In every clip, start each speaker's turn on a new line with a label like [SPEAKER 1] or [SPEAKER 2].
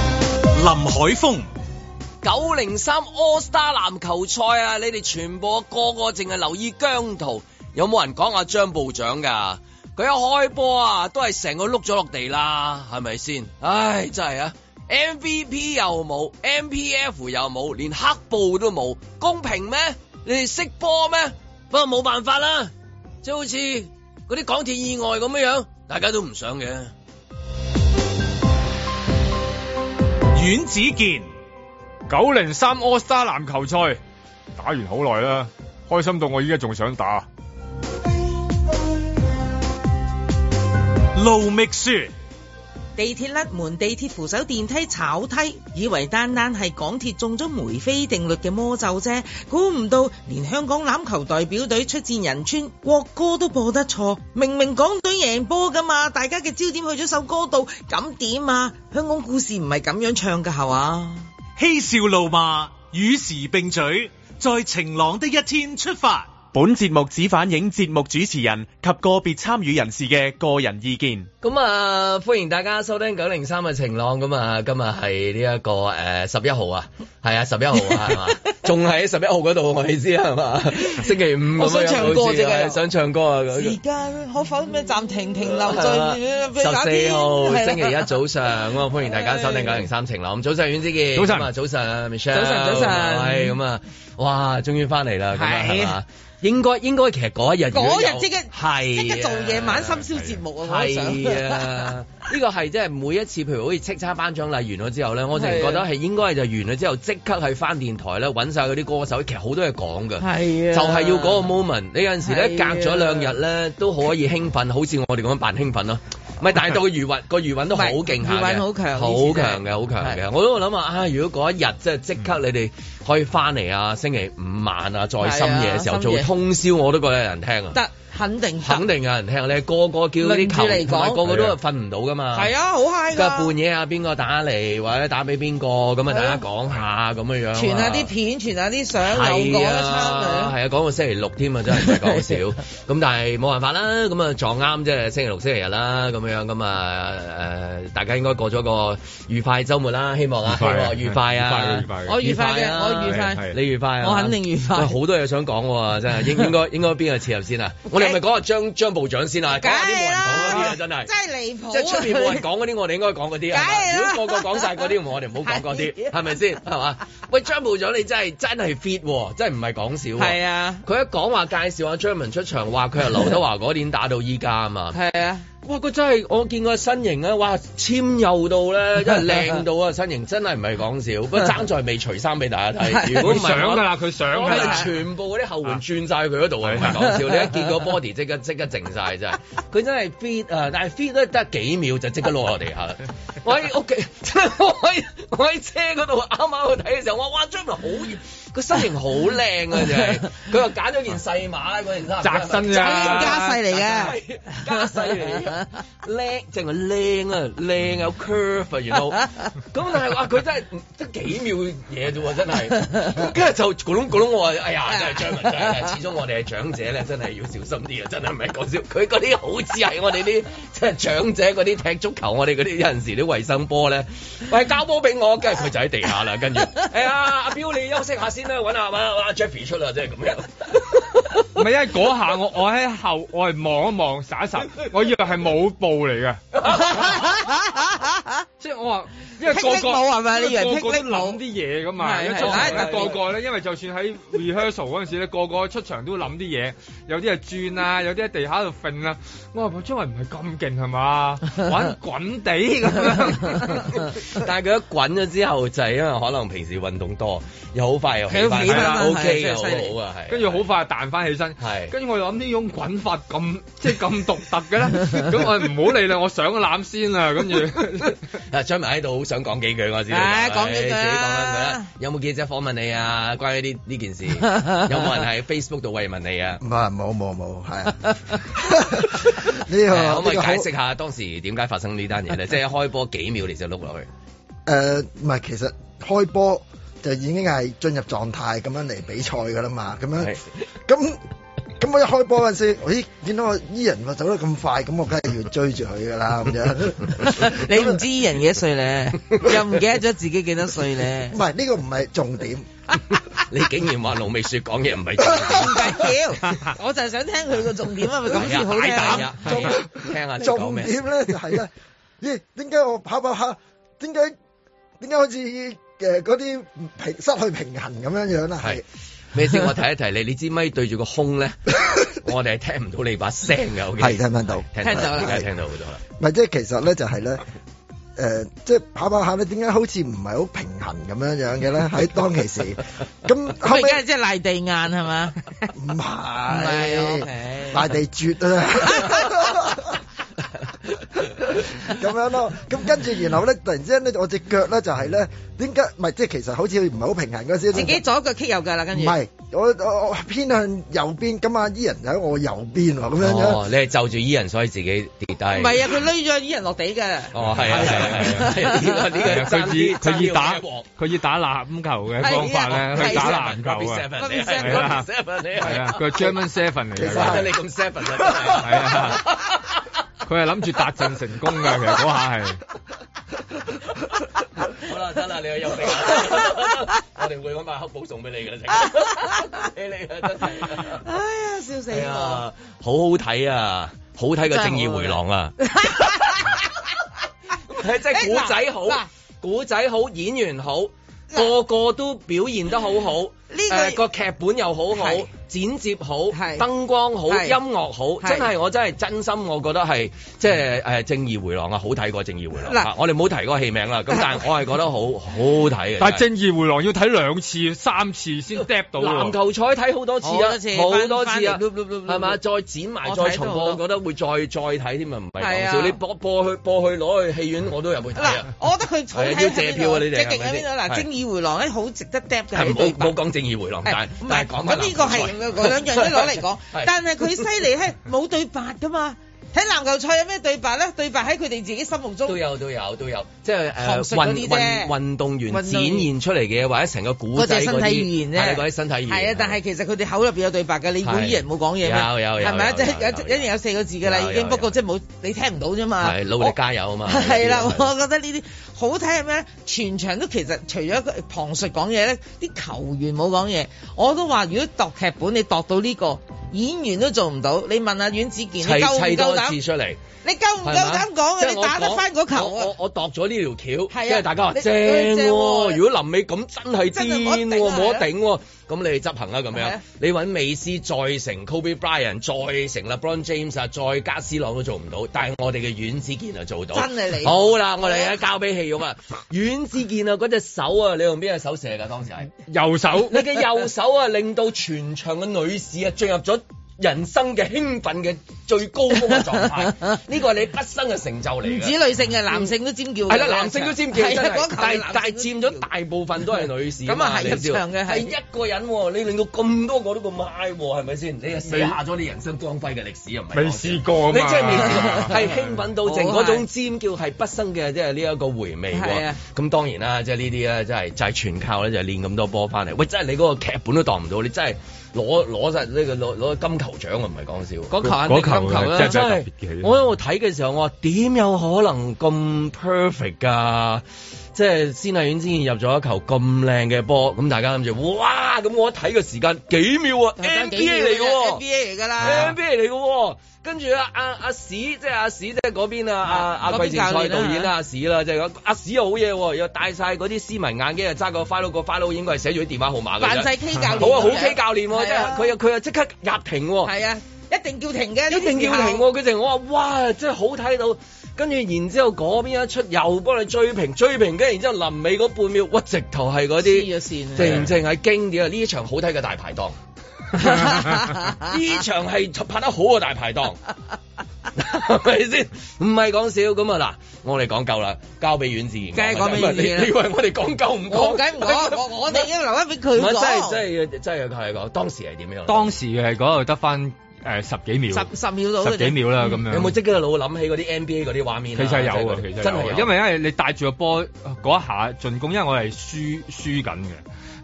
[SPEAKER 1] 林海峰、
[SPEAKER 2] 九零三 All Star 籃球賽啊！你哋全部個個淨係留意姜濤，有冇人講下張部長㗎？佢一開波啊，都係成個碌咗落地啦，係咪先？唉，真係啊！MVP 又冇，MPF 又冇，連黑布都冇，公平咩？你哋識波咩？不過冇辦法啦，即係好似嗰啲港鐵意外咁樣樣，大家都唔想嘅。
[SPEAKER 1] 阮子健、
[SPEAKER 3] 九零三 All Star 籃球賽打完好耐啦，開心到我依家仲想打。
[SPEAKER 1] 盧覓雪、
[SPEAKER 4] 地鐵甩門、地鐵扶手、電梯炒梯，以為單單係港鐵中咗梅菲定律嘅魔咒啫，估唔到連香港欖球代表隊出戰仁川，國歌都播得錯，明明港隊贏波㗎嘛，大家嘅焦點去咗首歌度，咁點啊？香港故事唔係咁樣唱㗎係嘛？
[SPEAKER 1] 嬉笑怒罵，與時並舉，在晴朗的一天出發。
[SPEAKER 5] 本節目只反映節目主持人及個別參與人士嘅個人意見。
[SPEAKER 2] 咁啊，歡迎大家收聽九零三嘅晴朗。咁啊，今日係呢一個誒十一號啊，係啊十一號 啊，係嘛？仲喺十一號嗰度，我意思係嘛？星期五
[SPEAKER 4] 我
[SPEAKER 2] 咁樣
[SPEAKER 4] 想唱歌
[SPEAKER 2] 好似
[SPEAKER 4] 啫
[SPEAKER 2] 係想唱歌啊！
[SPEAKER 4] 時間可否咩暫停停留在
[SPEAKER 2] 呃十四號
[SPEAKER 4] 啊
[SPEAKER 2] 星期一早上，咁啊歡迎大家收聽九零三晴朗。咁早上，阮之健，
[SPEAKER 3] 早晨
[SPEAKER 2] 咁啊早晨，Michelle，
[SPEAKER 4] 早晨早晨
[SPEAKER 2] 係咁啊，哇，終於翻嚟啦，咁啊
[SPEAKER 4] 係
[SPEAKER 2] 係嘛？應該應該其實嗰一日如果有
[SPEAKER 4] 嗰日即刻
[SPEAKER 2] 係
[SPEAKER 4] 即刻做夜晚
[SPEAKER 2] 啊
[SPEAKER 4] 深宵節目啊！我想
[SPEAKER 2] 係啊，呢個係即係每一次，譬如好似叱咤頒獎禮完咗之後咧，我淨係覺得係應該就完咗之後，即刻去翻電台咧揾晒嗰啲歌手，其實好多嘢講㗎。
[SPEAKER 4] 係啊，
[SPEAKER 2] 就係要嗰個 moment，你有陣時咧
[SPEAKER 4] 係
[SPEAKER 2] 隔
[SPEAKER 4] 啊
[SPEAKER 2] 咗兩日咧都可以興奮，好似我哋咁樣扮興奮咯。唔係，但係到個餘 韻，個餘韻都好勁下
[SPEAKER 4] 唔係
[SPEAKER 2] 嘅，
[SPEAKER 4] 餘韻好強
[SPEAKER 2] 好
[SPEAKER 4] 以前係
[SPEAKER 2] 強嘅，好強嘅。
[SPEAKER 4] 係
[SPEAKER 2] 我都諗話啊，如果嗰一日即係即刻你哋可以翻嚟啊，星期五晚啊，再深夜嘅時
[SPEAKER 4] 係
[SPEAKER 2] 候
[SPEAKER 4] 啊
[SPEAKER 2] 做
[SPEAKER 4] 深夜
[SPEAKER 2] 通宵，我都覺得有人聽啊。
[SPEAKER 4] 得肯定得
[SPEAKER 2] 肯定有人聽，啊你係個個叫啲球
[SPEAKER 4] 輪住嚟講
[SPEAKER 2] 同埋個個都係瞓唔到噶嘛。
[SPEAKER 4] 係啊，好 high
[SPEAKER 2] 今日
[SPEAKER 4] 㗎
[SPEAKER 2] 半夜啊，邊個打嚟或者打俾邊個咁啊？大家講下咁樣樣啊。
[SPEAKER 4] 傳下啲片，傳下啲相，又
[SPEAKER 2] 係
[SPEAKER 4] 講啊一
[SPEAKER 2] 啊，
[SPEAKER 4] 餐
[SPEAKER 2] 係啊，講到星期六添啊，真係唔係講 少。咁但係冇辦法啦，咁啊撞啱即係星期六、星期日啦，咁樣咁啊誒，大家應該過咗個愉快週末啦，希望啊，希望愉快啊
[SPEAKER 3] 愉，快
[SPEAKER 4] 兩
[SPEAKER 3] 嘅
[SPEAKER 4] 我愉快嘅，
[SPEAKER 2] 啊
[SPEAKER 4] 我愉快。
[SPEAKER 3] 係
[SPEAKER 2] 你愉快啊！
[SPEAKER 4] 我肯定愉快
[SPEAKER 2] 喂好多嘢想講喎，真係應應 該應該邊個切入先啊？我哋係咪講下張張部長先啊？講下啲冇人講嗰啲啊，真係。
[SPEAKER 4] 真係離譜啊。
[SPEAKER 2] 即係出面冇人講嗰啲，我哋應該講嗰啲係
[SPEAKER 4] 梗係
[SPEAKER 2] 嘛
[SPEAKER 4] 啦？
[SPEAKER 2] 如果個個講晒嗰啲，我哋唔好講嗰啲，
[SPEAKER 4] 係
[SPEAKER 2] 係咪先？係嘛？喂，張部長你真係真係 fit 喎，真係唔係講笑喎。
[SPEAKER 4] 係啊，
[SPEAKER 2] 佢一講話介紹阿張文出場，話佢係劉德華嗰年打到依家啊嘛。
[SPEAKER 4] 係啊，
[SPEAKER 2] 哇！佢真係我見過身形咧，哇，纖幼到咧，真係靚到啊！身形真係唔係講笑，不過爭在未除衫俾大家睇。如果唔
[SPEAKER 3] 佢
[SPEAKER 2] 係
[SPEAKER 3] 想
[SPEAKER 2] 我
[SPEAKER 3] 㗎啦，佢想
[SPEAKER 2] 我
[SPEAKER 3] 㗎
[SPEAKER 2] 係
[SPEAKER 3] 啦。
[SPEAKER 2] 全部嗰啲後援轉晒佢嗰度啊！唔係講笑，你一見個 body 即刻即刻靜晒 真係，佢真係 fit 啊！但係 fit 咧得幾秒就即刻落落地下啦。 我喺屋企，我喺我喺車嗰度啱啱去睇嘅時候，我哇張文好個身形好靚啊！真 係，佢又揀咗件細碼嗰件衫，
[SPEAKER 3] 窄 身咋
[SPEAKER 2] 啊
[SPEAKER 4] 係加勢嚟嘅。
[SPEAKER 2] 係 加勢嚟 嘅，靚淨係靚啊，靚有 curve 啊，然後咁但係話佢真係得幾秒嘢啫喎，真係，跟住就咕窿咕窿我話，哎呀，真係張文真係，始終我哋係長者咧，真係要小心啲啊，真係唔係講笑，佢嗰啲好似係我哋啲即係長者嗰啲踢足球，我哋嗰啲有陣時啲衞生波咧，喂交波俾我，跟住佢就喺地下啦，跟住，哎呀，阿彪你休息下先啦，揾下揾下 Jeffy 出啦，即係咁樣。
[SPEAKER 3] 唔係因為嗰下我我喺後我係望一望耍 一耍，我以為係舞步嚟嘅，即係我話因為個個
[SPEAKER 4] 霹靂舞係咪你以為
[SPEAKER 3] 因為個個
[SPEAKER 4] 霹靂
[SPEAKER 3] 都
[SPEAKER 4] 舞
[SPEAKER 3] 諗啲嘢噶嘛，
[SPEAKER 4] 係
[SPEAKER 3] 一
[SPEAKER 4] 係
[SPEAKER 3] 作
[SPEAKER 4] 係
[SPEAKER 3] 一個個咧，因為就算喺 rehearsal 嗰陣時咧，個個出場都諗啲嘢，有啲係轉啊，有啲喺地下度揈啊。我話張雲唔係咁勁係 嘛，玩滾地咁樣。
[SPEAKER 2] 但係佢一滾咗之後，就係因為可能平時運動多，又好快又起翻
[SPEAKER 4] 起
[SPEAKER 3] 返
[SPEAKER 2] 啦
[SPEAKER 3] 返
[SPEAKER 2] ，OK
[SPEAKER 4] 係
[SPEAKER 2] 又
[SPEAKER 4] 啊真係犀利
[SPEAKER 2] 好啊，係。
[SPEAKER 3] 跟住好快彈翻起身，
[SPEAKER 2] 係
[SPEAKER 3] 跟住我又諗呢種滾法咁 即係咁獨特嘅咧，咁我唔好理啦，我上個攬先啦，跟住
[SPEAKER 2] 啊，張文喺度好想講幾句，我知道。
[SPEAKER 4] 唉講幾
[SPEAKER 2] 唉自己講
[SPEAKER 4] 句啊
[SPEAKER 2] 翻佢啦。有冇記者訪問你啊？關於呢呢件事， 有冇人喺 Facebook 度慰問你啊？。
[SPEAKER 6] 唔係冇冇冇，係啊 呢
[SPEAKER 2] 係啊可
[SPEAKER 6] 個
[SPEAKER 2] 唔可以解釋
[SPEAKER 6] 呢
[SPEAKER 2] 下當時點解發生呢單嘢 咧？即係一開波幾秒你就碌落去，
[SPEAKER 6] 個好？誒唔係，其實開波就已經係進入狀態咁樣嚟比賽㗎啦嘛，咁樣
[SPEAKER 2] 係
[SPEAKER 6] 咁咁咁我一開波嗰陣時，咦，見到我伊人話走得咁快，咁我梗係要追住佢㗎啦，咁樣。
[SPEAKER 4] 你唔知人幾多歲 咧，又唔記得咗自己幾多歲咧
[SPEAKER 6] 唔，係呢個唔係重點，
[SPEAKER 2] 你竟然話盧美雪講嘢唔 係
[SPEAKER 4] 唔緊 要，我就係想聽佢個重點啊，咪咁先好聽
[SPEAKER 2] 係
[SPEAKER 4] 啊
[SPEAKER 2] 啊。大膽係啊聽下你講
[SPEAKER 6] 重
[SPEAKER 2] 咩
[SPEAKER 6] 點咧就係咧，咦？點解我跑跑下？點解點解好似誒嗰啲平失去平衡咁樣啊樣啦？係
[SPEAKER 2] 係。咩先？我提一提你，你支咪對住個胸咧，我哋係聽唔到你把聲嘅。OK？
[SPEAKER 6] 係聽唔聽到
[SPEAKER 2] 係
[SPEAKER 4] 聽到啦
[SPEAKER 2] 而家聽到好多啦。
[SPEAKER 6] 咪即係其實咧就係咧，誒、即係跑跑下咧，點解好似唔係好平衡咁樣樣嘅咧？ 喺當其時，咁
[SPEAKER 4] 佢
[SPEAKER 6] 後
[SPEAKER 4] 而家係
[SPEAKER 6] 尾
[SPEAKER 4] 即係賴地硬係嘛？
[SPEAKER 6] 唔
[SPEAKER 2] 哎
[SPEAKER 4] 唔係
[SPEAKER 6] 係
[SPEAKER 4] ，OK
[SPEAKER 6] 大地絕啊！咁樣咯，咁跟住然後咧，突然之間咧，我只腳咧就係咧，點解唔係即係其實好似唔係好平衡嗰時，
[SPEAKER 4] 自己左腳棘右腳啦，跟
[SPEAKER 6] 唔
[SPEAKER 4] 住
[SPEAKER 6] 係我我我偏向右邊，咁啊依人就喺我右邊喎，咁樣樣。
[SPEAKER 2] 哦，你係就住伊人，所以自己跌低。唔
[SPEAKER 4] 唔係啊？佢攣咗啲人落地 㗎。
[SPEAKER 2] 哦，係啊，係啊，係啊呢個呢個
[SPEAKER 3] 佢以佢以打
[SPEAKER 2] 爭啲
[SPEAKER 3] 佢以打籃球嘅方法咧
[SPEAKER 4] 係啊
[SPEAKER 3] 去打籃球啊，
[SPEAKER 2] Rugby seven，
[SPEAKER 3] 係啦
[SPEAKER 2] Rugby seven，你
[SPEAKER 3] 係啊，佢係 German Seven 嚟
[SPEAKER 6] 其
[SPEAKER 3] 嘅
[SPEAKER 6] 實
[SPEAKER 2] 玩得
[SPEAKER 6] 係
[SPEAKER 2] 你
[SPEAKER 3] 佢，
[SPEAKER 2] 咁 seven 啊，真
[SPEAKER 3] 係
[SPEAKER 2] 係。
[SPEAKER 3] 啊，佢係諗住達陣成功㗎，其實嗰下係。
[SPEAKER 2] 好啦，得啦，你有休息啦，我哋會揾埋黑寶送俾你嘅，俾你啊，真係。
[SPEAKER 4] 哎呀，笑死
[SPEAKER 2] 係
[SPEAKER 4] 我！
[SPEAKER 2] 啊，好好睇啊，好睇過《正義回廊》啊， 係真係古仔
[SPEAKER 4] 哎嗱嗱
[SPEAKER 2] 好，古仔好，演員好，個個都表現得好好，
[SPEAKER 4] 呢個
[SPEAKER 2] 誒個劇本又好好
[SPEAKER 4] 係，
[SPEAKER 2] 剪接好，
[SPEAKER 4] 係
[SPEAKER 2] 燈光好，
[SPEAKER 4] 係
[SPEAKER 2] 音樂好，
[SPEAKER 4] 係
[SPEAKER 2] 真係我真係真心，我覺得係即係誒《正義回廊》啊，好睇過《正義回廊》
[SPEAKER 4] 嗱
[SPEAKER 2] 啊，我哋冇提嗰個戲名啦，咁但係我係覺得好好睇嘅。
[SPEAKER 3] 但係
[SPEAKER 2] 真係
[SPEAKER 3] 正義回廊要睇兩次、三次先 d 到
[SPEAKER 2] 籃球
[SPEAKER 3] 喎。
[SPEAKER 2] 賽睇好多次
[SPEAKER 4] 好多次
[SPEAKER 2] 啊，好多
[SPEAKER 4] 翻
[SPEAKER 2] 次啊，
[SPEAKER 4] 翻嚟碌碌碌碌
[SPEAKER 2] 係嘛？再剪埋
[SPEAKER 4] 我
[SPEAKER 2] 再
[SPEAKER 4] 睇到
[SPEAKER 2] 重
[SPEAKER 4] 好
[SPEAKER 2] 播，我
[SPEAKER 4] 多
[SPEAKER 2] 覺得會再再睇添啊，唔係講
[SPEAKER 4] 係啊
[SPEAKER 2] 笑。你播播去播去攞去戲院，我都有去睇
[SPEAKER 4] 嗱
[SPEAKER 2] 啊。，
[SPEAKER 4] 我覺得佢好睇
[SPEAKER 2] 係啊要借票啊你哋
[SPEAKER 4] 即係勁喺邊度？嗱，
[SPEAKER 2] 係
[SPEAKER 4] 《正義回廊》咧好值得 d e p 嘅
[SPEAKER 2] 係
[SPEAKER 4] 喺
[SPEAKER 2] 唔好
[SPEAKER 4] 對
[SPEAKER 2] 唔
[SPEAKER 4] 白
[SPEAKER 2] 好。講正義回廊，但係
[SPEAKER 4] 唔
[SPEAKER 2] 但
[SPEAKER 4] 係
[SPEAKER 2] 係講，
[SPEAKER 4] 咁呢個係嗰兩樣都攞嚟講
[SPEAKER 2] 係
[SPEAKER 4] 但係佢犀利係冇對白噶嘛。睇籃球賽有咩對白咧？對白喺佢哋自己心目中
[SPEAKER 2] 都有都有都有，即係誒
[SPEAKER 4] 學術嗰
[SPEAKER 2] 運
[SPEAKER 4] 啲
[SPEAKER 2] 運
[SPEAKER 4] 啫
[SPEAKER 2] 運動員
[SPEAKER 4] 運動
[SPEAKER 2] 展
[SPEAKER 4] 員
[SPEAKER 2] 現出嚟嘅，或者成個古
[SPEAKER 4] 嗰
[SPEAKER 2] 仔
[SPEAKER 4] 隻
[SPEAKER 2] 嗰
[SPEAKER 4] 身
[SPEAKER 2] 啲
[SPEAKER 4] 體語言
[SPEAKER 2] 係
[SPEAKER 4] 啫，
[SPEAKER 2] 嗰啲身體語言。
[SPEAKER 4] 係啊，但係其實佢哋口入邊有對白㗎，你估
[SPEAKER 2] 係
[SPEAKER 4] 依人冇講嘢咩？
[SPEAKER 2] 有有有
[SPEAKER 4] 係咪啊？
[SPEAKER 2] 有
[SPEAKER 4] 即係
[SPEAKER 2] 有有
[SPEAKER 4] 有一定有四個字㗎啦，
[SPEAKER 2] 有
[SPEAKER 4] 已
[SPEAKER 2] 有
[SPEAKER 4] 經。
[SPEAKER 2] 有
[SPEAKER 4] 不過即係冇你聽唔到啫嘛。
[SPEAKER 2] 係努力加油啊嘛！
[SPEAKER 4] 係啦，
[SPEAKER 2] 呢啲
[SPEAKER 4] 我覺得呢啲好睇係啊咩咧？全場都其實除咗佢旁述講嘢咧，啲球員冇講嘢。我都話，如果度劇本你度到呢、個演員都做唔到，你問阿阮子健，你
[SPEAKER 2] 砌
[SPEAKER 4] 夠唔
[SPEAKER 2] 砌
[SPEAKER 4] 夠
[SPEAKER 2] 多次
[SPEAKER 4] 膽？
[SPEAKER 2] 出嚟。
[SPEAKER 4] 你夠唔夠膽
[SPEAKER 2] 係嘛
[SPEAKER 4] 講啊？
[SPEAKER 2] 即係
[SPEAKER 4] 你
[SPEAKER 2] 我
[SPEAKER 4] 打得翻嗰球
[SPEAKER 2] 我
[SPEAKER 4] 啊
[SPEAKER 2] 我！我度咗呢條橋，
[SPEAKER 4] 係啊
[SPEAKER 2] 即係大家話
[SPEAKER 4] 你
[SPEAKER 2] 正
[SPEAKER 4] 你正
[SPEAKER 2] 喎。
[SPEAKER 4] 喎
[SPEAKER 2] 如果臨尾咁真係
[SPEAKER 4] 真係
[SPEAKER 2] 癲
[SPEAKER 4] 冇得頂
[SPEAKER 2] 喎，
[SPEAKER 4] 啊
[SPEAKER 2] 冇得頂喎。咁你哋執行啦咁
[SPEAKER 4] 係
[SPEAKER 2] 樣
[SPEAKER 4] 啊，
[SPEAKER 2] 你揾美斯再成 Kobe Bryant，再成 LeBron James 啊，再加斯朗都做唔到，但係我哋嘅阮子健啊做到。
[SPEAKER 4] 真係你
[SPEAKER 2] 好啦，我哋而家交俾戲肉啊，阮子健啊嗰隻手啊，你用邊隻手射㗎當時係？
[SPEAKER 3] 右手
[SPEAKER 2] 你嘅右手啊，令到全場嘅女士啊，進入咗人生嘅興奮嘅最高峰嘅狀態。 呢個係你畢生嘅成就嚟
[SPEAKER 4] 唔
[SPEAKER 2] 嘅。
[SPEAKER 4] 止女性嘅，男性都尖叫㗎。
[SPEAKER 2] 係啦，男性都尖叫，
[SPEAKER 4] 係
[SPEAKER 2] 真
[SPEAKER 4] 啊
[SPEAKER 2] 係
[SPEAKER 4] 嗰球
[SPEAKER 2] 但係
[SPEAKER 4] 男性
[SPEAKER 2] 但係
[SPEAKER 4] 都尖
[SPEAKER 2] 佔
[SPEAKER 4] 叫
[SPEAKER 2] 咗大部分都係女士嘛。
[SPEAKER 4] 咁啊係
[SPEAKER 2] 你知
[SPEAKER 4] 入場嘅係
[SPEAKER 2] 係一個人喎，你令到咁多個都咁 high 喎，係咪先？你啊寫下咗你人生光輝嘅歷史啊，唔係
[SPEAKER 3] 未
[SPEAKER 2] 講笑
[SPEAKER 3] 試過啊
[SPEAKER 2] 你
[SPEAKER 3] 嘛，
[SPEAKER 2] 真係未試過，係興奮到剩
[SPEAKER 4] 好
[SPEAKER 2] 嗰
[SPEAKER 4] 係
[SPEAKER 2] 種尖叫係不生嘅，即係呢一個回味
[SPEAKER 4] 係
[SPEAKER 2] 喎
[SPEAKER 4] 啊。
[SPEAKER 2] 咁當然啦，即係呢啲咧，真係就係全靠咧，就係練咁多波翻嚟。喂，真係你嗰個劇本都當唔到，你真係攞攞晒呢個攞攞金球獎啊，唔係講笑。
[SPEAKER 3] 嗰球啊
[SPEAKER 2] 啦
[SPEAKER 3] 真係
[SPEAKER 2] 真
[SPEAKER 3] 真
[SPEAKER 2] 係
[SPEAKER 3] 係特別嘅。
[SPEAKER 2] 我喺度睇嘅時候，我話點有可能咁 perfect 㗎？即係先麗苑之前入咗一球咁靚嘅波，咁大家諗住哇！咁我一睇嘅時間幾秒啊，NBA
[SPEAKER 4] 係咪幾秒
[SPEAKER 2] 嚟嘅喎。啊
[SPEAKER 4] 啊，NBA 嚟㗎啦
[SPEAKER 2] NBA 哎嚟嘅喎，跟住啊阿阿史即係阿史即係嗰邊啊阿阿
[SPEAKER 4] 嗰邊
[SPEAKER 2] 季前賽導演
[SPEAKER 4] 教練
[SPEAKER 2] 啦
[SPEAKER 4] 啊
[SPEAKER 2] 阿史啦，即係阿史啊又好嘢喎，又戴晒嗰啲斯文眼鏡，又揸個 file 個 file 應該係寫住啲電話號碼嘅啫。
[SPEAKER 4] 扮晒 K 教練咁樣。
[SPEAKER 2] 好啊，好 K 教練喎，即
[SPEAKER 4] 係
[SPEAKER 2] 係
[SPEAKER 4] 啊
[SPEAKER 2] 佢又佢又即刻入庭喎。
[SPEAKER 4] 係啊，一定叫停嘅，
[SPEAKER 2] 一定要停喎！佢哋我話哇，真係好睇到。跟住然之後嗰邊一出又幫你追平追平，跟住然之後臨尾嗰半秒，哇！直頭係嗰
[SPEAKER 4] 黐咗
[SPEAKER 2] 啲，
[SPEAKER 4] 線啊
[SPEAKER 2] 正正係經典啊！呢場好睇嘅大排 檔，呢場係拍得好嘅大排檔，係咪先？唔係講笑咁啊！嗱，我哋講夠啦，交俾阮志賢講。
[SPEAKER 4] 梗係講俾阮志賢
[SPEAKER 2] 唔
[SPEAKER 4] 啦
[SPEAKER 2] 係你以為我哋講夠唔
[SPEAKER 4] 我
[SPEAKER 2] 講？
[SPEAKER 4] 梗唔講，我我哋已經留翻俾
[SPEAKER 2] 唔
[SPEAKER 4] 佢
[SPEAKER 2] 係
[SPEAKER 4] 講。
[SPEAKER 2] 真係真係真係佢係講，當時係點樣？
[SPEAKER 3] 當時係嗰度得翻誒十幾秒，
[SPEAKER 4] 十十秒到嘅啫
[SPEAKER 3] 十幾秒啦咁樣。
[SPEAKER 2] 有冇即刻腦諗起嗰啲 NBA 嗰啲畫面
[SPEAKER 3] 其
[SPEAKER 2] 啊？
[SPEAKER 3] 實有啊，
[SPEAKER 2] 即
[SPEAKER 3] 其
[SPEAKER 2] 係嗰啲
[SPEAKER 3] 實
[SPEAKER 2] 真
[SPEAKER 3] 有
[SPEAKER 2] 係
[SPEAKER 3] 啊，
[SPEAKER 2] 有，
[SPEAKER 3] 因為因為你帶住個波嗰一下進攻，因為我係輸輸緊嘅。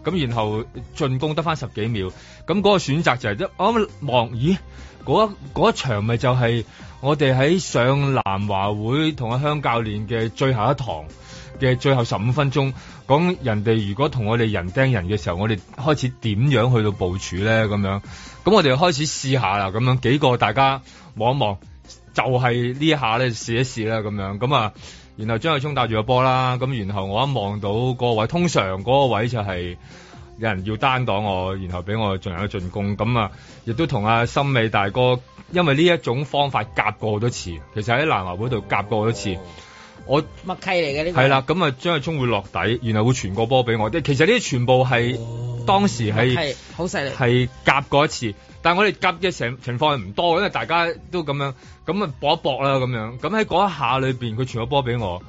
[SPEAKER 3] 咁然後進攻得翻十幾秒，咁嗰個選擇就係、一我啱啱望，咦嗰一嗰一場咪就係我哋喺上南華會同阿香教練嘅最後一堂。嘅最後十五分鐘，講人哋如果同我哋人盯人嘅時候，我哋開始點樣去到部署咧？咁樣，咁我哋開始試下啦，咁樣幾個大家望一望，就係、呢一下咧試一試啦，咁樣，咁啊，然後張繼聰帶住個波啦，咁啊然後我一望到個位，啊通常嗰個位就係、有人要單擋我，然後俾我進行一個進攻，咁啊，亦都同阿森美大哥，因為呢一種方法夾過好多次，其實喺南華會度夾過好多次，我
[SPEAKER 7] 默契嚟嘅呢個。
[SPEAKER 3] 係啦，咁啊張繼聰會落底，然後會傳個波俾我。其實呢啲全部係當時係
[SPEAKER 4] 哦
[SPEAKER 7] 係好犀利。
[SPEAKER 3] 係啊夾過一次，但係我哋夾嘅成情況係唔多，因為大家都咁樣，咁啊搏一搏啦咁樣。咁喺嗰一下裏邊，佢傳個波俾我，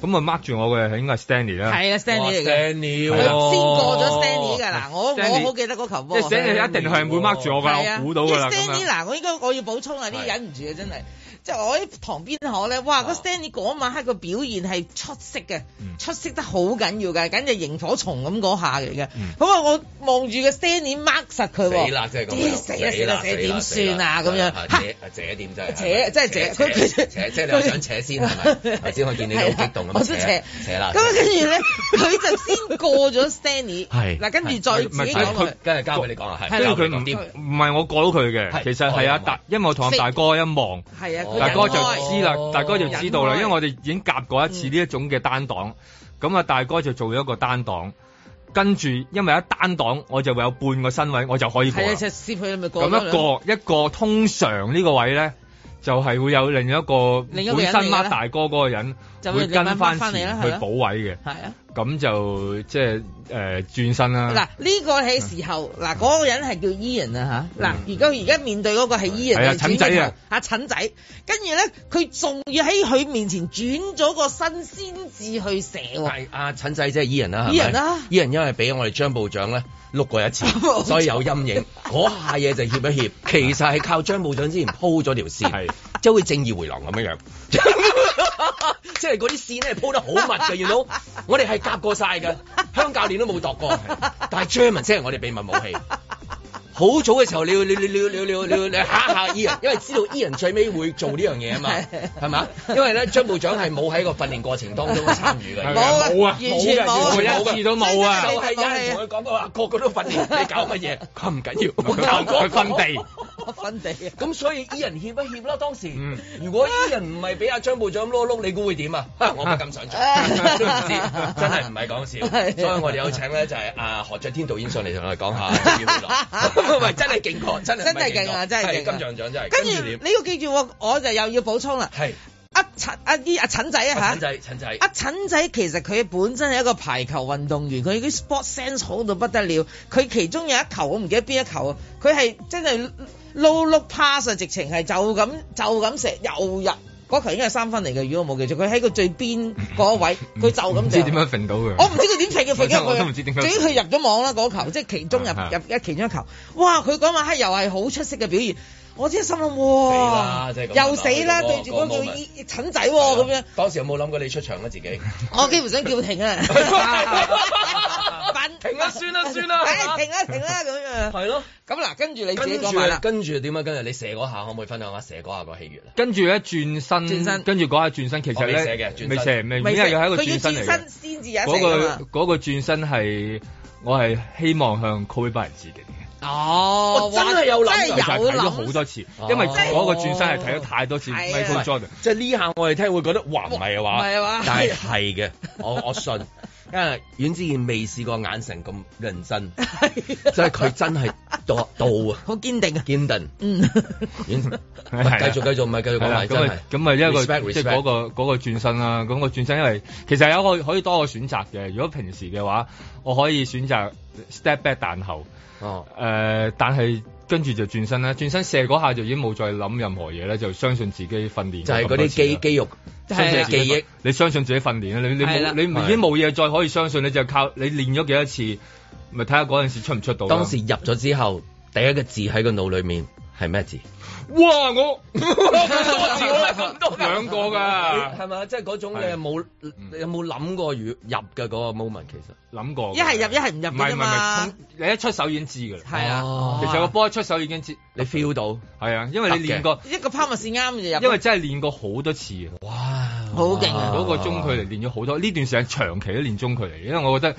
[SPEAKER 3] 咁啊 mark 住我嘅應該係 Stanley 啦。
[SPEAKER 7] 係啊
[SPEAKER 2] 哇
[SPEAKER 7] ，Stanley 嚟嘅，
[SPEAKER 2] Stanley
[SPEAKER 3] 係
[SPEAKER 2] 喎
[SPEAKER 3] 啊
[SPEAKER 4] 先過咗 Stanley 㗎啦，我
[SPEAKER 3] Stanley-
[SPEAKER 4] 我好記得嗰球
[SPEAKER 3] 即
[SPEAKER 4] 波。啊
[SPEAKER 3] 係 Stanley 一定係會 mark 住我
[SPEAKER 4] 係
[SPEAKER 3] 㗎，
[SPEAKER 4] 啊
[SPEAKER 3] 我估到㗎啦
[SPEAKER 4] 即
[SPEAKER 3] 咁
[SPEAKER 4] 係 Stanley
[SPEAKER 3] 樣。
[SPEAKER 4] 嗱，我應該我要補充啊，呢啲
[SPEAKER 3] 係
[SPEAKER 4] 忍唔住啊，真係。即係我喺旁邊可咧，哇！個 Stanley 嗰晚黑個表現係出色嘅，
[SPEAKER 3] 嗯
[SPEAKER 4] 出色得好緊要㗎，簡直螢火蟲咁嗰下嚟嘅。
[SPEAKER 3] 嗯
[SPEAKER 4] 咁啊，我望住個 Stanley mark 實佢喎，
[SPEAKER 2] 死啦！真係咁
[SPEAKER 4] 咦
[SPEAKER 2] 樣，
[SPEAKER 4] 死啦死啦死啦點算啊咁樣
[SPEAKER 2] 啊
[SPEAKER 4] 嚇
[SPEAKER 2] 姐啊姐點真係
[SPEAKER 4] 姐真係姐
[SPEAKER 2] 扯
[SPEAKER 4] 佢佢
[SPEAKER 2] 扯即係你話想扯先係咪？頭先我見你好激動
[SPEAKER 4] 係啦我
[SPEAKER 2] 咁扯
[SPEAKER 4] 想扯
[SPEAKER 2] 扯啦，
[SPEAKER 4] 咁啊跟住 咧，佢就先過咗 Stanley，
[SPEAKER 5] 係
[SPEAKER 4] 嗱，跟住再
[SPEAKER 3] 係
[SPEAKER 4] 自己
[SPEAKER 3] 唔係
[SPEAKER 4] 講落去。
[SPEAKER 2] 跟住交俾你講啦，係
[SPEAKER 3] 跟住佢
[SPEAKER 2] 交俾
[SPEAKER 3] 唔
[SPEAKER 2] 你講
[SPEAKER 4] 佢
[SPEAKER 3] 唔係我過到佢嘅，
[SPEAKER 2] 係
[SPEAKER 3] 其實係阿
[SPEAKER 2] 我
[SPEAKER 3] 大，因為我同阿大哥一望。
[SPEAKER 4] 係哦啊啊，佢
[SPEAKER 3] 大哥
[SPEAKER 4] 忍
[SPEAKER 3] 就
[SPEAKER 4] 耐哦嗯
[SPEAKER 3] 知啦，大哥就知道啦，
[SPEAKER 4] 忍開
[SPEAKER 3] 因為我哋已經夾過一次呢一種嘅單檔，咁啊大哥就做咗一個單檔，跟住因為一單檔我就會有半個身位，我就可以過
[SPEAKER 4] 係
[SPEAKER 3] 啦
[SPEAKER 4] 啊，就攝佢咪過咗
[SPEAKER 3] 咁一
[SPEAKER 4] 兩個。
[SPEAKER 3] 個一個通常呢個位咧，就係會有另一個
[SPEAKER 4] 另一個
[SPEAKER 3] 本
[SPEAKER 4] 人
[SPEAKER 3] 身
[SPEAKER 4] 嚟㗎啦
[SPEAKER 3] mark 大哥嗰個人
[SPEAKER 4] 就會
[SPEAKER 3] 會跟翻
[SPEAKER 4] 慢慢返嚟啦
[SPEAKER 3] 前
[SPEAKER 4] 係
[SPEAKER 3] 去
[SPEAKER 4] 啦
[SPEAKER 3] 補位嘅，
[SPEAKER 4] 係啊，
[SPEAKER 3] 咁就即係誒轉身啦。
[SPEAKER 4] 嗱呢個係時候，嗱嗰個人係叫 Ian 啊嚇，嗱而家而家面對嗰個係 Ian，
[SPEAKER 3] 嗯係啊
[SPEAKER 4] 係
[SPEAKER 3] 陳仔啊
[SPEAKER 4] 轉咗頭，阿陳仔，跟住咧佢仲要喺佢面前轉咗個身先至去射喎，
[SPEAKER 2] 係阿陳仔即係伊人啦，係咪
[SPEAKER 4] 伊人啦
[SPEAKER 2] 伊人因為俾我哋張部長咧碌過一次
[SPEAKER 4] 冇，錯
[SPEAKER 2] 所以有陰影。嗰下嘢就協一協，其實係靠張部長之前鋪咗條線
[SPEAKER 3] 係，
[SPEAKER 2] 即係好似正義回廊咁樣樣。即係嗰啲線咧鋪得好密嘅，原到我哋係夾過晒㗎，香教練都冇度過，但係 German 先係我哋秘密武 器。好早嘅時候，你要你要你要你要你要你要你要嚇一嚇伊人，因為知道伊人最尾會做呢樣嘢啊嘛，係嘛？因為咧張部長係冇喺個訓練過程當中參與嘅，
[SPEAKER 3] 係啊冇啊
[SPEAKER 4] 完全冇啊
[SPEAKER 3] 冇啊，一次都冇啊
[SPEAKER 2] 就
[SPEAKER 4] 真
[SPEAKER 2] 係
[SPEAKER 4] 係
[SPEAKER 2] 有人同佢講話，個個都訓練，你搞乜 嘢？ 佢話唔緊要，我教
[SPEAKER 3] 佢分地。
[SPEAKER 4] 我分地啊！
[SPEAKER 2] 咁所以伊 E 人協一協啦，當時
[SPEAKER 3] 嗯
[SPEAKER 2] 如果伊人唔係俾阿張部長碌碌，你估會點啊？ 我不敢 想像，都唔知，真係唔係講笑。
[SPEAKER 4] 係
[SPEAKER 2] 所以我哋有請咧就係阿何卓天導演上嚟同我哋講下 《要回廊 喂，真係勁過，真係唔係
[SPEAKER 4] 真係勁啊
[SPEAKER 2] 過
[SPEAKER 4] 真係勁啊
[SPEAKER 2] 金像獎真係。
[SPEAKER 4] 跟
[SPEAKER 2] 跟
[SPEAKER 4] 住
[SPEAKER 2] 住
[SPEAKER 4] 你
[SPEAKER 2] 點？
[SPEAKER 4] 要記住喎，我就又要補充啦，
[SPEAKER 2] 係
[SPEAKER 4] 阿陳阿 Ian 阿陳仔啊嚇
[SPEAKER 2] 陳。仔，陳仔
[SPEAKER 4] 阿陳仔其實佢本身係一個排球運動員，佢啲 sport sense 好到不得了。佢其中有一球我唔記得邊一球啊，佢係真係撈碌 pass 啊，直情係就咁就咁射又入。嗰球應該係三分嚟嘅，如果我冇記錯，佢喺個最邊嗰位，佢就
[SPEAKER 3] 嗯唔
[SPEAKER 4] 咁
[SPEAKER 3] 知
[SPEAKER 4] 射。
[SPEAKER 3] 點樣揈到嘅。
[SPEAKER 4] 我唔知佢點踢嘅，佢因
[SPEAKER 3] 我
[SPEAKER 4] 為
[SPEAKER 3] 都唔知點
[SPEAKER 4] 佢，
[SPEAKER 3] 解
[SPEAKER 4] 總之佢入咗網啦嗰球，即係其中入
[SPEAKER 3] 啊
[SPEAKER 4] 入一其中一球。哇！佢嗰晚黑又係好出色嘅表現，我真係心諗
[SPEAKER 2] 死啦
[SPEAKER 4] 哇，
[SPEAKER 2] 即係咁
[SPEAKER 4] 又死
[SPEAKER 2] 嗰
[SPEAKER 4] 啦，
[SPEAKER 2] 個
[SPEAKER 4] 對住
[SPEAKER 2] 嗰
[SPEAKER 4] 嗰
[SPEAKER 2] 個
[SPEAKER 4] 個
[SPEAKER 2] moment
[SPEAKER 4] 陳仔喎咁樣。。
[SPEAKER 2] 當時有冇諗過你出場啊？自己？
[SPEAKER 4] 我幾乎想叫停啊！笨
[SPEAKER 2] 停啦算啦算啦
[SPEAKER 4] 唉停啦停啦咁樣。
[SPEAKER 2] 係咯。
[SPEAKER 4] 咁嗱，跟住你自己
[SPEAKER 2] 跟
[SPEAKER 4] 講
[SPEAKER 2] 住
[SPEAKER 4] 埋啦。
[SPEAKER 2] 跟住點啊？跟住你射嗰下可唔可以分享下射嗰下個喜悅咧？
[SPEAKER 3] 跟住咧轉身，
[SPEAKER 4] 轉身
[SPEAKER 3] 跟住嗰下轉身，其實
[SPEAKER 2] 我未射
[SPEAKER 3] 咧
[SPEAKER 2] 嘅轉身
[SPEAKER 3] 未射，未因
[SPEAKER 4] 咪
[SPEAKER 3] 為係一
[SPEAKER 4] 佢
[SPEAKER 3] 個
[SPEAKER 4] 要
[SPEAKER 3] 轉身嚟
[SPEAKER 4] 轉
[SPEAKER 3] 嘅
[SPEAKER 4] 身。先至有一
[SPEAKER 3] 嗰、
[SPEAKER 4] 齊噶
[SPEAKER 3] 個
[SPEAKER 4] 嘛。
[SPEAKER 3] 嗰、個轉身係我係希望向 Kobe Bryant 致敬嘅，
[SPEAKER 2] 我
[SPEAKER 4] 哦
[SPEAKER 2] 真係有諗
[SPEAKER 4] 哇真
[SPEAKER 2] 有
[SPEAKER 3] 其
[SPEAKER 4] 係有
[SPEAKER 3] 實係睇咗
[SPEAKER 4] 諗
[SPEAKER 3] 好多次，
[SPEAKER 2] 哦
[SPEAKER 3] 因為嗰個轉身係睇咗太多次
[SPEAKER 4] 係啊
[SPEAKER 3] Michael Jordan。
[SPEAKER 2] 即係呢下我哋聽會覺得哇唔係啊
[SPEAKER 4] 唔係啊嘛
[SPEAKER 2] 但係係嘅，我我信，因為阮之健未試過眼神咁認真，即係佢真係 到到啊
[SPEAKER 4] 好堅定啊。
[SPEAKER 2] 堅 定。
[SPEAKER 4] 嗯，
[SPEAKER 2] 阮
[SPEAKER 3] 係啊
[SPEAKER 2] 繼續繼續唔係繼續
[SPEAKER 3] 係
[SPEAKER 2] 講
[SPEAKER 3] 啦，
[SPEAKER 2] 埋真
[SPEAKER 3] 咁
[SPEAKER 2] 係
[SPEAKER 3] 啊，咁啊，一個
[SPEAKER 2] respect
[SPEAKER 3] 即係嗰
[SPEAKER 2] respect
[SPEAKER 3] 個嗰個轉身啦。咁個轉身，因為其實有一個可以多個選擇嘅。如果平時嘅話，我可以選擇 step back 彈後，
[SPEAKER 2] 哦，
[SPEAKER 3] 誒、但係跟住就轉身啦。轉身射嗰下就已經冇再諗任何嘢咧，就相信自己訓練
[SPEAKER 2] 就係
[SPEAKER 3] 咗咁
[SPEAKER 2] 嗰
[SPEAKER 3] 多
[SPEAKER 2] 啲
[SPEAKER 3] 次啊啦
[SPEAKER 2] 肌肌肉
[SPEAKER 3] 相
[SPEAKER 4] 係
[SPEAKER 3] 信
[SPEAKER 4] 啊
[SPEAKER 2] 嘅
[SPEAKER 3] 自
[SPEAKER 2] 記
[SPEAKER 3] 己
[SPEAKER 2] 憶，
[SPEAKER 3] 你相信自己訓練啦，你你
[SPEAKER 4] 係啦
[SPEAKER 3] 冇你唔
[SPEAKER 2] 係
[SPEAKER 3] 已經冇嘢再可以相信，你就靠你練咗幾多次，咪睇下嗰陣時出唔出到啦。
[SPEAKER 2] 當時入咗之後，第一個字喺個腦裡面係咩字？
[SPEAKER 3] 哇！ 我
[SPEAKER 2] 多字啦，咁多
[SPEAKER 3] 兩個㗎
[SPEAKER 2] 係咪？即係嗰種你
[SPEAKER 3] 係嗯
[SPEAKER 2] 有冇你有冇諗過入入嘅嗰個 moment 其實？
[SPEAKER 3] 諗過㗎，
[SPEAKER 4] 一係入一係唔入嘅啫
[SPEAKER 3] 唔係唔係唔係
[SPEAKER 4] 嘛，
[SPEAKER 3] 通，你一出手已經知㗎啦。
[SPEAKER 4] 係啊
[SPEAKER 2] 哦，
[SPEAKER 3] 其實個波一出手已經知，
[SPEAKER 2] 你 feel 到
[SPEAKER 3] 係啊，因為你練過，
[SPEAKER 4] 一個拋物線啱就入，
[SPEAKER 3] 因為真係練過好多次啊。
[SPEAKER 2] 哇，
[SPEAKER 4] 好勁啊
[SPEAKER 3] 嗰個中距離練咗好多，呢段時間長期都練中距離，因為我覺得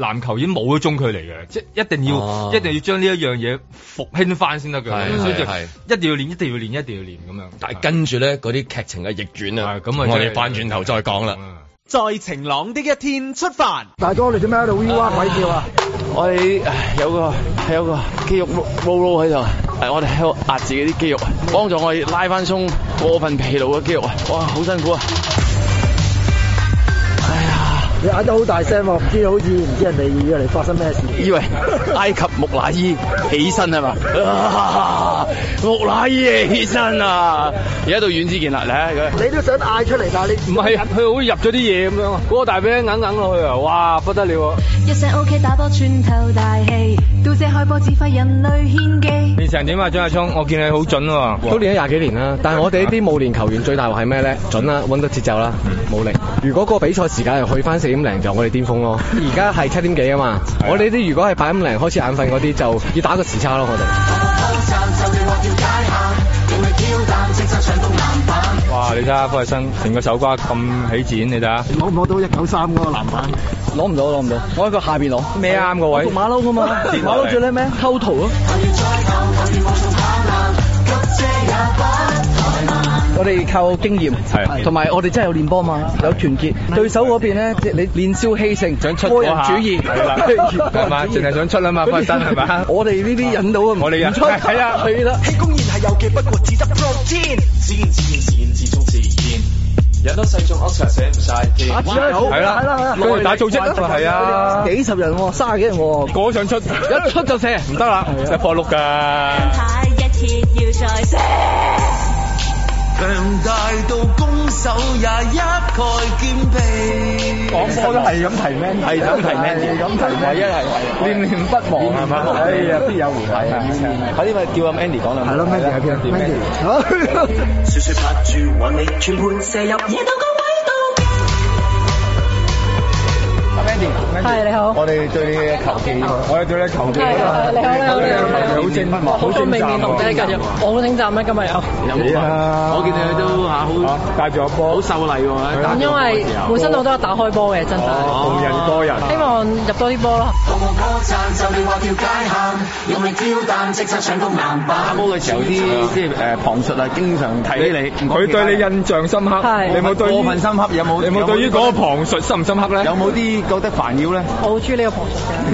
[SPEAKER 3] 籃球已經冇咗中距離嘅，即係一定要、
[SPEAKER 2] 哦
[SPEAKER 3] 一定要將呢一樣嘢復興翻先得
[SPEAKER 2] 係
[SPEAKER 3] 嘅，所以就
[SPEAKER 2] 係
[SPEAKER 3] 一定要練，一定要練，一定要練咁樣。啊
[SPEAKER 2] 但係跟住咧，嗰啲劇情嘅逆轉啊，
[SPEAKER 3] 係咁啊，
[SPEAKER 2] 我
[SPEAKER 3] 真
[SPEAKER 2] 哋
[SPEAKER 3] 係
[SPEAKER 2] 翻轉頭再講啦。
[SPEAKER 3] 嗯
[SPEAKER 5] 在晴朗的一天出發。
[SPEAKER 7] 大哥，你做咩喺度 V 哇鬼叫啊？
[SPEAKER 8] 我哋唉有個有個肌肉撈撈喺度，係我哋喺度壓自己啲肌肉，幫助我哋拉翻鬆過分疲勞嘅肌肉啊！哇，好辛苦啊！哎呀，
[SPEAKER 7] 你嗌得好大聲喎，唔知好似唔知人哋以為你發生咩事。
[SPEAKER 8] 以為埃及木乃伊起身係嘛？啊木乃伊起身啊！而家到遠之見啦，嚟啊佢。
[SPEAKER 7] 你都想嗌出嚟，但係你
[SPEAKER 8] 唔係，佢好似入咗啲嘢咁樣啊！嗰個大髀硬硬落去啊！哇，不得了啊！
[SPEAKER 9] 一醒 OK 打波穿透大氣，到這開波指揮人類獻技。
[SPEAKER 3] 你成點啊，張亞聰？我見你好準喎。
[SPEAKER 8] 都練咗廿幾年啦，但係我哋呢啲冇練球員最大鑊係咩咧？準啦，揾到節奏啦，冇力。如果個比賽時間係去翻四點零，就我哋巔峰咯。而家係七點幾啊嘛，我哋呢啲如果係八點零開始眼瞓嗰啲，就要打個時差咯，我哋。
[SPEAKER 3] 哇！你睇下科日生成個手瓜咁起展，你睇下。
[SPEAKER 7] 攞唔攞到一九三嗰個籃板？
[SPEAKER 8] 攞唔到，攞唔到，我喺個下邊攞。
[SPEAKER 3] 咩啱個位
[SPEAKER 8] 我讀馬騮噶嘛，
[SPEAKER 3] 跌落嚟
[SPEAKER 8] 馬騮最叻咩？偷圖咯。我哋靠經驗，
[SPEAKER 3] 係
[SPEAKER 8] 同埋我哋真係有練波嘛，有團結。對手嗰邊咧，即係你年少氣盛，想
[SPEAKER 3] 出
[SPEAKER 8] 個
[SPEAKER 3] 嗰
[SPEAKER 8] 人
[SPEAKER 3] 下
[SPEAKER 8] 主義，
[SPEAKER 3] 係啦
[SPEAKER 8] 個人主義
[SPEAKER 3] 係嘛淨係想出 啦嘛
[SPEAKER 8] 跟
[SPEAKER 3] 本
[SPEAKER 8] 住
[SPEAKER 3] 身係嘛
[SPEAKER 8] 我哋呢啲引到啊，
[SPEAKER 3] 我哋引
[SPEAKER 8] 唔出
[SPEAKER 3] 係啊
[SPEAKER 8] 係啦。
[SPEAKER 10] 氣功然係有嘅，不過只得 protein。自然自然自然自中自然，人多勢眾 o x 寫唔晒添。
[SPEAKER 7] 打字啦，
[SPEAKER 3] 係啦
[SPEAKER 7] 打啦，
[SPEAKER 3] 佢哋打組織啦係啊
[SPEAKER 7] 幾十人喎，卅幾人喎。
[SPEAKER 3] 嗰場出一出就射，唔得啦，
[SPEAKER 8] 啊
[SPEAKER 3] 一破碌㗎。
[SPEAKER 9] 太一揭要再識，
[SPEAKER 10] 強大到攻守也一概兼備。
[SPEAKER 8] 講波都係咁提咩？係咁提咩？係咁提咩？一係念念不忘係嘛？哎呀，必有回響。快啲咪叫阿 Andy 講兩
[SPEAKER 7] 係咯，Mandy 喺邊？Mandy，好
[SPEAKER 10] 雪雪拍住我，你全盤射入野到個
[SPEAKER 8] 係你好，我哋對你嘅球技，我哋對你嘅球技，你好你好好正不忘，好正面同你繼續，我好正站咩？今日有有啊！我見你都嚇好帶住個波，好秀麗喎。咁因為本身我都有打開波嘅，真係逢人多人，希望入多啲波咯。打波嘅時候啲即係誒旁述啊，經常睇你，
[SPEAKER 3] 佢對你印象深刻，
[SPEAKER 8] 係
[SPEAKER 3] 你有冇對於
[SPEAKER 8] 過分深刻有冇
[SPEAKER 3] 你有冇對於嗰個旁述深唔深刻咧？
[SPEAKER 8] 有冇啲覺得煩擾咧？
[SPEAKER 9] 我好中意呢個旁述嘅，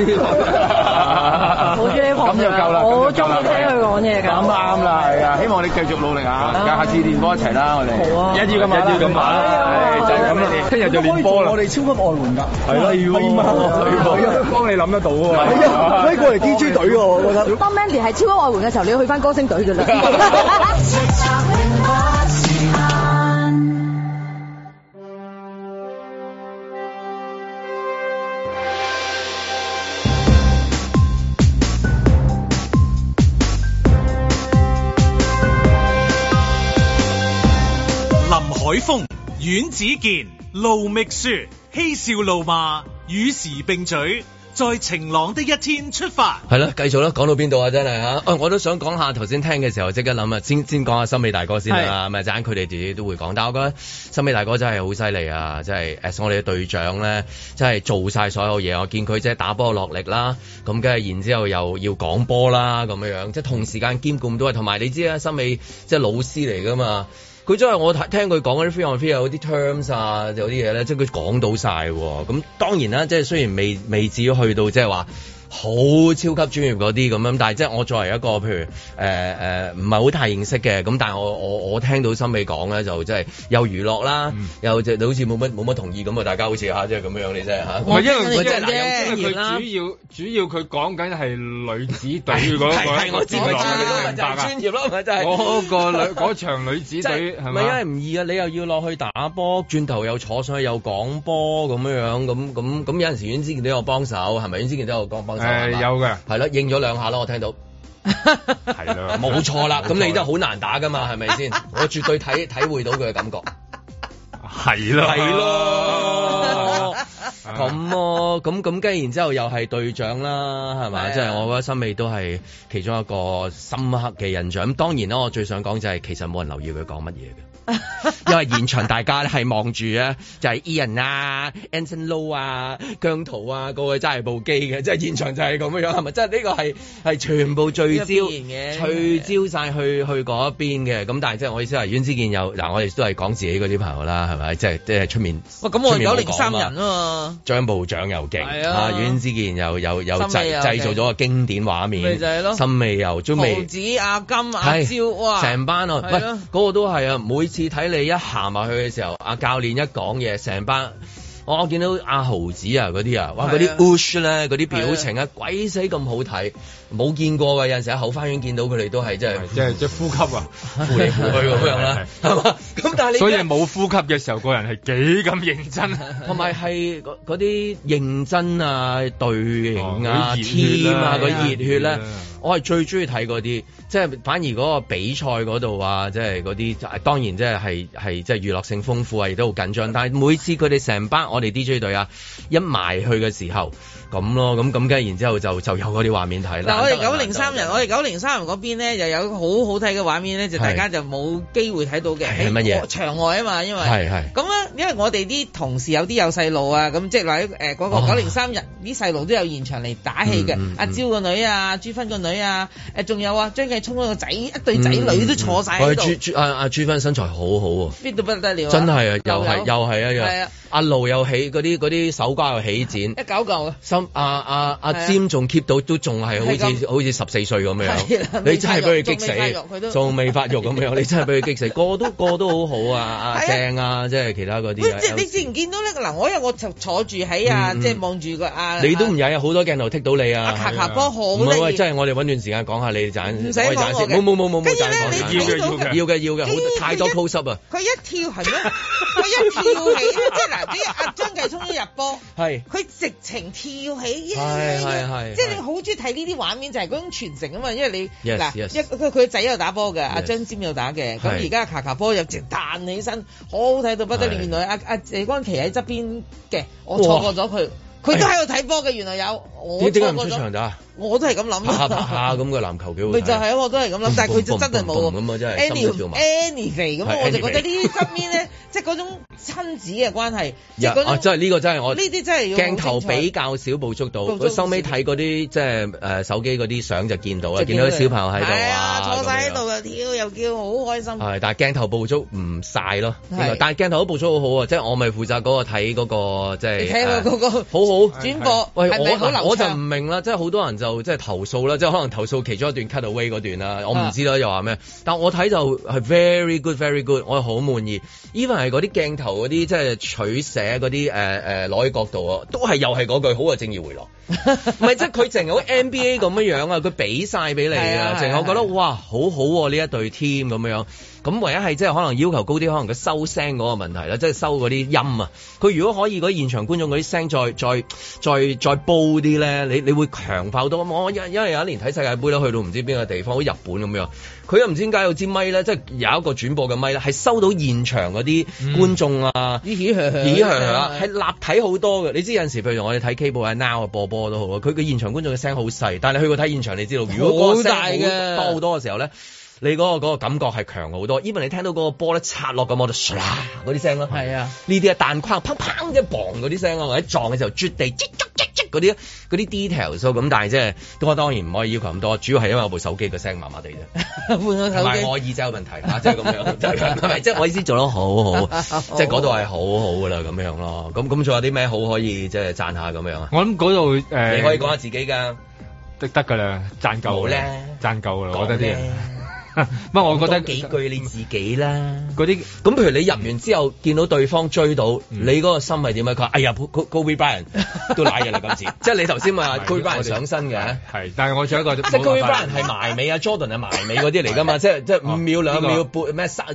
[SPEAKER 9] 好中意呢個旁述
[SPEAKER 8] 咁就夠啦，
[SPEAKER 9] 嘅，我好
[SPEAKER 8] 咁就
[SPEAKER 9] 中
[SPEAKER 8] 夠
[SPEAKER 9] 意
[SPEAKER 8] 啦
[SPEAKER 9] 聽佢講嘢㗎。
[SPEAKER 8] 咁啱啦，係啊！希望你繼續努力啊！下次練波一齊啦，我哋
[SPEAKER 9] 好啊
[SPEAKER 8] 一於咁
[SPEAKER 3] 一於咁話啦係就係咁啦聽日就練波啦
[SPEAKER 8] 我哋超級外援㗎，
[SPEAKER 3] 係咯，係嘛幫你諗得到
[SPEAKER 8] 係啊，
[SPEAKER 3] 喎。
[SPEAKER 8] 可以過嚟 DJ 隊喎，我覺得。
[SPEAKER 9] 當 Mandy 係超級外援嘅時候，你要去翻歌星隊㗎 啦。
[SPEAKER 1] 林海峰、阮子健、路覓雪，嬉笑怒罵，與時並舉，在晴朗的一天出發。
[SPEAKER 2] 係啦，繼續啦，講到邊度啊？真係嚇，啊我都想講下頭先聽嘅時候，即刻諗啊，先先講下森美大哥先啦，咪陣間佢哋自己都會講，但我覺得森美大哥真係好犀利啊！即係 as 我哋嘅隊長咧，真係做晒所有嘢，我見佢即係打波落力啦，咁跟住然之後又要講波啦，咁樣樣，即係同時間兼顧到，同埋你知啦，森美即係老師嚟噶嘛。佢真係我睇聽佢講嗰啲 free on free 有啲 terms 啊，有啲嘢咧，即係佢講到晒喎。咁當然啦，即係雖然未未至於去到即係話好超級專業嗰啲咁樣，但係即係我作為一個譬如誒誒唔係好太認識嘅，咁但係我我我聽到森美講咧，就即係又娛樂啦，又即係好似冇乜冇乜同意咁啊！大家好似嚇即係咁樣，你真係嚇。
[SPEAKER 3] 唔係因為
[SPEAKER 2] 我真係
[SPEAKER 3] 因
[SPEAKER 2] 難
[SPEAKER 4] 當然
[SPEAKER 3] 為因為佢
[SPEAKER 4] 啦
[SPEAKER 3] 主要主要佢講緊係女子隊嗰個，
[SPEAKER 2] 係係我知佢
[SPEAKER 4] 我
[SPEAKER 2] 專業咯，咪
[SPEAKER 4] 知
[SPEAKER 3] 明
[SPEAKER 2] 就係
[SPEAKER 3] 白啊
[SPEAKER 2] 專業咯，咪就係。
[SPEAKER 3] 嗰個女嗰場女子隊係
[SPEAKER 2] 唔
[SPEAKER 3] 咪
[SPEAKER 2] 係因為唔易啊？你又要落去打波，轉頭又坐上去又講波咁樣樣，咁咁咁有陣時阮之健都有幫手，係咪？阮之健都有幫幫手。係
[SPEAKER 3] 誒
[SPEAKER 2] 嘛
[SPEAKER 3] 有嘅。
[SPEAKER 2] 係咯，應咗兩下咯，我聽到。
[SPEAKER 5] 係啦
[SPEAKER 2] 冇錯啦，咁你都好難打噶嘛，係咪先？我絕對體體會到佢嘅感覺。
[SPEAKER 5] 係啦，
[SPEAKER 2] 係咯，
[SPEAKER 4] 啊
[SPEAKER 2] 咁咯，咁咁跟然之後又係隊長啦，係
[SPEAKER 4] 係啊
[SPEAKER 2] 咪？即係我覺得森美都係其中一個深刻嘅印象。咁當然啦，我最想講就係其實冇人留意佢講乜嘢嘅。 因為現場大家咧係望住咧，就係 Ian 啊、Anson Lo 啊、姜濤啊，個個揸住部機嘅，即係現場就係咁樣，係咪？即係呢個係係全部聚焦，
[SPEAKER 4] 呢個必然嘅
[SPEAKER 2] 聚焦晒去去嗰一邊嘅。咁但係即係我意思係，阮之健又嗱，我哋都係講自己嗰啲朋友啦，係咪？即係即係出面。
[SPEAKER 4] 喂，咁我
[SPEAKER 2] 出面冇
[SPEAKER 4] 九
[SPEAKER 2] 講
[SPEAKER 4] 零三
[SPEAKER 2] 嘛
[SPEAKER 4] 人啊嘛，
[SPEAKER 2] 張部長又勁，
[SPEAKER 4] 係啊
[SPEAKER 2] 阮之健又又又
[SPEAKER 4] 森
[SPEAKER 2] 製
[SPEAKER 4] 美又
[SPEAKER 2] 製造
[SPEAKER 4] 勁
[SPEAKER 2] 咗個經典畫面，
[SPEAKER 4] 咪就係咯
[SPEAKER 2] 森美又都
[SPEAKER 4] 桃
[SPEAKER 2] 未。
[SPEAKER 4] 子、阿金、阿蕉，
[SPEAKER 2] 係
[SPEAKER 4] 哇，
[SPEAKER 2] 成班啊！喂，
[SPEAKER 4] 係咯
[SPEAKER 2] 嗰個都係啊！每次睇你一行埋去嘅時候，阿教練一講嘢，成班我我見到阿豪子啊嗰啲啊，哇！
[SPEAKER 4] 係啊
[SPEAKER 2] 嗰啲 ush 咧，嗰啲表情啊，鬼死咁好睇，冇見過㗎！有陣時喺後花園見到佢哋都係真係
[SPEAKER 3] 即係即係呼吸啊！
[SPEAKER 2] 扶嚟扶去咁樣啦，係嘛？咁但係你
[SPEAKER 3] 所以冇呼吸嘅時候，個人係幾咁認真啊！
[SPEAKER 2] 同埋係嗰嗰啲認真啊、隊形啊、
[SPEAKER 3] 哦嗰啲熱
[SPEAKER 2] team
[SPEAKER 3] 血啊
[SPEAKER 2] 啊、嗰啲熱血
[SPEAKER 3] 係
[SPEAKER 2] 咧
[SPEAKER 3] 啊，
[SPEAKER 2] 我係最中意睇嗰啲，即係反而嗰個比賽嗰度啊，即係嗰啲當然即係係係即係娛樂性豐富啊，亦都好緊
[SPEAKER 4] 嗯
[SPEAKER 2] 張。但係每次佢哋成班我哋 DJ 隊啊一埋去嘅時候，咁咯，咁咁跟住然之後就就有嗰啲畫面睇啦。
[SPEAKER 4] 嗱，我哋
[SPEAKER 2] 難得啊
[SPEAKER 4] 九零三人，我哋九零三人嗰邊咧，就有好好睇嘅畫面咧，就大家就冇機會睇到嘅。
[SPEAKER 2] 係
[SPEAKER 4] 喺
[SPEAKER 2] 乜嘢
[SPEAKER 4] 場外啊嘛，因為
[SPEAKER 2] 係係
[SPEAKER 4] 咁咧，因為我哋啲同事有啲有細路啊，咁即係話誒嗰
[SPEAKER 2] 哦
[SPEAKER 4] 個九零三人啲細路都有現場嚟打氣嘅
[SPEAKER 2] 嗯嗯嗯。
[SPEAKER 4] 阿蕉個女啊，朱芬個女啊，誒仲有啊張繼聰個仔，一對仔女都坐
[SPEAKER 2] 嗯嗯
[SPEAKER 4] 晒喺
[SPEAKER 2] 嗯喂
[SPEAKER 4] 度
[SPEAKER 2] 朱朱阿阿朱芬身材好好喎。
[SPEAKER 4] ，fit 到不得了啊。
[SPEAKER 2] 真係啊，又係
[SPEAKER 4] 有
[SPEAKER 2] 又係啊，又
[SPEAKER 4] 係啊
[SPEAKER 2] 阿盧又起嗰啲嗰啲手瓜又起展
[SPEAKER 4] 一，搞嚿啊！
[SPEAKER 2] 心阿阿阿
[SPEAKER 4] 係啊
[SPEAKER 2] 詹仲 keep 到都仲係好
[SPEAKER 4] 係
[SPEAKER 2] 似
[SPEAKER 4] 咁
[SPEAKER 2] 好似十四歲咁
[SPEAKER 4] 係啦
[SPEAKER 2] 樣，你真係俾佢激
[SPEAKER 4] 仲未發育
[SPEAKER 2] 死，
[SPEAKER 4] 佢都
[SPEAKER 2] 仲未發育咁樣，你真係俾佢激 死，個個都個個都好好啊，阿
[SPEAKER 4] 係啊
[SPEAKER 2] 正啊，即係其他嗰
[SPEAKER 4] 喂
[SPEAKER 2] 啲，啊
[SPEAKER 4] 即係你
[SPEAKER 2] LC
[SPEAKER 4] 之前見到咧，嗱，我因為我就坐住喺啊，
[SPEAKER 2] 嗯嗯
[SPEAKER 4] 即係望住個啊，
[SPEAKER 2] 你都唔曳啊，好多鏡頭剔到你
[SPEAKER 4] 阿
[SPEAKER 2] 啊，
[SPEAKER 4] 卡卡哥好
[SPEAKER 2] 唔係喂，
[SPEAKER 4] 叻。
[SPEAKER 2] 真係我哋揾段時間講下你賺，
[SPEAKER 4] 唔使
[SPEAKER 2] 我哋
[SPEAKER 4] 講
[SPEAKER 2] 賺
[SPEAKER 4] 我
[SPEAKER 2] 先，冇
[SPEAKER 4] 嘅
[SPEAKER 2] 冇冇冇冇
[SPEAKER 4] 跟住
[SPEAKER 2] 賺
[SPEAKER 4] 咧
[SPEAKER 2] 講
[SPEAKER 4] 你
[SPEAKER 2] 先，
[SPEAKER 4] 睇
[SPEAKER 3] 要
[SPEAKER 4] 到
[SPEAKER 3] 嘅
[SPEAKER 4] 佢
[SPEAKER 2] 要嘅要嘅，好
[SPEAKER 4] 跟住
[SPEAKER 2] 多
[SPEAKER 4] 佢
[SPEAKER 2] 太多
[SPEAKER 4] 一
[SPEAKER 2] close up 啊，
[SPEAKER 4] 佢一跳係咩？佢一跳起咧，即係嗱，即係阿張繼聰一入波，
[SPEAKER 2] 係。
[SPEAKER 4] 佢直情跳起，耶
[SPEAKER 2] 係係係
[SPEAKER 4] 即係你好中意睇呢啲畫面，就係嗰種傳承啊嘛，因為你
[SPEAKER 2] Yes，
[SPEAKER 4] 嗱
[SPEAKER 2] yes
[SPEAKER 4] 一佢佢仔又打波嘅，阿
[SPEAKER 2] Yes
[SPEAKER 4] 張尖又打嘅，咁
[SPEAKER 2] 係
[SPEAKER 4] 而家卡卡波又直彈起身，好好睇到不得了。
[SPEAKER 2] 係
[SPEAKER 4] 原來阿阿謝安琪喺側邊嘅，我
[SPEAKER 2] 哇
[SPEAKER 4] 錯過咗佢，佢都喺度睇波嘅，原來有我
[SPEAKER 2] 點點解
[SPEAKER 4] 錯
[SPEAKER 2] 唔
[SPEAKER 4] 過
[SPEAKER 2] 出場
[SPEAKER 4] 咗，
[SPEAKER 2] 打？
[SPEAKER 4] 我都係咁諗
[SPEAKER 2] 啪啪啪咁嘅籃球幾好睇。
[SPEAKER 4] 咪就係咯，我都係咁諗，但係佢就真係冇
[SPEAKER 2] 咁啊，真係心
[SPEAKER 4] any
[SPEAKER 2] 都跳埋。
[SPEAKER 4] any 肥咁，
[SPEAKER 2] 係
[SPEAKER 4] 我就覺得
[SPEAKER 2] anyway
[SPEAKER 4] 呢啲側面咧，即係嗰種親子嘅關係，即係
[SPEAKER 2] 啊，
[SPEAKER 4] 嗰
[SPEAKER 2] 真
[SPEAKER 4] 種
[SPEAKER 2] 係呢個真係我
[SPEAKER 4] 呢啲真係要好
[SPEAKER 2] 鏡頭
[SPEAKER 4] 精彩
[SPEAKER 2] 比較少捕捉到，
[SPEAKER 4] 捕捉
[SPEAKER 2] 佢收尾睇嗰啲即係誒手機嗰啲相就見到啦，啊
[SPEAKER 4] 就
[SPEAKER 2] 見到啲小朋友喺度
[SPEAKER 4] 係啊，
[SPEAKER 2] 啊，
[SPEAKER 4] 坐晒
[SPEAKER 2] 咁
[SPEAKER 4] 喺
[SPEAKER 2] 樣
[SPEAKER 4] 度。又跳又叫，好開心。
[SPEAKER 2] 係，但係鏡頭捕捉唔晒咯，
[SPEAKER 4] 係
[SPEAKER 2] 應該但係鏡頭都捕捉好好啊！即係我咪負責嗰個睇嗰個即係，
[SPEAKER 4] 你睇下嗰個
[SPEAKER 2] 誒好好
[SPEAKER 4] 轉播
[SPEAKER 2] 喂，
[SPEAKER 4] 係咪好
[SPEAKER 2] 我
[SPEAKER 4] 流暢
[SPEAKER 2] 我就唔明啦，即係好多人就即係投訴啦，即係可能投訴其中一段 cut away 嗰段啦，
[SPEAKER 4] 啊
[SPEAKER 2] 我唔知啦，又話咩？但我睇就係 very good，very good，我好滿意。even 係嗰啲鏡頭嗰啲即係取捨嗰啲誒誒攞喺角度啊，都係又係嗰句好啊，正義回 落。唔係，即係佢淨好 NBA 咁樣樣啊，佢俾晒俾你
[SPEAKER 4] 係
[SPEAKER 2] 啊
[SPEAKER 4] 啊，
[SPEAKER 2] 淨我覺得
[SPEAKER 4] 係啊
[SPEAKER 2] 哇，好好喎呢一隊 team 咁樣。咁唯一係即係可能要求高啲，可能佢收聲嗰個問題啦，即係收嗰啲音啊。佢如果可以嗰啲現場觀眾嗰啲聲再再再再煲啲咧，你你會強化好多。我因因為有一年睇世界盃咧，去到唔知邊個地方，好似日本咁樣，佢又唔知點解有支咪咧，即係有一個轉播嘅咪咧，係收到現場嗰啲觀眾啊。
[SPEAKER 4] 咦呵呵
[SPEAKER 2] 咦係係啦，係立體好多嘅。你知有陣時，譬如我哋睇 cable 啊、now 啊、播波都好啊，佢嘅現場觀眾嘅聲好細，但係你去過睇現場，你知道如果嗰個聲
[SPEAKER 4] 好大嘅
[SPEAKER 2] 多好多嘅時候咧。你嗰、個嗰個感覺係強好多，even 你聽到嗰個波咧擦落個我就唰嗰啲聲咯，
[SPEAKER 4] 係啊，
[SPEAKER 2] 呢啲啊彈框砰砰一磅嗰啲聲啊，或者撞嘅時候絕地唧唧唧唧嗰啲嗰啲 details 咯咁，但係即係我當然唔可以要求咁多，主要係因為我部手機嘅聲麻麻地啫。
[SPEAKER 4] 換個
[SPEAKER 2] 同
[SPEAKER 4] 手
[SPEAKER 2] 埋
[SPEAKER 4] 機
[SPEAKER 2] 我。耳仔有問題啊，即係咁 樣，即係咁係咪即係我意思做得好好， 即係嗰度係好好噶啦，咁樣咯。咁咁仲有啲咩好可以即係讚下咁樣啊？
[SPEAKER 3] 我諗嗰度誒，
[SPEAKER 2] 你可以講下自己㗎，
[SPEAKER 3] 得得㗎啦，賺夠
[SPEAKER 2] 冇
[SPEAKER 3] 㗎啦
[SPEAKER 2] 咧
[SPEAKER 3] 賺夠㗎啦，
[SPEAKER 2] 講
[SPEAKER 3] 我覺得啲
[SPEAKER 2] 咧
[SPEAKER 3] 人。 唔係我覺得
[SPEAKER 2] 講幾句你自己啦。嗰啲咁，譬如你入完之後見到對方追到，
[SPEAKER 3] 嗯
[SPEAKER 2] 你嗰個心係點啊？佢話：哎呀，Go- Kobe Bryant 都賴嘅啦今 次，即係你頭先話 Kobe Bryant 上身嘅。
[SPEAKER 3] 係，但係我仲有一個
[SPEAKER 2] 即係 Kobe
[SPEAKER 3] 冇辦
[SPEAKER 2] Bryant
[SPEAKER 3] 法哦
[SPEAKER 2] 係埋尾啊，Jordan 係埋尾嗰啲嚟㗎嘛，即係即係五秒兩秒半咩三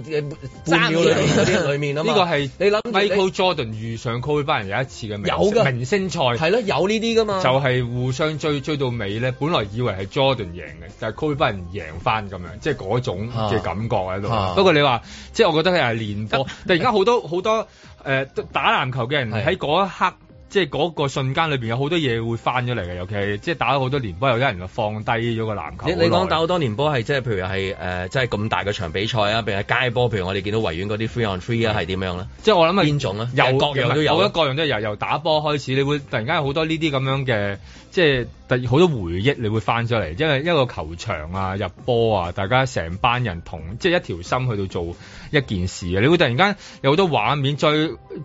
[SPEAKER 2] 半秒裏面嗰 啲裏面啊嘛。
[SPEAKER 3] 呢個係
[SPEAKER 2] 你諗住你
[SPEAKER 3] Michael Jordan 遇上 Kobe Bryant 有一次嘅明
[SPEAKER 2] 有㗎
[SPEAKER 3] 明星賽
[SPEAKER 2] 係咯，有呢啲㗎嘛。
[SPEAKER 3] 就係互相追追到尾咧，本來以為係 Jordan 贏嘅，但係 Kobe Bryant 贏翻咁樣，即係嗰種嘅感覺喺度。
[SPEAKER 2] 啊
[SPEAKER 3] 不過你話，即係我覺得佢係練波，但係而家好多好多誒、呃打籃球嘅人喺嗰一刻。即係嗰個瞬間裏邊有好多嘢會翻咗嚟嘅，尤其係即係打咗好多年波，有啲人就放低咗個籃球好
[SPEAKER 2] 你
[SPEAKER 3] 耐。
[SPEAKER 2] 你講打好多年波係即係譬如係誒，即係咁大嘅場比賽啊，譬如係街波，譬如我哋見到維園嗰啲 three on three 啊，係點樣咧？
[SPEAKER 3] 即係我諗係
[SPEAKER 2] 邊種咧？
[SPEAKER 3] 又
[SPEAKER 2] 各樣都有
[SPEAKER 3] 我覺
[SPEAKER 2] 啊
[SPEAKER 3] 得。各樣都有，由打波開始，你會突然間有好多呢啲咁樣嘅，即係突然好多回憶，你會翻咗嚟，因為一個球場啊、入波啊，大家成班人同即係一條心去到做一件事啊，你會突然間有好多畫面，再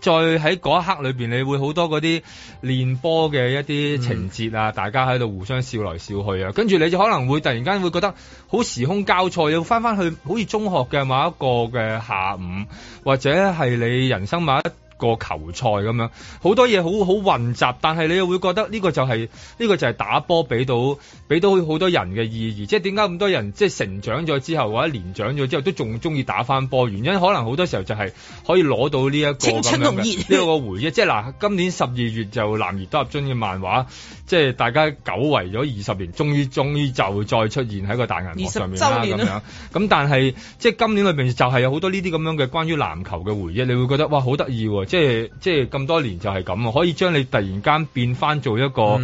[SPEAKER 3] 再喺嗰一刻裏邊，你會好多嗰啲練波嘅一啲情節啊，大家喺度互相笑來笑去啊，跟住你就可能會突然間會覺得好時空交錯，要翻翻去好似中學嘅某一個嘅下午，或者係你人生某一個球賽咁樣，好多嘢好好混雜，但係你又會覺得呢個就係、呢、個就係打波俾到俾到好多人嘅意義，即係點解咁多人即係成長咗之後或者年長咗之後都仲中意打翻波？原因可能好多時候就係可以攞到呢一個
[SPEAKER 4] 青春
[SPEAKER 3] 咁樣
[SPEAKER 4] 同
[SPEAKER 3] 嘅
[SPEAKER 4] 熱
[SPEAKER 3] 呢一個回憶，即係嗱，今年十二月就南兒多入樽嘅漫畫，即係大家久違咗二十年，終於終於就再出現喺個大銀幕上面
[SPEAKER 2] 20周
[SPEAKER 3] 啦咁
[SPEAKER 2] 年
[SPEAKER 3] 樣
[SPEAKER 2] 啦。
[SPEAKER 3] 咁但係即係今年裏邊就係有好多呢啲咁樣嘅關於籃球嘅回憶，你會覺得哇好得意喎！即係即係咁多年就係咁啊，可以將你突然間變翻做一個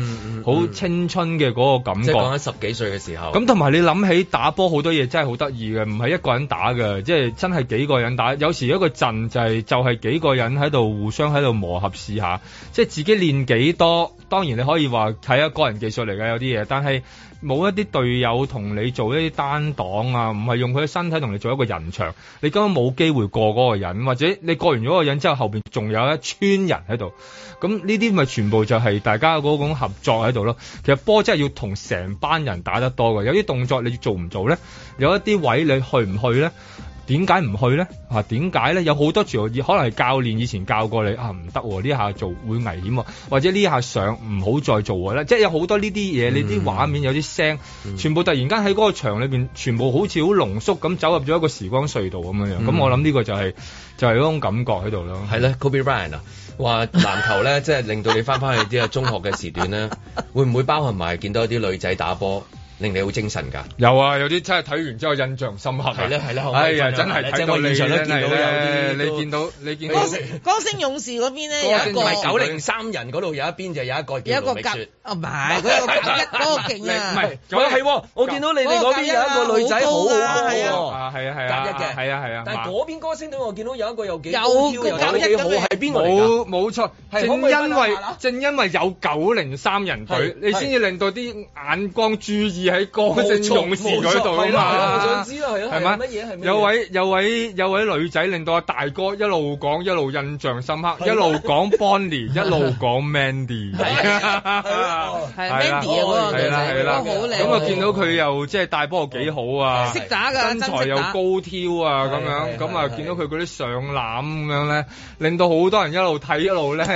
[SPEAKER 3] 好青春嘅嗰個
[SPEAKER 2] 嗯
[SPEAKER 3] 感
[SPEAKER 2] 即係講
[SPEAKER 3] 覺。
[SPEAKER 2] 緊十幾歲嘅時候。
[SPEAKER 3] 咁同埋你諗起打波好多嘢真係好得意嘅，唔係一個人打嘅，即係真係幾個人打。有時一個陣就係、就係、幾個人喺度互相喺度磨合試下，即係自己練幾多。當然你可以話睇一個人技術嚟嘅有啲嘢，但係冇一啲隊友同你做一啲單擋啊，唔係用佢嘅身體同你做一個人牆，你根本冇機會過嗰個人，或者你過完嗰個人之後，後邊仲有一村人喺度。咁呢啲咪全部就係大家嗰種合作喺度咯。其實波真係要同成班人打得多嘅，有啲動作你做唔做咧？有一啲位你去唔去咧？點解唔去咧？啊，點解咧？有好多時候可能係教練以前教過你啊，唔得喎，呢下做啊會危險喎，或者呢下上唔好再做喎咧。即係有好多呢啲嘢，你啲畫面有啲聲，全部突然間喺嗰個場裏邊，全部好似好濃縮咁走入咗一個時光隧道咁樣樣。咁、
[SPEAKER 2] 嗯
[SPEAKER 3] 我諗呢個就係、就係、嗰種感覺喺度咯。
[SPEAKER 2] 係咧，Kobe Bryant 啊，話籃球 咧，即係令到你翻返去啲啊中學嘅時段咧，會唔會包含埋見到一啲女仔打波，令你好精神㗎？
[SPEAKER 3] 有啊，有啲真係睇完之後印象深刻啊。
[SPEAKER 2] 係啦係啦
[SPEAKER 3] 哎呀，
[SPEAKER 2] 可
[SPEAKER 3] 真
[SPEAKER 2] 唔可以
[SPEAKER 3] 係
[SPEAKER 2] 分
[SPEAKER 3] 睇
[SPEAKER 2] 享
[SPEAKER 3] 到
[SPEAKER 2] 下咧即係我現場都
[SPEAKER 3] 你真
[SPEAKER 2] 見到
[SPEAKER 3] 係
[SPEAKER 2] 有
[SPEAKER 3] 咧，
[SPEAKER 2] 啲都
[SPEAKER 3] 你見到你見到
[SPEAKER 4] 歌星歌星勇士嗰邊咧有一
[SPEAKER 2] 唔
[SPEAKER 4] 個
[SPEAKER 2] 係啊九零三人嗰度有一邊就有一個叫
[SPEAKER 4] 有一個
[SPEAKER 2] 盧
[SPEAKER 4] 甲
[SPEAKER 2] 覓雪。
[SPEAKER 4] 啊，唔係嗰個甲一嗰個勁啊，
[SPEAKER 2] 唔係，喂係喎，我見到你哋嗰邊有一個女仔好好喎。
[SPEAKER 3] 啊，係啊係
[SPEAKER 2] 夾一
[SPEAKER 3] 啊，
[SPEAKER 2] 嘅
[SPEAKER 3] 係啊係啊，
[SPEAKER 2] 但係
[SPEAKER 3] 馬
[SPEAKER 2] 嗰邊歌星隊我見到有一個又幾
[SPEAKER 4] 有
[SPEAKER 2] 高挑
[SPEAKER 4] 個
[SPEAKER 2] 又
[SPEAKER 4] 夾一
[SPEAKER 2] 幾好，
[SPEAKER 4] 咁嘅
[SPEAKER 2] 係邊個嚟㗎？
[SPEAKER 3] 冇冇錯，
[SPEAKER 2] 係
[SPEAKER 3] 正
[SPEAKER 2] 可唔可以分
[SPEAKER 3] 因
[SPEAKER 2] 享
[SPEAKER 3] 為
[SPEAKER 2] 下啦
[SPEAKER 3] 正因為有九零三人隊
[SPEAKER 2] 係，
[SPEAKER 3] 你先至令到啲眼光注意喺歌星勇士嗰度啊
[SPEAKER 2] 冇錯冇錯係啦
[SPEAKER 3] 嘛。
[SPEAKER 2] 我想知啦係啦
[SPEAKER 3] 係
[SPEAKER 2] 係乜嘢係乜嘢
[SPEAKER 3] 有位有位有位女仔令到阿大哥一路講一路印象深刻，一路講 Bonnie，一路講 Mandy。
[SPEAKER 4] 係 Mandy 啊嗰個
[SPEAKER 3] 係啦
[SPEAKER 4] 女
[SPEAKER 3] 係啦
[SPEAKER 4] 仔
[SPEAKER 3] 係啦，
[SPEAKER 4] 嗰個好靚
[SPEAKER 3] 咁我見到佢又即係帶波又幾好啊，
[SPEAKER 4] 識打㗎
[SPEAKER 3] 身材
[SPEAKER 4] 真識
[SPEAKER 3] 又
[SPEAKER 4] 打
[SPEAKER 3] 高挑啊咁
[SPEAKER 2] 係係
[SPEAKER 3] 樣，咁啊
[SPEAKER 2] 係
[SPEAKER 3] 見到佢嗰啲上籃咁樣咧，令到好多人一路睇一 路咧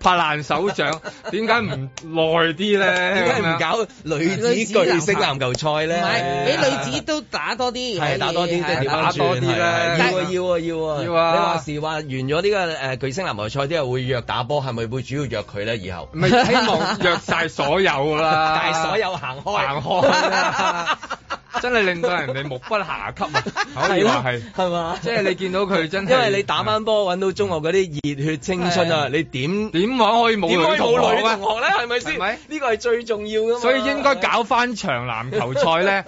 [SPEAKER 3] 拍爛手掌，點解唔耐啲咧？
[SPEAKER 2] 點解唔
[SPEAKER 3] 咁樣
[SPEAKER 2] 搞女子巨星籃球賽
[SPEAKER 4] 唔
[SPEAKER 2] 咧？
[SPEAKER 4] 係俾女子都打多啲，可
[SPEAKER 2] 係
[SPEAKER 4] 以
[SPEAKER 2] 打多啲，即係點樣
[SPEAKER 3] 打多啲
[SPEAKER 2] 轉係係
[SPEAKER 3] 咧
[SPEAKER 2] 要啊要啊要啊！
[SPEAKER 3] 要啊
[SPEAKER 2] 你話時話完咗呢個誒巨星籃球賽之後會約打波，係咪會主要約佢咧？以後
[SPEAKER 3] 咪希望約晒所 有啦，
[SPEAKER 2] 但係所有行開
[SPEAKER 3] 行開啦，真係令到人哋目不暇給啊！可以話係，
[SPEAKER 2] 係嘛？
[SPEAKER 3] 即係你見到佢真係，
[SPEAKER 2] 因為你打翻波揾到中學嗰啲熱血青春啊，你點
[SPEAKER 3] 點話可以冇
[SPEAKER 2] 點可
[SPEAKER 3] 女
[SPEAKER 2] 以
[SPEAKER 3] 同
[SPEAKER 2] 冇
[SPEAKER 3] 學啊
[SPEAKER 2] 女
[SPEAKER 3] 咧
[SPEAKER 2] 同？學咧？係咪先？
[SPEAKER 3] 係咪
[SPEAKER 2] 呢個係最重要噶嘛。
[SPEAKER 3] 所以應該搞翻場籃球賽 咧，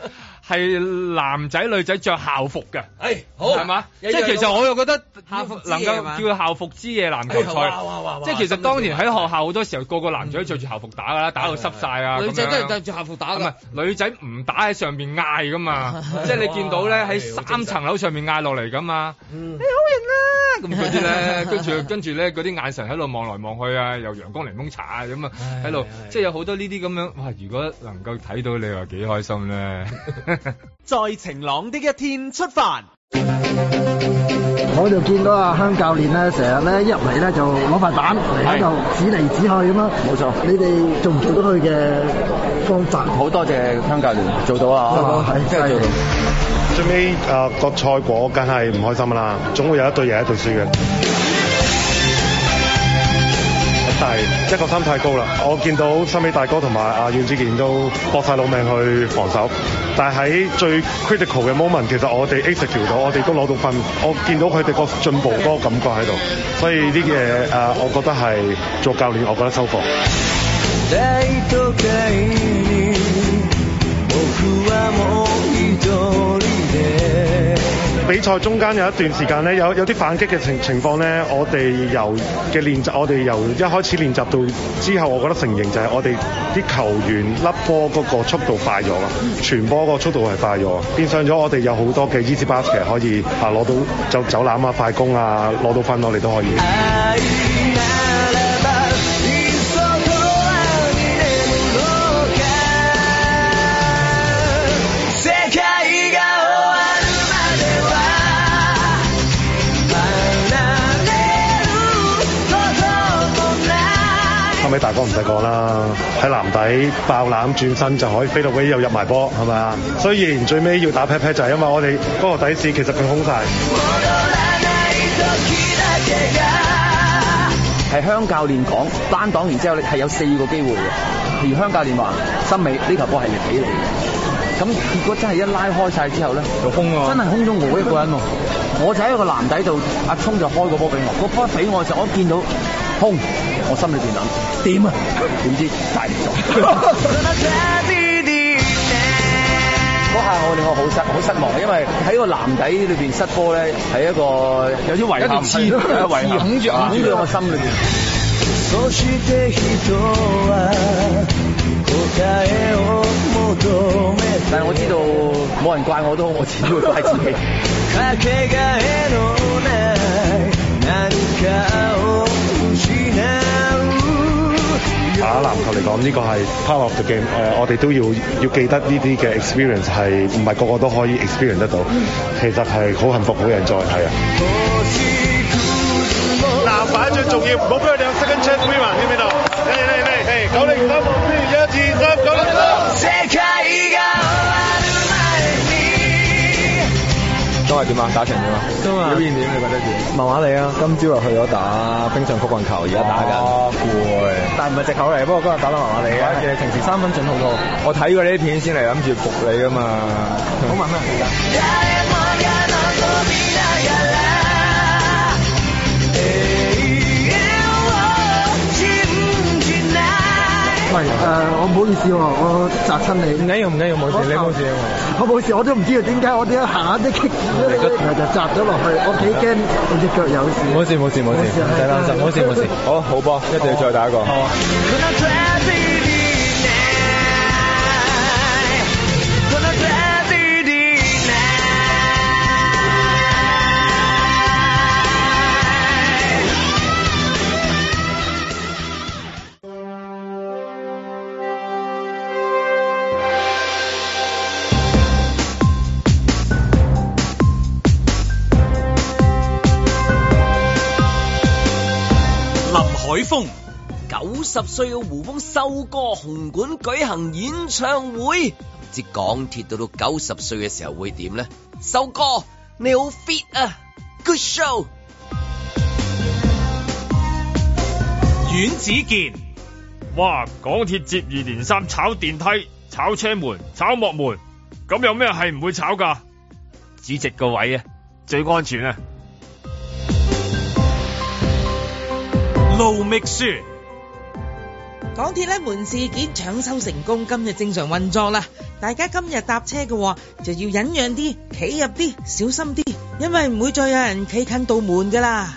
[SPEAKER 3] 係男仔女仔着校服嘅。
[SPEAKER 2] 誒好
[SPEAKER 3] 係嘛？即係其實我又覺得
[SPEAKER 4] 校服之
[SPEAKER 3] 能
[SPEAKER 4] 夜係嘛
[SPEAKER 3] 夠叫佢校服之夜籃球賽
[SPEAKER 2] 哎哇哇哇哇，
[SPEAKER 3] 即係其實當年喺學校好多時候個個男仔都着住校服打㗎啦，打到濕晒啊！
[SPEAKER 4] 女仔都係
[SPEAKER 3] 咁樣
[SPEAKER 4] 着住校服打
[SPEAKER 3] 唔係
[SPEAKER 4] 㗎。
[SPEAKER 3] 女仔唔打喺上面嗌噶嘛， 即係你見到咧喺三層樓上面嗌落嚟噶嘛，
[SPEAKER 4] 嗯
[SPEAKER 3] 你好型啊咁嗰 啲咧，跟住跟住咧嗰啲眼神喺度望來望去啊，又陽光檸檬茶啊咁啊喺度，即係有好多呢啲咁樣，哇！如果能夠睇到你話幾開心咧，
[SPEAKER 11] 在晴朗的一天出發。
[SPEAKER 6] 我就見到阿香教練咧，成日咧一入嚟咧就攞塊板嚟喺度指嚟指去咁啊。冇錯，你哋做唔做到佢嘅方法？
[SPEAKER 1] 好多謝香教練做到
[SPEAKER 6] 啊
[SPEAKER 1] 啊，真係做到。
[SPEAKER 12] 最尾啊個賽果梗係唔開心啦，總會有一隊贏一隊輸嘅。但係一個心太高啦，我見到森美大哥同埋阿阮子健都搏晒老命去防守，但係喺最 critical 嘅 moment，其實我哋 execute 到，我哋都攞到分，我見到佢哋個進步嗰個感覺喺度，所以呢嘢誒，我覺得係做教練，我覺得收穫。比賽中間有一段時間咧，有有啲反擊嘅情情況咧，我哋由嘅練習，我哋由一開始練習到之後，我覺得成形就係我哋啲球員甩波嗰個速度快咗啦，傳波個速度係快咗，變相咗我哋有好多嘅 easy basket 可以啊攞到就走籃啊、快攻啊，攞到分我哋都可以。後尾大哥唔使講啦，喺籃底爆籃轉身就可以飛到位又入埋波，係咪啊？雖然最尾要打 pat pat 就係因為我哋嗰個底線其實佢空晒。
[SPEAKER 1] 係香教練講單擋完之後，你係有四個機會嘅。而香教練話：森美呢球波係嚟俾你嘅。咁結果真係一拉開晒之後咧，就空喎，真係空咗我一個人喎。我就喺個籃底度，阿聰就開個波俾我，個波俾我嘅時候，我一見到空，我心裏邊諗點啊？點知大力 咗。嗰下我令我好失好失望，因為喺個籃底裏邊失波咧，係一個有啲遺憾，
[SPEAKER 13] 一條刺
[SPEAKER 1] 係遺
[SPEAKER 13] 刺
[SPEAKER 1] 憾啊
[SPEAKER 13] 孔住
[SPEAKER 1] 孔住我心裏邊。但係我知道冇人怪我都好，我只會怪自己。
[SPEAKER 12] 打籃球嚟講，呢個係 part of the game。誒、我呃哋都要要記得呢啲嘅 experience 係唔係個個都可以 experience 得到？其實係好幸福，好 enjoy 係啊！
[SPEAKER 14] 嗱，反最重要，唔好俾佢哋有 second chance 俾埋，知唔知道？嚟嚟嚟嚟，九零三，一二三，九零三。
[SPEAKER 3] 都係點啊？打成點啊？表現點？你覺得點？麻麻地啊！今朝又去咗打冰上曲棍球，而家打緊。啊攰。但唔係藉口嚟，不過今日打得麻麻地嘅。其實平時三分準好多。我睇過呢啲片先嚟諗住服你噶嘛。好問咩？
[SPEAKER 6] 喂，誒、我唔好意思喎，我砸親你。唔緊要，唔緊要，冇
[SPEAKER 3] 事你冇事
[SPEAKER 6] 我冇事，我都唔知道點解我點解下啲棘就砸咗落去，我幾驚我隻腳有事。
[SPEAKER 3] 冇事冇事冇事，唔使擔心，冇事冇事。好好波，一定要再打一個。好啊。
[SPEAKER 15] 林海峰、
[SPEAKER 2] 九十歲嘅胡楓收歌紅館舉行演唱會，唔知港鐵到到九十歲嘅時候會點呢？收歌你好 fit 啊，good show！
[SPEAKER 15] 阮子健、
[SPEAKER 16] 哇！港鐵接二連三炒電梯、炒車門、炒幕門，咁有咩係唔會炒㗎？主席個位啊，最安全啊！
[SPEAKER 15] 盧覓雪。
[SPEAKER 4] 港鐵咧門事件搶修成功，今日正常運作啦。大家今日搭車嘅話，就要忍讓啲、企入啲、小心啲，因為唔會再有人企近道門噶啦。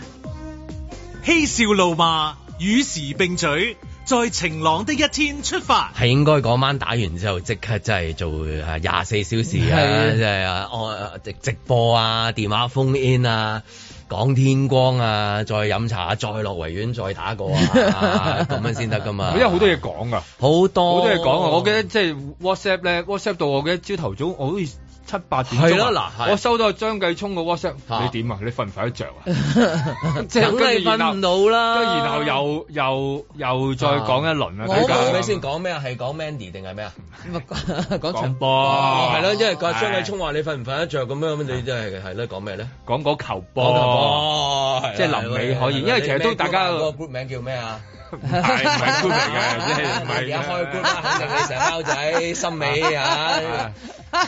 [SPEAKER 15] 嬉笑怒罵，與時並舉，在晴朗的一天出發。
[SPEAKER 2] 係應該嗰晚打完之後，即刻真係做誒廿四小時啊，
[SPEAKER 15] 係
[SPEAKER 2] 即係啊，我直直播啊，電話 phone in 啊，講天光啊，再飲茶，再落維園，再打過啊，咁樣先得噶嘛。
[SPEAKER 3] 因為好多嘢講噶，
[SPEAKER 2] 好多
[SPEAKER 3] 好多嘢講啊！我記得即係 WhatsApp 咧，WhatsApp 到我記得朝頭早我好似七八點鐘
[SPEAKER 2] 係
[SPEAKER 3] 啊
[SPEAKER 2] 啦嗱係
[SPEAKER 3] 我收到張繼聰個 WhatsApp，你點啊？你瞓唔瞓得着啊？ 即係
[SPEAKER 2] 梗係
[SPEAKER 3] 跟住然
[SPEAKER 2] 瞓唔到啦。
[SPEAKER 3] 跟住然後又又又再講一輪啊！
[SPEAKER 2] 啊我
[SPEAKER 3] 大家
[SPEAKER 2] 係咪先講咩啊？係講 Mandy 定係咩啊？講
[SPEAKER 3] 講
[SPEAKER 2] 場
[SPEAKER 3] 波
[SPEAKER 2] 係咯，因為個張繼聰話你瞓唔瞓得着咁樣，咁你真係係咯講咩咧？
[SPEAKER 3] 講嗰球
[SPEAKER 2] 講球
[SPEAKER 3] 波
[SPEAKER 2] 波，係啦
[SPEAKER 3] 即係臨尾可以，
[SPEAKER 2] 係啦
[SPEAKER 3] 因為其實都大家
[SPEAKER 2] 你咩 group 啊嗰個 group 名叫咩啊？
[SPEAKER 3] 唔係唔係 group 嚟嘅即係唔係
[SPEAKER 2] 而家開 group 啦，肯定你成包仔心美 啊！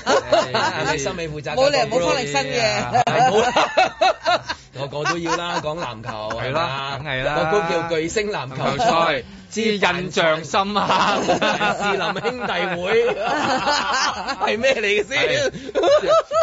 [SPEAKER 2] 你心美負責
[SPEAKER 4] 冇理由冇方力申嘅
[SPEAKER 2] 係哎冇啦， 個個都要啦，講啊籃球係啦，梗係
[SPEAKER 3] 啦
[SPEAKER 2] 個 group 叫巨星籃球賽
[SPEAKER 3] 賽。之印象深啊刻，
[SPEAKER 2] 士林兄弟會係咩嚟嘅先？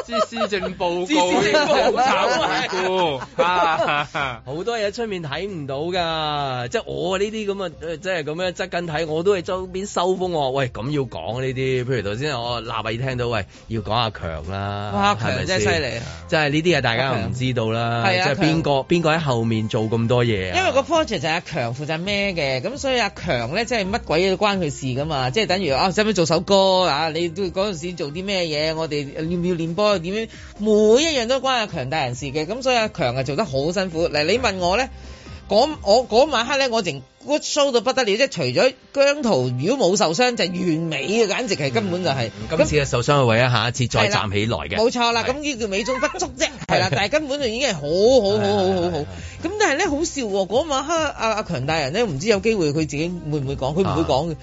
[SPEAKER 3] 之施政報
[SPEAKER 2] 知
[SPEAKER 3] 告，啊
[SPEAKER 2] 識政府
[SPEAKER 3] 報告啊！
[SPEAKER 2] 好多嘢出面睇唔到㗎，即係我呢啲咁啊，呃即係咁樣側緊睇，我都係周邊收風喎。喂，咁要講呢啲，譬如頭先我立位聽到，喂，要講阿強啦，
[SPEAKER 4] 哇
[SPEAKER 2] 係咪
[SPEAKER 4] 強真係
[SPEAKER 2] 先
[SPEAKER 4] 犀利啊！
[SPEAKER 2] 即係呢啲嘢大家唔知道啦，
[SPEAKER 4] 強係
[SPEAKER 2] 即
[SPEAKER 4] 啊
[SPEAKER 2] 係邊個邊個喺後面做咁多嘢
[SPEAKER 4] 因
[SPEAKER 2] 啊？
[SPEAKER 4] 為個 project 就係阿強負責咩嘅，咁所以阿強咧即係乜鬼嘢都關佢事噶嘛，即係等於啊使唔使做首歌啊？你都嗰陣時做啲咩嘢？我哋要唔要練波又點樣？每一樣都關阿強大人事嘅，咁所以阿強啊做得好辛苦。嗱，你問我咧，嗰我嗰晚黑咧，我淨 good show 到不得了，即係除咗姜濤如果冇受傷就完美嘅，簡直係根本就係、咁
[SPEAKER 2] 嗯今次嘅受傷嘅位啊，下一次再
[SPEAKER 4] 係啦
[SPEAKER 2] 站起來嘅，
[SPEAKER 4] 冇錯啦，咁呢叫美中不足啫，係啦，但係根本就已經係好好好好好好。咁但係咧好笑喎，嗰晚黑阿阿強大人咧，唔知有機會佢自己會唔會講，佢唔會
[SPEAKER 2] 啊
[SPEAKER 4] 講嘅。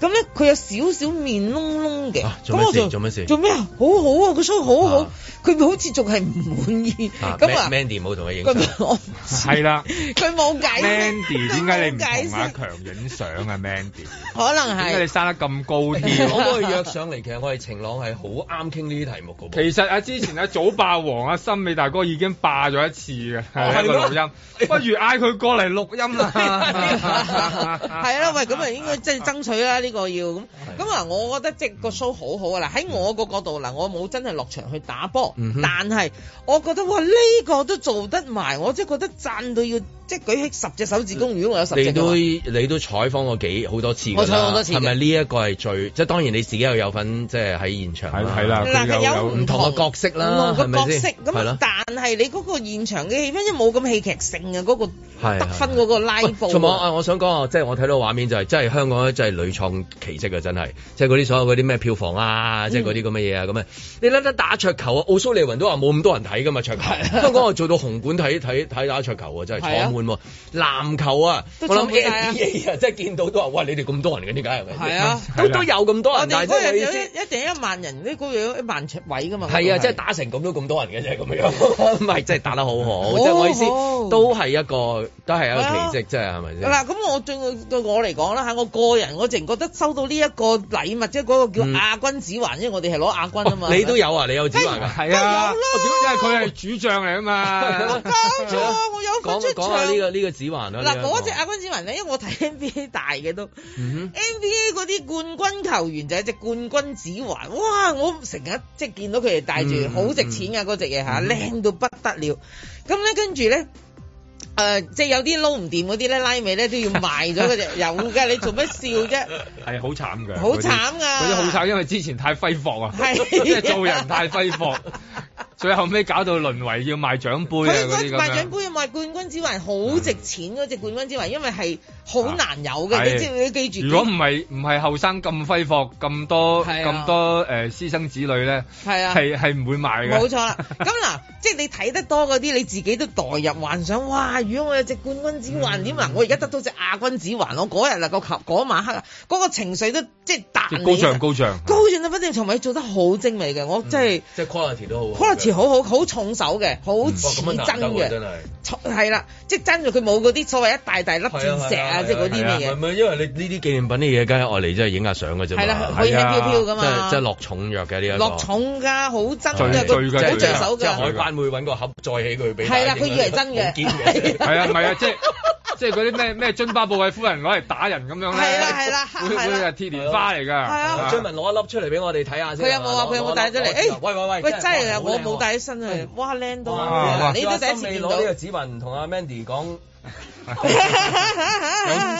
[SPEAKER 4] 咁咧佢有少少面窿窿嘅，
[SPEAKER 2] 啊做咩
[SPEAKER 4] 咁我
[SPEAKER 2] 事？
[SPEAKER 4] 就
[SPEAKER 2] 做咩事？
[SPEAKER 4] 做咩啊？好好啊，個 show 好好，佢好似仲係唔滿意
[SPEAKER 2] 啊
[SPEAKER 4] 咁啊！
[SPEAKER 2] ，Mandy 冇同佢影相
[SPEAKER 4] 佢。 我
[SPEAKER 3] 係啦
[SPEAKER 4] 佢冇解釋，
[SPEAKER 3] ，Mandy 點解你唔同阿強影相啊？Mandy，
[SPEAKER 4] 可能
[SPEAKER 3] 點解你
[SPEAKER 4] 係
[SPEAKER 3] 生得咁高
[SPEAKER 2] 可唔可以
[SPEAKER 3] 啲？
[SPEAKER 2] 約上嚟？其實我哋晴朗係好啱傾呢啲題目嘅噃。
[SPEAKER 3] 其實啊，之前啊，早霸王啊，森美大哥已經霸咗一 次嘅，係一個錄音，不如嗌佢過嚟錄音啦。
[SPEAKER 4] 係啦，喂，咁啊應該即係爭取啦，呢個要咁。咁啊，我覺得即係個 show 好好啊！嗱，喺我個角度嗱，我冇真係落場去打波
[SPEAKER 2] 嗯哼，
[SPEAKER 4] 但係我覺得哇，呢個都做得埋，我即係覺得讚到要即係舉起十隻手指公，如果我有十
[SPEAKER 2] 嗯
[SPEAKER 4] 隻
[SPEAKER 2] 你
[SPEAKER 4] 嘅話
[SPEAKER 2] 都你都採訪過幾好多次㗎啦，
[SPEAKER 4] 我採訪好多次嘅
[SPEAKER 2] 係咪呢一個係最即係當然你自己又有份即係喺現場啦，
[SPEAKER 3] 係係啦
[SPEAKER 4] 嗱佢有有
[SPEAKER 2] 唔同嘅角色啦，係
[SPEAKER 4] 唔同個
[SPEAKER 2] 咪
[SPEAKER 4] 角色
[SPEAKER 2] 先？係
[SPEAKER 4] 咁啊
[SPEAKER 2] 啦，，
[SPEAKER 4] 但係你嗰個現場嘅氣氛，因為冇咁戲劇性啊，嗰個
[SPEAKER 2] 係
[SPEAKER 4] 得分嗰個拉布
[SPEAKER 2] 仲有
[SPEAKER 4] 啊。
[SPEAKER 2] 啊！我想講啊，即係我睇到畫面就係、真係香港咧，真係屢創奇蹟啊！真係，即係嗰啲所有嗰啲咩票房啊，即係嗰啲咁嘅嘢啊，咁啊，你諗得打桌球啊，奧蘇利雲都話冇咁多人睇噶嘛，桌球。香港啊做到紅館睇睇睇打桌球啊，真係
[SPEAKER 4] 係啊
[SPEAKER 2] 坐滿喎。籃球啊，
[SPEAKER 4] 都
[SPEAKER 2] 我
[SPEAKER 4] 坐
[SPEAKER 2] 諗
[SPEAKER 4] 滿晒啊
[SPEAKER 2] NBA 啊，即係見到都話，哇！你哋咁多人嘅點解係咪？
[SPEAKER 4] 係啊
[SPEAKER 2] 都都有咁多
[SPEAKER 4] 我
[SPEAKER 2] 人，
[SPEAKER 4] 哋
[SPEAKER 2] 但係即
[SPEAKER 4] 嗰
[SPEAKER 2] 係我
[SPEAKER 4] 日
[SPEAKER 2] 意
[SPEAKER 4] 有一
[SPEAKER 2] 思。
[SPEAKER 4] 一定一萬人，呢個有一萬尺位噶嘛。
[SPEAKER 2] 係啊，即係
[SPEAKER 4] 係
[SPEAKER 2] 打成咁都咁多人嘅啫，咁樣 唔係，即係打得好好，即係我意思
[SPEAKER 4] 好好
[SPEAKER 2] 都係一個都係一個
[SPEAKER 4] 係啊
[SPEAKER 2] 奇蹟，即係係咪先？
[SPEAKER 4] 嗱，咁我對我對我嚟講啦嚇，我個人我淨覺得收到呢一個禮物，即係嗰個叫
[SPEAKER 2] 嗯
[SPEAKER 4] 亞軍指環，因為我哋係攞亞軍啊嘛。
[SPEAKER 2] 你都有啊？你有指環㗎？
[SPEAKER 3] 係啊，我屌，因為佢係主將嚟 啊嘛。
[SPEAKER 4] 搞錯啊！我有份
[SPEAKER 2] 講
[SPEAKER 4] 出場。
[SPEAKER 2] 講下呢個呢個指環啊！
[SPEAKER 4] 嗱，嗰隻亞軍指環咧，因為我睇 NBA 大嘅都
[SPEAKER 2] 嗯
[SPEAKER 4] ，NBA 嗰啲冠軍球員就係隻冠軍指環，哇！我成日即係見到佢哋戴住，
[SPEAKER 2] 嗯
[SPEAKER 4] 好值錢㗎嗰隻嘢嚇，靚到不得了。咁咧跟住咧。誒、即係有啲撈唔掂嗰啲咧，拉尾咧都要賣咗 嗰隻，有㗎，你做乜笑啫？
[SPEAKER 3] 係好慘㗎，
[SPEAKER 4] 好
[SPEAKER 3] 嗰啲
[SPEAKER 4] 慘啊㗎
[SPEAKER 3] 嗰啲好慘，因為之前太揮霍 啊，
[SPEAKER 4] 係
[SPEAKER 3] 即係做人太揮霍，最後尾搞到淪為要賣獎杯啊
[SPEAKER 4] 佢嗰賣獎
[SPEAKER 3] 嗰啲咁樣。嗯
[SPEAKER 4] 杯賣冠軍指環好值錢嗰只冠軍指環，因為係好難有嘅，
[SPEAKER 3] 係
[SPEAKER 4] 你知你記住。
[SPEAKER 3] 如果唔係唔係後生咁揮霍咁多
[SPEAKER 4] 係
[SPEAKER 3] 咁
[SPEAKER 4] 啊
[SPEAKER 3] 多誒私生子女咧，
[SPEAKER 4] 係啊
[SPEAKER 3] 係係唔會賣嘅。
[SPEAKER 4] 冇錯啦，咁嗱， 即係你睇得多嗰啲，你自己都代入幻想。哇！如果我有隻冠軍指
[SPEAKER 3] 嗯
[SPEAKER 4] 環點啊？我而家得到隻亞軍指環，我嗰日啊個球嗰晚黑啊，嗰、個情緒都即係
[SPEAKER 3] 即
[SPEAKER 4] 彈
[SPEAKER 3] 係高漲
[SPEAKER 4] 高
[SPEAKER 3] 高嗯漲。
[SPEAKER 4] 高漲到不掂，同埋做得好精美嘅，我真係
[SPEAKER 2] 嗯即係 quality 都好啊
[SPEAKER 4] quality 好好好重手嘅，
[SPEAKER 3] 嗯
[SPEAKER 4] 好
[SPEAKER 2] 哇
[SPEAKER 4] 似
[SPEAKER 2] 咁樣啊難
[SPEAKER 4] 真
[SPEAKER 2] 得喎真
[SPEAKER 4] 嘅，
[SPEAKER 2] 係。
[SPEAKER 4] 係啦，即係真咗佢冇嗰啲所謂一大大粒鑽石啊，即係嗰啲咩嘢
[SPEAKER 2] 唔。係因為你呢啲紀念品啲嘢，梗係愛嚟真係影下相嘅啫嘛。
[SPEAKER 4] 係啦可以輕飄飄㗎嘛
[SPEAKER 2] 即係即係落重藥嘅呢一個。
[SPEAKER 4] 落重㗎，好真
[SPEAKER 2] 最
[SPEAKER 4] 㗎，
[SPEAKER 2] 最
[SPEAKER 4] 好着手
[SPEAKER 2] 即係海
[SPEAKER 4] 㗎。
[SPEAKER 2] 關會揾個盒載起佢俾大家
[SPEAKER 4] 係
[SPEAKER 2] 影
[SPEAKER 4] 啦，
[SPEAKER 2] 啊。
[SPEAKER 4] 佢以為真嘅，
[SPEAKER 2] 好堅嘅
[SPEAKER 3] 係啊，唔係啊，即係即係嗰啲咩咩津巴布韋夫人攞嚟打人咁樣咧，係啦係啦，會會係鐵蓮花嚟㗎。係
[SPEAKER 2] 啊張文攞一粒出嚟俾我哋睇下先。
[SPEAKER 4] 佢有冇啊？佢有冇帶咗嚟？誒，
[SPEAKER 2] 喂喂喂，
[SPEAKER 4] 喂真係啊！我冇帶起身啊！哇，靚到啊！你都第一次見
[SPEAKER 2] 攞
[SPEAKER 4] 到
[SPEAKER 2] 呢個指紋同阿 Mandy 講，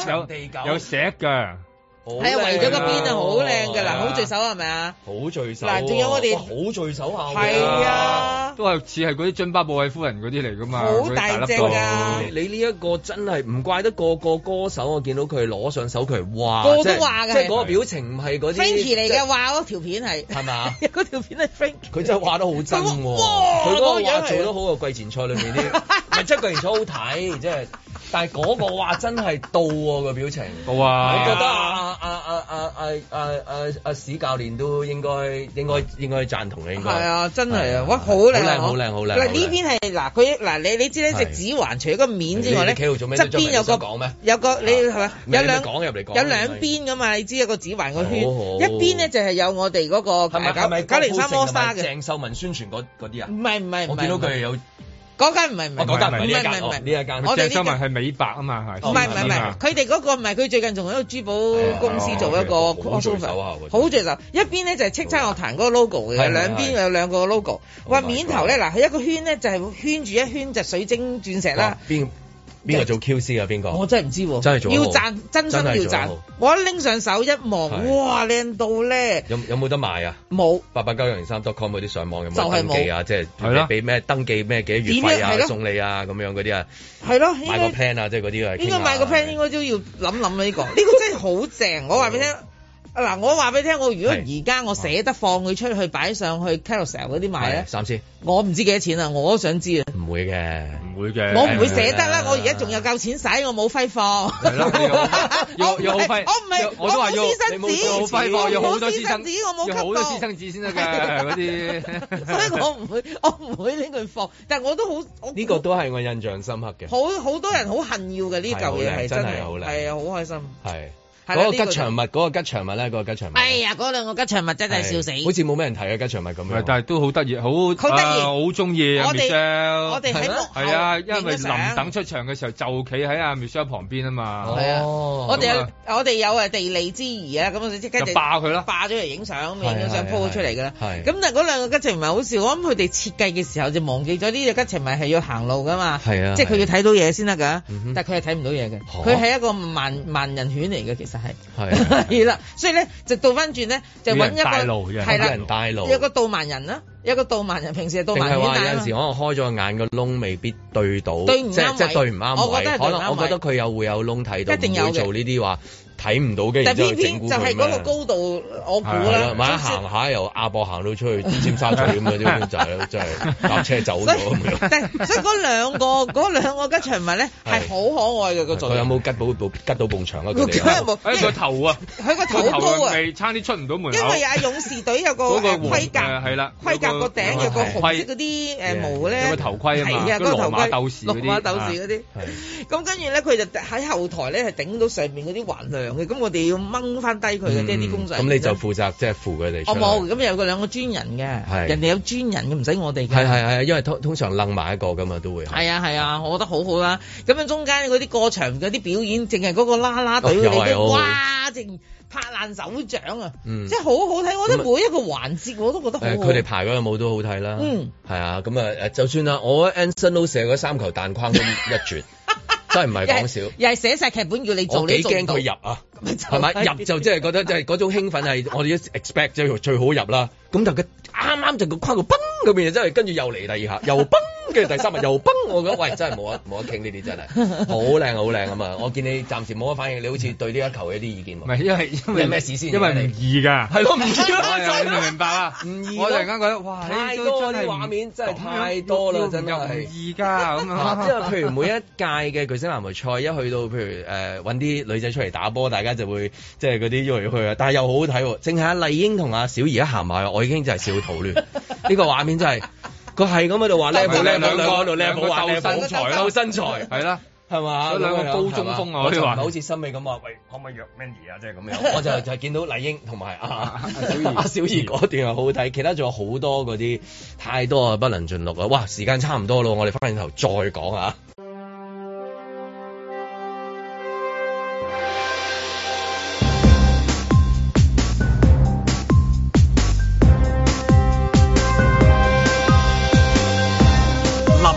[SPEAKER 3] 有有有石㗎，
[SPEAKER 4] 係啊，圍咗個邊啊，好靚㗎嗱，好聚首係咪啊？
[SPEAKER 2] 哦好聚首。
[SPEAKER 4] 嗱仲有我哋
[SPEAKER 2] 哇好聚首下。
[SPEAKER 4] 係啊。
[SPEAKER 3] 都係似係嗰啲津巴布韋夫人嗰啲嚟㗎嘛，
[SPEAKER 4] 好
[SPEAKER 3] 嗰啲
[SPEAKER 4] 大
[SPEAKER 3] 粒
[SPEAKER 4] 隻
[SPEAKER 3] 刀
[SPEAKER 4] 㗎
[SPEAKER 2] 你呢一個真係唔怪得個個歌手，我見到佢攞上手佢，哇！
[SPEAKER 4] 個個都
[SPEAKER 2] 即係
[SPEAKER 4] 話㗎
[SPEAKER 2] 即係嗰個表情唔係嗰啲
[SPEAKER 4] Frankie 嚟
[SPEAKER 2] 即
[SPEAKER 4] 嘅
[SPEAKER 2] 係
[SPEAKER 4] 話嗰條片係
[SPEAKER 2] 係咪啊？
[SPEAKER 4] 嗰條片係 Frankie。
[SPEAKER 2] 佢真係畫得好真
[SPEAKER 4] 啊
[SPEAKER 2] 喎，佢嗰個畫做得好過季前賽裏面 啲，唔係即係季前賽好睇，即係，但係嗰個畫真係到喎個表情，
[SPEAKER 3] 到啊
[SPEAKER 2] 我覺得啊啊啊啊啊啊啊啊史教練都應該應該應該贊同你應該，
[SPEAKER 4] 係啊，真係啊，哇，好
[SPEAKER 2] 好
[SPEAKER 4] 靚啊，
[SPEAKER 2] 靚好靚好靚
[SPEAKER 4] 嗱呢邊係嗱佢嗱你你知呢隻
[SPEAKER 2] 係
[SPEAKER 4] 指環除咗個面之外咧，
[SPEAKER 2] 你企喺度做咩
[SPEAKER 4] 側邊有
[SPEAKER 2] 你
[SPEAKER 4] 個
[SPEAKER 2] 想講咩
[SPEAKER 4] 有個啊你係咪有
[SPEAKER 2] 啊你
[SPEAKER 4] 兩
[SPEAKER 2] 咪講入嚟講
[SPEAKER 4] 有兩邊噶啊嘛？你知有個指環個圈，
[SPEAKER 2] 好好
[SPEAKER 4] 一邊咧就係有我哋嗰個
[SPEAKER 2] 係咪係咪
[SPEAKER 4] 九九零三 All Star 嘅，
[SPEAKER 2] 鄭秀文宣傳嗰嗰啲啊？
[SPEAKER 4] 唔係唔係唔係，
[SPEAKER 2] 我見到佢有。
[SPEAKER 4] 嗰間唔係唔係
[SPEAKER 2] 哦嗰間唔係呢一間
[SPEAKER 4] 唔係唔係
[SPEAKER 2] 哦呢哦一間
[SPEAKER 4] 我哋呢間
[SPEAKER 3] 鄭秀文係美白啊嘛，係
[SPEAKER 4] 唔係唔係唔係，佢哋嗰個唔係，佢最近仲喺個珠寶公司做一個
[SPEAKER 2] 哦好聚首下
[SPEAKER 4] crossover，
[SPEAKER 2] 喎
[SPEAKER 4] 好聚首。一邊咧就係叱咤樂壇嗰個 logo
[SPEAKER 2] 係 Oh
[SPEAKER 4] 嘅，
[SPEAKER 2] 係
[SPEAKER 4] 兩邊有兩個 logo。哇，面頭咧嗱，佢一個圈咧就係圈住一圈就水晶鑽石啦
[SPEAKER 2] 哇。哦邊邊個做 QC 啊？邊個？
[SPEAKER 4] 我真係唔知喎，
[SPEAKER 2] 真係做得
[SPEAKER 4] 要
[SPEAKER 2] 好
[SPEAKER 4] 賺，真心
[SPEAKER 2] 真係
[SPEAKER 4] 要
[SPEAKER 2] 做得
[SPEAKER 4] 賺
[SPEAKER 2] 好。
[SPEAKER 4] 我一拎上手一
[SPEAKER 2] 係
[SPEAKER 4] 望，哇，靚到咧！
[SPEAKER 2] 有有冇得賣啊？
[SPEAKER 4] 冇。
[SPEAKER 2] 八八九零三 .com 嗰啲上網有冇
[SPEAKER 4] 就係
[SPEAKER 2] 得
[SPEAKER 4] 冇
[SPEAKER 2] 登記啊？即係
[SPEAKER 3] 係咯
[SPEAKER 2] 俾咩登記咩幾多月費
[SPEAKER 4] 點樣係咯
[SPEAKER 2] 啊？送你啊咁樣嗰啲啊，
[SPEAKER 4] 係咯，應
[SPEAKER 2] 買個
[SPEAKER 4] 該
[SPEAKER 2] plan 啊，即係嗰啲啊。
[SPEAKER 4] 應該
[SPEAKER 2] 傾下
[SPEAKER 4] 買個 plan 應該都要諗諗啦呢個，呢個真係好正。我話俾你聽，嗱我話俾你聽，我如果而家我捨得放佢出去擺上去 Carousel 嗰啲賣咧
[SPEAKER 2] 係，啊三千，
[SPEAKER 4] 我唔知幾多錢啊，我都想知啊。
[SPEAKER 2] 唔會嘅，唔
[SPEAKER 3] 會嘅
[SPEAKER 4] 我唔會捨得啦，我而家仲有夠錢使，我冇揮霍。
[SPEAKER 2] 係 啦你
[SPEAKER 4] 我唔
[SPEAKER 3] 要
[SPEAKER 4] 係
[SPEAKER 3] 要好揮
[SPEAKER 4] 我唔係，
[SPEAKER 3] 我都話要
[SPEAKER 4] 冇私生
[SPEAKER 3] 你冇
[SPEAKER 4] 子，
[SPEAKER 3] 要好揮霍要好多
[SPEAKER 4] 我冇私生
[SPEAKER 3] 私生
[SPEAKER 4] 子，我冇
[SPEAKER 3] 要好多私生
[SPEAKER 4] 子
[SPEAKER 3] 先得㗎嗰 啲
[SPEAKER 4] 所以我唔會， 我唔會拎佢放，但係我都好，我
[SPEAKER 2] 呢個都係我印象深刻嘅。
[SPEAKER 4] 好好多人好恨要嘅呢嚿嘢係
[SPEAKER 2] 係好靚真係
[SPEAKER 4] 真係，
[SPEAKER 2] 好靚
[SPEAKER 4] 係啊，好開心。
[SPEAKER 2] 係
[SPEAKER 4] 係啦
[SPEAKER 2] 嗰
[SPEAKER 4] 呢
[SPEAKER 2] 個
[SPEAKER 4] 個
[SPEAKER 2] 吉祥物，嗰個吉祥物咧，嗰個吉祥物。
[SPEAKER 4] 哎呀，嗰兩個吉祥物真係笑死。
[SPEAKER 2] 好似冇咩人睇啊！吉祥物咁樣，
[SPEAKER 3] 但係都好得意，好好
[SPEAKER 4] 得意
[SPEAKER 3] 我好中意啊
[SPEAKER 4] 我哋
[SPEAKER 3] Michelle。
[SPEAKER 4] 我哋喺幕後
[SPEAKER 3] 係啊，因
[SPEAKER 4] 影
[SPEAKER 3] 為
[SPEAKER 4] 咗相
[SPEAKER 3] 林等出場嘅時候就企喺阿 Michelle 旁邊啊嘛。
[SPEAKER 2] 哦
[SPEAKER 4] 係啊，我哋
[SPEAKER 3] 咁啊
[SPEAKER 4] 有我哋有誒地利之宜啊，咁我哋即刻
[SPEAKER 3] 就霸佢啦
[SPEAKER 4] 霸咗嚟影相，影咗相 po 咗出嚟㗎啦。
[SPEAKER 2] 係
[SPEAKER 4] 咁但係嗰兩個吉祥物好笑，我諗佢哋設計嘅時候就忘記咗呢只吉祥物係要行路㗎嘛，
[SPEAKER 2] 係啊
[SPEAKER 4] 即係佢要睇到嘢先得㗎
[SPEAKER 2] 嗯哼，
[SPEAKER 4] 但係佢係睇唔到嘢嘅，佢係一個盲盲人犬嚟嘅，其實係。
[SPEAKER 2] 係啊
[SPEAKER 4] 係啦，所以咧就倒翻轉咧，就揾一個
[SPEAKER 2] 有人帶路有人
[SPEAKER 4] 係啦，
[SPEAKER 2] 有人帶路
[SPEAKER 4] 有個導盲人啦，有個導盲人平時係導
[SPEAKER 2] 定
[SPEAKER 4] 盲
[SPEAKER 2] 係
[SPEAKER 4] 犬
[SPEAKER 2] 話有
[SPEAKER 4] 帶啊
[SPEAKER 2] 陣
[SPEAKER 4] 嘛
[SPEAKER 2] 時可。能開咗個眼個窿未必對到，
[SPEAKER 4] 對唔啱
[SPEAKER 2] 即係即係
[SPEAKER 4] 位
[SPEAKER 2] 對唔啱
[SPEAKER 4] 我覺
[SPEAKER 2] 位。
[SPEAKER 4] 得係
[SPEAKER 2] 可
[SPEAKER 4] 對唔
[SPEAKER 2] 能
[SPEAKER 4] 啱
[SPEAKER 2] 我覺得佢有會有窿睇到，
[SPEAKER 4] 一定有
[SPEAKER 2] 唔會
[SPEAKER 4] 嘅
[SPEAKER 2] 做呢啲話睇唔到嘅，
[SPEAKER 4] 但
[SPEAKER 2] 然之後整蠱
[SPEAKER 4] 偏偏就係
[SPEAKER 2] 佢
[SPEAKER 4] 嗰個
[SPEAKER 2] 咩
[SPEAKER 4] 高度，我估
[SPEAKER 2] 係啦，萬一
[SPEAKER 4] 啦。
[SPEAKER 2] 行下由亞博行到出去尖沙咀咁樣，啲就 係真係搭車走咗咁樣。
[SPEAKER 4] 但係所以嗰兩個嗰兩個吉祥物咧係好可愛嘅個造
[SPEAKER 2] 佢有
[SPEAKER 4] 型，
[SPEAKER 2] 冇吉到部吉到埲牆啊？佢
[SPEAKER 4] 佢
[SPEAKER 2] 哋
[SPEAKER 4] 梗係
[SPEAKER 2] 啊
[SPEAKER 4] 冇，
[SPEAKER 3] 誒
[SPEAKER 4] 因
[SPEAKER 3] 個
[SPEAKER 4] 為
[SPEAKER 3] 頭啊，
[SPEAKER 4] 佢個頭高啊，
[SPEAKER 3] 未差啲出唔到門口。
[SPEAKER 4] 因為啊勇士隊有個
[SPEAKER 3] 嗰個
[SPEAKER 4] 誒
[SPEAKER 3] 黃
[SPEAKER 4] 盔甲
[SPEAKER 3] 誒係啦
[SPEAKER 4] 盔甲個頂有個
[SPEAKER 3] 有個
[SPEAKER 4] 紅色嗰啲誒毛咧，
[SPEAKER 3] 有個頭盔啊嘛
[SPEAKER 4] 係啊，
[SPEAKER 3] 嗰
[SPEAKER 4] 嗰
[SPEAKER 3] 個
[SPEAKER 4] 個頭
[SPEAKER 3] 羅馬
[SPEAKER 4] 盔
[SPEAKER 3] 鬥士嗰啲
[SPEAKER 4] 羅馬鬥士嗰啲。
[SPEAKER 2] 係
[SPEAKER 4] 咁跟住咧，佢就喺後台咧係頂到上面嗰啲橫梁嘅，咁我哋要掹翻低佢嘅，即係啲工作
[SPEAKER 2] 嗯咁
[SPEAKER 4] 人
[SPEAKER 2] 你
[SPEAKER 4] 員
[SPEAKER 2] 就負責即係扶佢哋出
[SPEAKER 4] 我
[SPEAKER 2] 嚟。
[SPEAKER 4] 冇，咁有個兩個專人嘅，
[SPEAKER 2] 係
[SPEAKER 4] 人哋有專人嘅，唔使我哋嘅。
[SPEAKER 2] 係係係，因為通通常楞埋一個噶嘛，都會係。
[SPEAKER 4] 係啊係啊，我覺得好好啦。咁樣中間嗰啲過場嗰啲表演，淨係嗰個啦啦隊
[SPEAKER 2] 哦
[SPEAKER 4] 你
[SPEAKER 2] 又係
[SPEAKER 4] 都
[SPEAKER 2] 好
[SPEAKER 4] 哇，淨拍爛手掌啊！
[SPEAKER 2] 嗯啊
[SPEAKER 4] 即係好好睇，我覺得每一個環節我都覺得好
[SPEAKER 2] 誒
[SPEAKER 4] 好。
[SPEAKER 2] 佢哋排嗰個舞都好睇啦，
[SPEAKER 4] 嗯，
[SPEAKER 2] 係啊，咁啊誒，就算啦，我 Anson Lo 射嗰三球彈框都一絕，真係唔係講笑。
[SPEAKER 4] 又係寫晒劇本叫你 做，
[SPEAKER 2] 我幾
[SPEAKER 4] 你做
[SPEAKER 2] 驚
[SPEAKER 4] 唔到
[SPEAKER 2] 佢入啊，係咪 入就即係覺得即係嗰種興奮係我哋 expect 即係最好入啦。咁但佢啱啱就個框度崩咁樣，真係跟住又嚟第二下，又崩，跟住第三下又崩。我覺得喂，真係冇得冇得傾呢啲真係好靚好靚啊嘛！我見你暫時冇乜反應，你好似對呢一球有啲意見喎。
[SPEAKER 3] 唔係因為因為
[SPEAKER 2] 你咩事先？
[SPEAKER 3] 因為
[SPEAKER 2] 你
[SPEAKER 3] 唔易㗎，
[SPEAKER 2] 係咯唔易 咯
[SPEAKER 3] 係啊你明唔明白啊？
[SPEAKER 2] 唔易咯
[SPEAKER 3] 我突然間覺得哇，
[SPEAKER 2] 太
[SPEAKER 3] 呢都
[SPEAKER 2] 多
[SPEAKER 3] 真
[SPEAKER 2] 啲
[SPEAKER 3] 係唔
[SPEAKER 2] 畫面真係
[SPEAKER 3] 咁樣
[SPEAKER 2] 太多啦
[SPEAKER 3] 要
[SPEAKER 2] 真係
[SPEAKER 3] 要唔 易㗎咁
[SPEAKER 2] 啊
[SPEAKER 3] 啊！
[SPEAKER 2] 因為譬如每一屆嘅巨星籃球賽，一去到譬如誒揾啲女仔出嚟打波，大家就會即係嗰啲喐嚟喐去啊，但係又好好睇喎。淨係阿麗英同阿小儀一行埋，我已經真係笑肚 亂。呢個畫面真係佢係咁喺度話
[SPEAKER 3] 係
[SPEAKER 2] 靚冇
[SPEAKER 3] 咪
[SPEAKER 2] 靚冇
[SPEAKER 3] 兩
[SPEAKER 2] 兩
[SPEAKER 3] 個
[SPEAKER 2] 個喺度靚
[SPEAKER 3] 兩個
[SPEAKER 2] 冇話靚冇
[SPEAKER 3] 鬥身材啦
[SPEAKER 2] 鬥身材
[SPEAKER 3] 係啦，
[SPEAKER 2] 係嘛？
[SPEAKER 3] 有兩個高中鋒啊
[SPEAKER 2] 我就唔
[SPEAKER 3] 可以
[SPEAKER 2] 係
[SPEAKER 3] 話
[SPEAKER 2] 好似森美咁話，喂可唔可以約 Mandy 啊？即係咁樣，我就就係見到麗英同埋啊小儀阿小儀嗰段係好好睇，其他仲有好多嗰啲太多啊不能盡錄啊！哇，時間差唔多咯，我哋翻轉頭再講啊。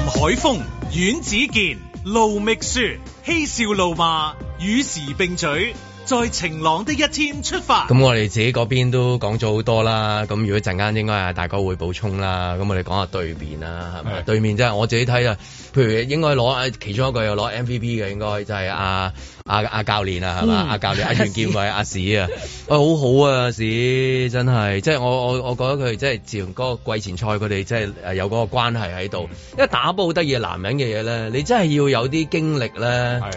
[SPEAKER 1] 海峰、阮子健、盧覓雪，嬉笑怒罵，與時並舉，在晴朗的一天出發。
[SPEAKER 2] 咁我哋自己嗰邊都講咗好多啦，咁如果陣間應該係大哥會補充啦，咁我哋講下對面啦，係咪？對面真係我自己睇啊，譬如應該攞啊其中一個又攞 MVP 嘅，應該就係阿阿阿教練啊，係嘛？
[SPEAKER 17] 嗯
[SPEAKER 2] 阿教練阿袁健偉阿史啊，喂好好啊阿史，真係即係我我我覺得佢即係自從嗰個季前賽佢哋即係誒有嗰個關係喺度，因為打波好得意嘅啊男人嘅嘢咧，你真係要有啲經歷咧。
[SPEAKER 3] 啊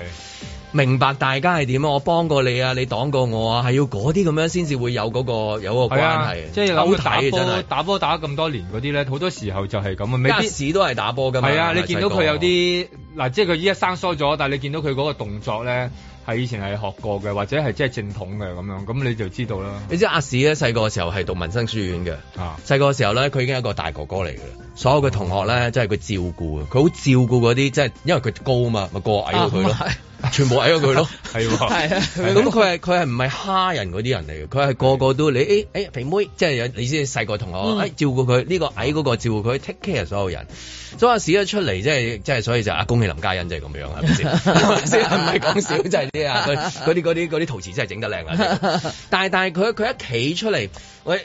[SPEAKER 2] 明白大家係點啊？我幫過你啊，你擋過我啊，係要嗰啲咁樣先至會有嗰、個有個
[SPEAKER 3] 係
[SPEAKER 2] 關
[SPEAKER 3] 啊
[SPEAKER 2] 係，，
[SPEAKER 3] 即係諗
[SPEAKER 2] 好
[SPEAKER 3] 佢打
[SPEAKER 2] 睇啊真
[SPEAKER 3] 波
[SPEAKER 2] 係。
[SPEAKER 3] 打波打咁多年嗰啲咧，好多時候就係咁啊，未
[SPEAKER 2] 家
[SPEAKER 3] 必
[SPEAKER 2] 士都係打波㗎嘛
[SPEAKER 3] 係啊，你
[SPEAKER 2] 細
[SPEAKER 3] 見到
[SPEAKER 2] 個
[SPEAKER 3] 佢有啲嗱，即係佢依家生疏咗，但係你見到佢嗰個動作咧，係以前係學過嘅，或者係即係正統嘅咁樣，咁你就知道啦。
[SPEAKER 2] 你知阿史咧細個嘅時候係讀民生書院嘅，細個嘅時候咧佢已經係一個大哥哥嚟嘅啦。所有嘅同學咧，即係佢照顧啊，佢好照顧嗰啲，即係因為佢高啊嘛，咪個個矮過佢咯
[SPEAKER 3] 啊，
[SPEAKER 2] 全部矮過佢咯，
[SPEAKER 3] 係 喎
[SPEAKER 2] 係啊咁佢係佢係唔係蝦人嗰啲人嚟嘅，佢係個個都你誒誒肥妹，即係有你知細個同學
[SPEAKER 17] 嗯
[SPEAKER 2] 誒照顧佢，呢個矮嗰個照顧佢，take care 所有人。所以阿史一出嚟，即係即係所以就啊，恭喜林嘉欣即係咁樣，係咪 先？係咪先唔係講笑，真係啲啊，佢嗰啲嗰啲嗰啲陶瓷真係整得靚啊！但係但係佢佢一企出嚟，我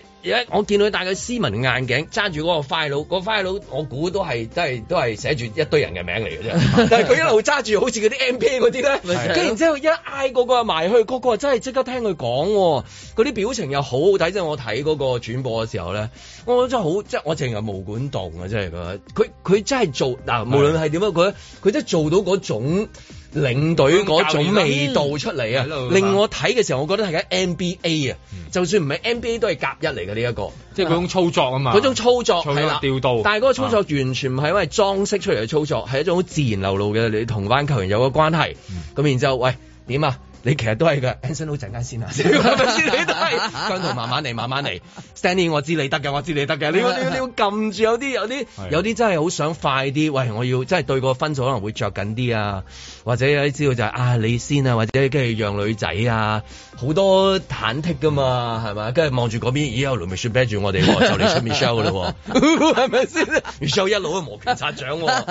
[SPEAKER 2] 我見到佢戴個斯文眼鏡，揸住嗰個 file，嗰個 file 我估都係都係都係寫住一堆人嘅名嚟 嘅啫。但係佢一路揸住好似嗰啲 MP 嗰啲咧，
[SPEAKER 17] 咪就係
[SPEAKER 2] 跟住然之後一挨嗰個埋去，嗰個真係即刻聽佢講喎，嗰啲表情又好好睇。即係我睇嗰個轉播嘅時候咧，我真係好即係我淨係毛管動啊！真係佢佢佢真係做嗱，無論係點樣，佢佢真係做到嗰種。領隊嗰種味道出嚟啊
[SPEAKER 3] 嗯喺！度
[SPEAKER 2] 令我睇嘅時候，我覺得係緊 NBA 啊，就算唔係 NBA 都係甲一嚟嘅呢一個，
[SPEAKER 3] 嗯即係嗰種操作啊嘛
[SPEAKER 2] 嗰種操作
[SPEAKER 3] 操作
[SPEAKER 2] 係啦，
[SPEAKER 3] 調度啊
[SPEAKER 2] 但係嗰個操作完全唔係因為裝飾出嚟嘅操作，係一種好自然流露嘅，你同班球員有個關係。
[SPEAKER 3] 嗯
[SPEAKER 2] 咁然之後，喂點啊？你其實都係 㗎 a n s o n 陣間 先啊，係咪先？你都係 姜濤慢慢嚟，慢慢嚟。Stanley，我知你得㗎，我知你得㗎。你要你要你要撳住有啲有啲有啲真係好想快啲。喂，我要真係對個分數可能會着緊啲啊，或者有啲知道就係、啊你先啊，或者跟住讓女仔啊，好多忐忑㗎嘛，係咪？跟住望住嗰邊，咦有雷明雪啤住我哋喎，就嚟出 Michelle 㗎啦喎。係咪先？Michelle 一路都摩拳擦掌喎，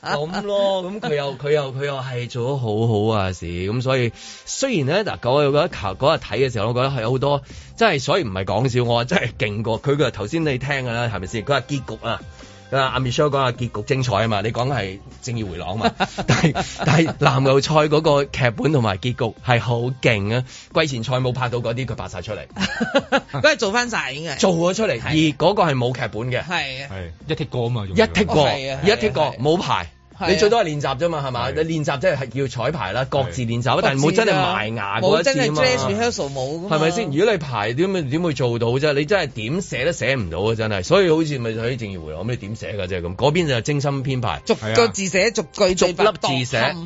[SPEAKER 2] 咁咯，咁佢又佢又佢又係做得好好啊事，咁所以雖然咧嗱，我又覺得球嗰日睇嘅時候，我覺得係有好多真係，所以唔係講笑，我話真係勁過佢嘅頭先你聽㗎啦，係咪先？佢話結局啊。佢話阿 Michelle 講下結局精彩啊嘛，你講係正義回廊啊 嘛，但係但係籃球賽嗰個劇本同埋結局係好勁啊！季前賽冇拍到嗰啲，佢拍晒出嚟，
[SPEAKER 4] 嗰日做翻晒已經係
[SPEAKER 2] 做咗出嚟，而嗰個係冇劇本嘅，
[SPEAKER 4] 係啊，
[SPEAKER 3] 係一剔過啊嘛，
[SPEAKER 2] 一剔過，
[SPEAKER 4] 係啊係啊
[SPEAKER 2] 一剔過，冇牌。
[SPEAKER 4] 係啊
[SPEAKER 2] 你最多係練習啫嘛，係嘛？你練習即係係要彩排啦，各自練習，但係冇真係埋牙嗰
[SPEAKER 4] 冇
[SPEAKER 2] 一次
[SPEAKER 4] 真係
[SPEAKER 2] 啊
[SPEAKER 4] dress
[SPEAKER 2] 嘛。
[SPEAKER 4] rehearsal 冇㗎嘛
[SPEAKER 2] 係咪先？？如果你排點咪點會做到啫？你真係點寫都寫唔到啊！真係，所以好似咪喺正義回廊咁，你點寫㗎啫咁？嗰邊就精心編排，
[SPEAKER 4] 逐個字寫，逐句
[SPEAKER 2] 逐
[SPEAKER 4] 對白
[SPEAKER 2] 粒字寫，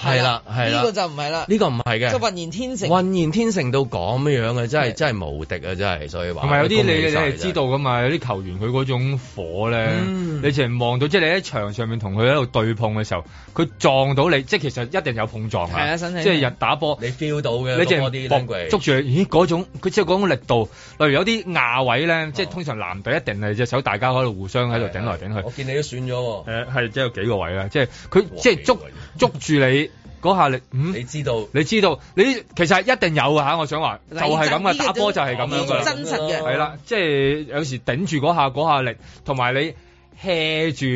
[SPEAKER 2] 係啦係啦。
[SPEAKER 4] 呢個就唔係啦，
[SPEAKER 2] 呢個唔係嘅，
[SPEAKER 4] 就渾然天成。
[SPEAKER 2] 渾然天成到咁樣嘅，真係真係無敵啊！真係，所以話
[SPEAKER 3] 同埋有啲你你係
[SPEAKER 2] 係
[SPEAKER 3] 知道噶嘛，有啲球員佢嗰種火咧，
[SPEAKER 4] 嗯
[SPEAKER 3] 你直情望到，即係你喺場上面同佢喺度對碰嘅時候，佢撞到你，即係其實一定有碰撞
[SPEAKER 2] 係
[SPEAKER 3] 啊，
[SPEAKER 2] 啊
[SPEAKER 3] 即
[SPEAKER 2] 身體
[SPEAKER 3] 係日打波
[SPEAKER 2] 你 feel 到嘅，
[SPEAKER 3] 你
[SPEAKER 2] 即
[SPEAKER 3] 淨
[SPEAKER 2] 係
[SPEAKER 3] 係
[SPEAKER 2] 捉
[SPEAKER 3] 捉住你，咦嗰種佢即係嗰種力度。例如有啲亞位
[SPEAKER 2] 哦
[SPEAKER 3] 咧，即係通常男隊一定係隻手，大家喺度互相喺度頂來頂去。
[SPEAKER 2] 啊我見你都選咗喎。
[SPEAKER 3] 誒係即係有幾個位啦，即係佢即係捉捉住你嗰下力，嗯，
[SPEAKER 2] 你知道，
[SPEAKER 3] 你知道，你其實一定有啊！我想話就係咁
[SPEAKER 4] 呢
[SPEAKER 3] 嘅，
[SPEAKER 4] 個
[SPEAKER 3] 打波就係咁樣嘅，
[SPEAKER 4] 真實嘅
[SPEAKER 3] 係啦，即係有時頂住嗰下嗰下力，同埋你 hea 住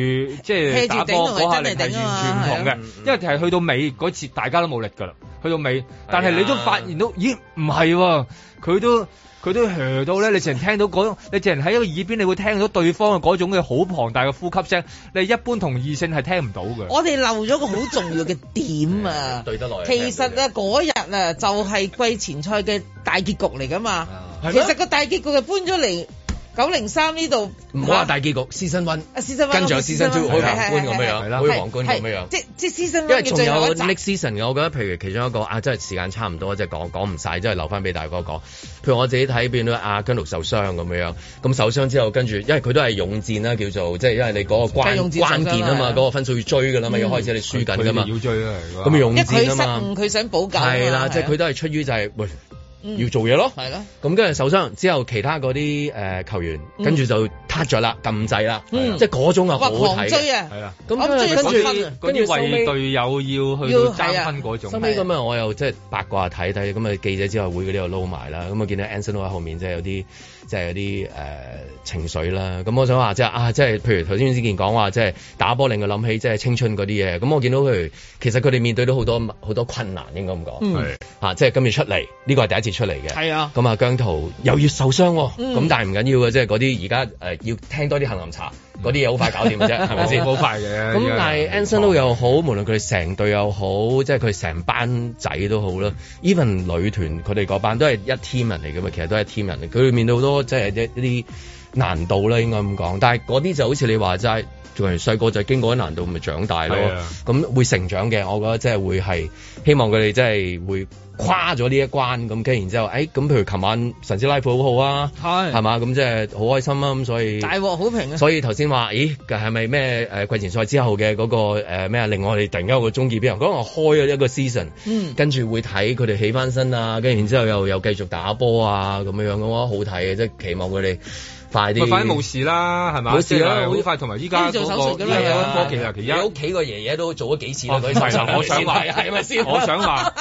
[SPEAKER 3] 即
[SPEAKER 4] hea
[SPEAKER 3] 係
[SPEAKER 4] 住頂
[SPEAKER 3] 打波
[SPEAKER 4] 同埋
[SPEAKER 3] 嗰下力
[SPEAKER 4] 真係
[SPEAKER 3] 係
[SPEAKER 4] 頂啊
[SPEAKER 3] 完全唔同嘅
[SPEAKER 2] 嗯
[SPEAKER 4] 嘛，
[SPEAKER 3] 因為係去到尾嗰次大家都冇力㗎啦，去到尾，但係你都發現到，咦唔係喎，佢都。佢都 hea 到咧，你成日聽到嗰種，你成日喺個耳邊，你會聽到對方嘅嗰種嘅好龐大嘅呼吸聲，你一般同異性係聽唔到嘅。
[SPEAKER 4] 我哋漏咗個好重要嘅點啊！
[SPEAKER 2] 對得耐
[SPEAKER 4] 其實啊，嗰日啊就係季前賽嘅大結局嚟噶嘛。
[SPEAKER 2] 係
[SPEAKER 4] 其
[SPEAKER 2] 咩
[SPEAKER 4] 實個大結局係搬咗嚟九零三呢度，
[SPEAKER 2] 唔好話大結局，season one，
[SPEAKER 4] 啊 season one，
[SPEAKER 2] 跟住有
[SPEAKER 4] season
[SPEAKER 2] season
[SPEAKER 4] one，
[SPEAKER 2] two，好似
[SPEAKER 4] 係
[SPEAKER 2] 皇冠咁
[SPEAKER 4] 係
[SPEAKER 2] 樣
[SPEAKER 4] 係
[SPEAKER 2] 樣，好似皇冠咁樣
[SPEAKER 4] 係
[SPEAKER 2] 樣。
[SPEAKER 4] 即即 season
[SPEAKER 2] 因
[SPEAKER 4] one
[SPEAKER 2] 為
[SPEAKER 4] 嘅
[SPEAKER 2] 仲
[SPEAKER 4] 啊最後
[SPEAKER 2] 有
[SPEAKER 4] 一集
[SPEAKER 2] next season 嘅，我覺得譬如其中一個啊，真係時間差唔多，即係講講唔晒，即係留翻俾大哥講。譬如我自己睇變到阿姜濤受傷咁樣，咁受傷之後跟住，因為佢都係勇戰啦，叫做即係因為你嗰個
[SPEAKER 4] 梗係
[SPEAKER 2] 關
[SPEAKER 4] 勇戰受傷啦
[SPEAKER 2] 關鍵啊嘛，
[SPEAKER 4] 係啊
[SPEAKER 2] 嗰個分數要追㗎啦嘛，
[SPEAKER 4] 嗯
[SPEAKER 2] 要開始你輸緊㗎嘛
[SPEAKER 3] 佢哋，要追啊！
[SPEAKER 2] 咁要
[SPEAKER 4] 因
[SPEAKER 2] 勇
[SPEAKER 4] 為佢
[SPEAKER 2] 戰
[SPEAKER 4] 失
[SPEAKER 2] 啊嘛
[SPEAKER 4] 誤，。佢想補救啊嘛。
[SPEAKER 2] 係啦，即係
[SPEAKER 4] 啊
[SPEAKER 2] 佢都係出於就係、喂。
[SPEAKER 4] 嗯
[SPEAKER 2] 要做嘢咯。
[SPEAKER 4] 係啦，
[SPEAKER 2] 咁跟住受傷之後，其他嗰啲誒球員
[SPEAKER 4] 嗯
[SPEAKER 2] 跟住就撻咗啦，撳掣啦，
[SPEAKER 4] 嗯
[SPEAKER 2] 即係嗰種啊好好
[SPEAKER 4] 哇
[SPEAKER 2] 睇
[SPEAKER 4] 狂
[SPEAKER 2] 嘅
[SPEAKER 4] 追啊
[SPEAKER 3] 係啦
[SPEAKER 2] 咁
[SPEAKER 4] 我唔中意
[SPEAKER 2] 跟
[SPEAKER 4] 失分
[SPEAKER 2] 住
[SPEAKER 4] 啊
[SPEAKER 2] 跟住
[SPEAKER 3] 跟住
[SPEAKER 2] 收尾
[SPEAKER 3] 為隊友要去
[SPEAKER 2] 要
[SPEAKER 3] 到
[SPEAKER 2] 係
[SPEAKER 3] 爭
[SPEAKER 2] 啊
[SPEAKER 3] 分嗰種。
[SPEAKER 2] 收尾咁樣，我又即係八卦睇睇，咁啊記者招待會嗰啲又撈埋啦，咁啊見到 Anson 喺後面即係有啲即係有啲誒、呃情緒啦。咁我想話即係啊，即係譬如頭先之健講話，即係打波令佢諗起即係青春嗰啲嘢。咁我見到佢其實佢哋面對到好多好多困難，應該咁講。
[SPEAKER 4] 嗯
[SPEAKER 2] 係啊，即係今次出嚟呢個係第一次出嚟嘅。
[SPEAKER 4] 係啊
[SPEAKER 2] 咁啊姜濤又要受傷喎，咁、
[SPEAKER 4] 嗯
[SPEAKER 2] 但係唔緊要嘅，即係嗰啲而家誒要聽多啲杏林茶嗰啲嘢好快搞掂嘅 啫，係咪先？
[SPEAKER 3] 嗯好快嘅
[SPEAKER 2] 咁
[SPEAKER 3] 而家
[SPEAKER 2] 但係 Anson 都又好，無論佢哋成隊又好，即係佢哋成班仔都好啦。even 女團佢哋嗰班都係一 team 人嚟嘅嘛，其實都係一 team 人嚟。佢哋面對好多即係一一啲難度啦，應該咁講。但係嗰啲就好似你話齋，做人細個就經過啲難度，咪長大咯
[SPEAKER 3] 係啊。
[SPEAKER 2] 咁會成長嘅，我覺得即係會係希望佢哋真係會跨咗呢一關，咁跟住然之後，誒、咁譬如琴晚神之拉普好好啊，
[SPEAKER 4] 係
[SPEAKER 2] 係嘛，咁即係好開心啊，咁所以
[SPEAKER 4] 大獲好評啊！
[SPEAKER 2] 所以頭先話，咦，係咪咩誒季前賽之後嘅嗰、個誒咩啊？令我哋突然間有個中意邊人？嗰個我開咗一個 season，
[SPEAKER 4] 嗯
[SPEAKER 2] 跟住會睇佢哋起翻身啊，跟住然之後又又繼續打波啊咁樣樣嘅話，好睇嘅，即係期望佢哋快啲。
[SPEAKER 3] 咪啊反正冇事啦，係咪？
[SPEAKER 2] 冇事啦
[SPEAKER 3] 即係
[SPEAKER 2] 好
[SPEAKER 3] 好快，同埋依家
[SPEAKER 2] 跟住
[SPEAKER 3] 嗰
[SPEAKER 2] 做手術
[SPEAKER 3] 個
[SPEAKER 2] 㗎啦
[SPEAKER 3] 依家
[SPEAKER 2] 係啊
[SPEAKER 3] 科技尤其一
[SPEAKER 2] 你屋企個爺爺都做咗幾次啦，
[SPEAKER 3] 哦
[SPEAKER 2] 嗰啲
[SPEAKER 3] 唔係
[SPEAKER 2] 手術
[SPEAKER 3] 我想話
[SPEAKER 2] 係咪先？
[SPEAKER 3] 我 想話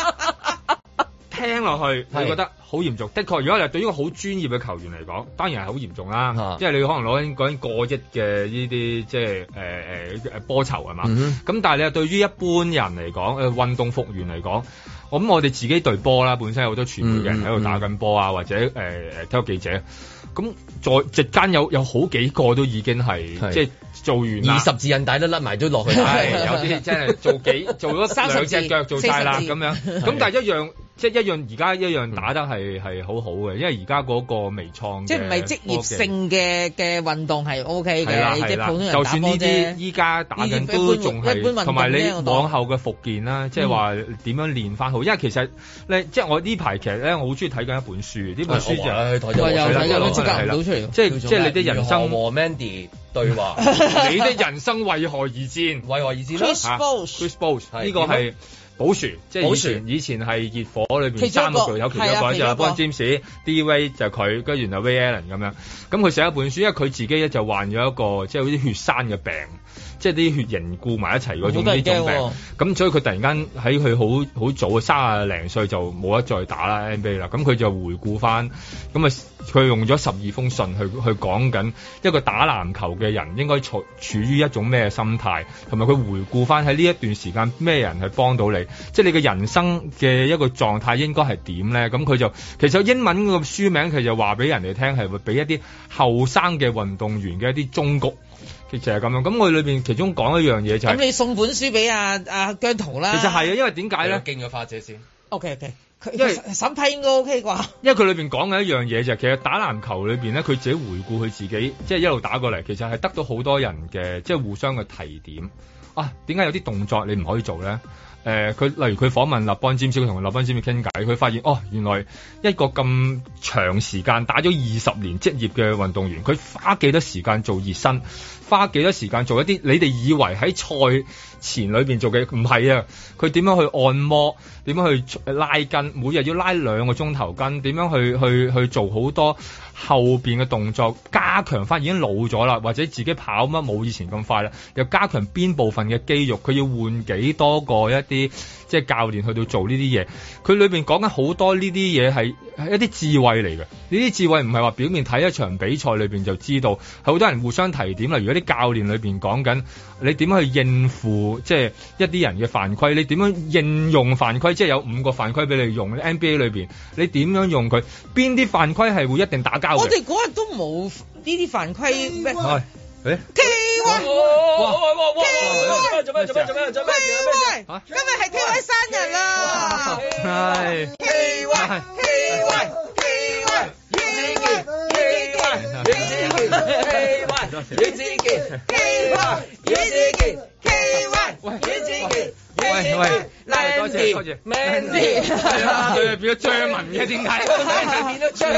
[SPEAKER 3] 聽落去，
[SPEAKER 2] 係
[SPEAKER 3] 你覺得好嚴重。的確，如果你對於一個好專業嘅球員嚟講，當然係好嚴重
[SPEAKER 2] 啊
[SPEAKER 3] 啦。即係你可能攞緊講緊過億嘅呢啲即係誒誒誒波酬係嘛？
[SPEAKER 2] 嗯
[SPEAKER 3] 咁但係你係對於一般人嚟講，誒運動復原嚟講。咁我哋自己隊波啦，本身有好多傳媒嘅
[SPEAKER 4] 嗯
[SPEAKER 3] 人喺度打緊波啊，或者誒誒、呃、體育記者，咁在席間有有好幾個都已經係即係做完啦
[SPEAKER 2] 二十字韌帶都甩埋都落去，
[SPEAKER 3] 係 啊有啲真係做 幾做咗兩隻腳做晒啦
[SPEAKER 2] 30字
[SPEAKER 3] 咁樣，
[SPEAKER 2] 係
[SPEAKER 3] 咁但係一樣即係一樣而家一樣打得係係好好嘅，因為而家嗰個微創
[SPEAKER 4] 即係唔係職業性嘅嘅運動係 O K
[SPEAKER 3] 嘅科技係啦
[SPEAKER 4] 嘅，即
[SPEAKER 3] 係
[SPEAKER 4] 係
[SPEAKER 3] 啦，
[SPEAKER 4] 普通人
[SPEAKER 3] 就
[SPEAKER 4] 打
[SPEAKER 3] 算
[SPEAKER 4] 波
[SPEAKER 3] 呢
[SPEAKER 4] 啫
[SPEAKER 3] 啲。依家打緊
[SPEAKER 4] 呢啲
[SPEAKER 3] 都
[SPEAKER 4] 一般
[SPEAKER 3] 仲
[SPEAKER 4] 一般運動
[SPEAKER 3] 係
[SPEAKER 4] 啫
[SPEAKER 3] 同埋你
[SPEAKER 4] 我當
[SPEAKER 3] 往後嘅復健啦，即係話點樣練翻好，因為其實咧即係我呢排其實咧我好中意睇緊一本書，呢本書就
[SPEAKER 2] 係台就
[SPEAKER 3] 即係即係你的人生
[SPEAKER 2] 和 Mandy 對話，
[SPEAKER 3] 你的人生為何而戰？
[SPEAKER 2] 為何而戰
[SPEAKER 4] 啦 Chris Bosch
[SPEAKER 3] 啊 Chris Bosch
[SPEAKER 2] 係
[SPEAKER 3] 呢個係寶船，即係以前以前係熱火
[SPEAKER 2] 其
[SPEAKER 3] 裏邊
[SPEAKER 2] 中一
[SPEAKER 3] 三
[SPEAKER 2] 個
[SPEAKER 3] 個隊友，其中一
[SPEAKER 2] 係啊其
[SPEAKER 3] 個就
[SPEAKER 2] 中一
[SPEAKER 3] 係
[SPEAKER 2] 個
[SPEAKER 3] b o James、D Way 就係佢，跟住然後 Ray Allen 咁樣。咁佢寫一本書，因為佢自己咧就患咗一個即係好似血栓嘅病。即係啲血凝固埋一齊嗰
[SPEAKER 4] 好
[SPEAKER 3] 種
[SPEAKER 4] 得
[SPEAKER 3] 呢
[SPEAKER 4] 人
[SPEAKER 3] 種
[SPEAKER 4] 驚喎
[SPEAKER 3] 病，咁所以佢突然間喺佢好好早三廿零歲就冇得再打啦 NBA 啦，咁佢就回顧翻，咁啊佢用咗十二封信去去講緊一個打籃球嘅人應該處處於一種咩心態，同埋佢回顧翻喺呢一段時間咩人係幫到你，即係你嘅人生嘅一個狀態應該係點咧？咁佢就其實英文個書名佢就話俾人哋聽係會俾一啲後生嘅運動員嘅一啲忠告。其實係咁樣，咁我裏邊其中講一樣嘢就係、
[SPEAKER 4] 咁你送本書俾阿阿姜濤啦。
[SPEAKER 3] 其實係啊，因為點解咧？
[SPEAKER 2] 敬咗花姐先。
[SPEAKER 4] O K O K，佢
[SPEAKER 3] 因為
[SPEAKER 4] 佢審批應該 O K 啩？
[SPEAKER 3] 因為佢裏邊講緊一樣嘢就係、其實打籃球裏邊咧，佢自己回顧佢自己，即係一路打過嚟，其實係得到好多人嘅即係互相嘅提點。啊，點解有啲動作你唔可以做咧？誒、佢例如佢訪問立邦詹姆斯，佢同立邦詹姆斯傾偈，佢發現哦，原來一個咁長時間打咗二十年職業嘅運動員，佢花幾多時間做熱身，花幾多時間做一啲你哋以為喺賽前裏邊做嘅，唔係啊，佢點樣去按摩，點樣去呃拉筋，每日要拉兩個鐘頭筋，點樣去去去做好多後邊嘅動作，加強翻已經老咗啦，或者自己跑乜冇以前咁快啦，又加強邊部分嘅肌肉，佢要換幾多個一啲即係教練去到做呢啲嘢，佢裏邊講緊好多呢啲嘢係係一啲智慧嚟嘅，呢啲智慧唔係話表面睇一場比賽裏邊就知道，係好多人互相提點，例如嗰啲教練裏邊講緊你點樣去應付即係一啲人嘅犯規，你點樣應用犯規，即係有五個犯規俾你用 NBA 裏邊，你點樣用佢，邊啲犯規係會一定打交
[SPEAKER 4] 我
[SPEAKER 3] 嘅。
[SPEAKER 4] 哋嗰日都冇呢啲犯規咩？
[SPEAKER 3] 係，誒，
[SPEAKER 4] K
[SPEAKER 2] 哇
[SPEAKER 4] Y
[SPEAKER 2] 哇哇哇哇！做咩做咩做咩做咩做咩？
[SPEAKER 4] K Y，今日係 K Y 生日啊
[SPEAKER 3] 係。
[SPEAKER 4] ！K Y K Y K Y
[SPEAKER 3] 喂喂，多謝多謝。係啊佢係變咗張文嘅，點解？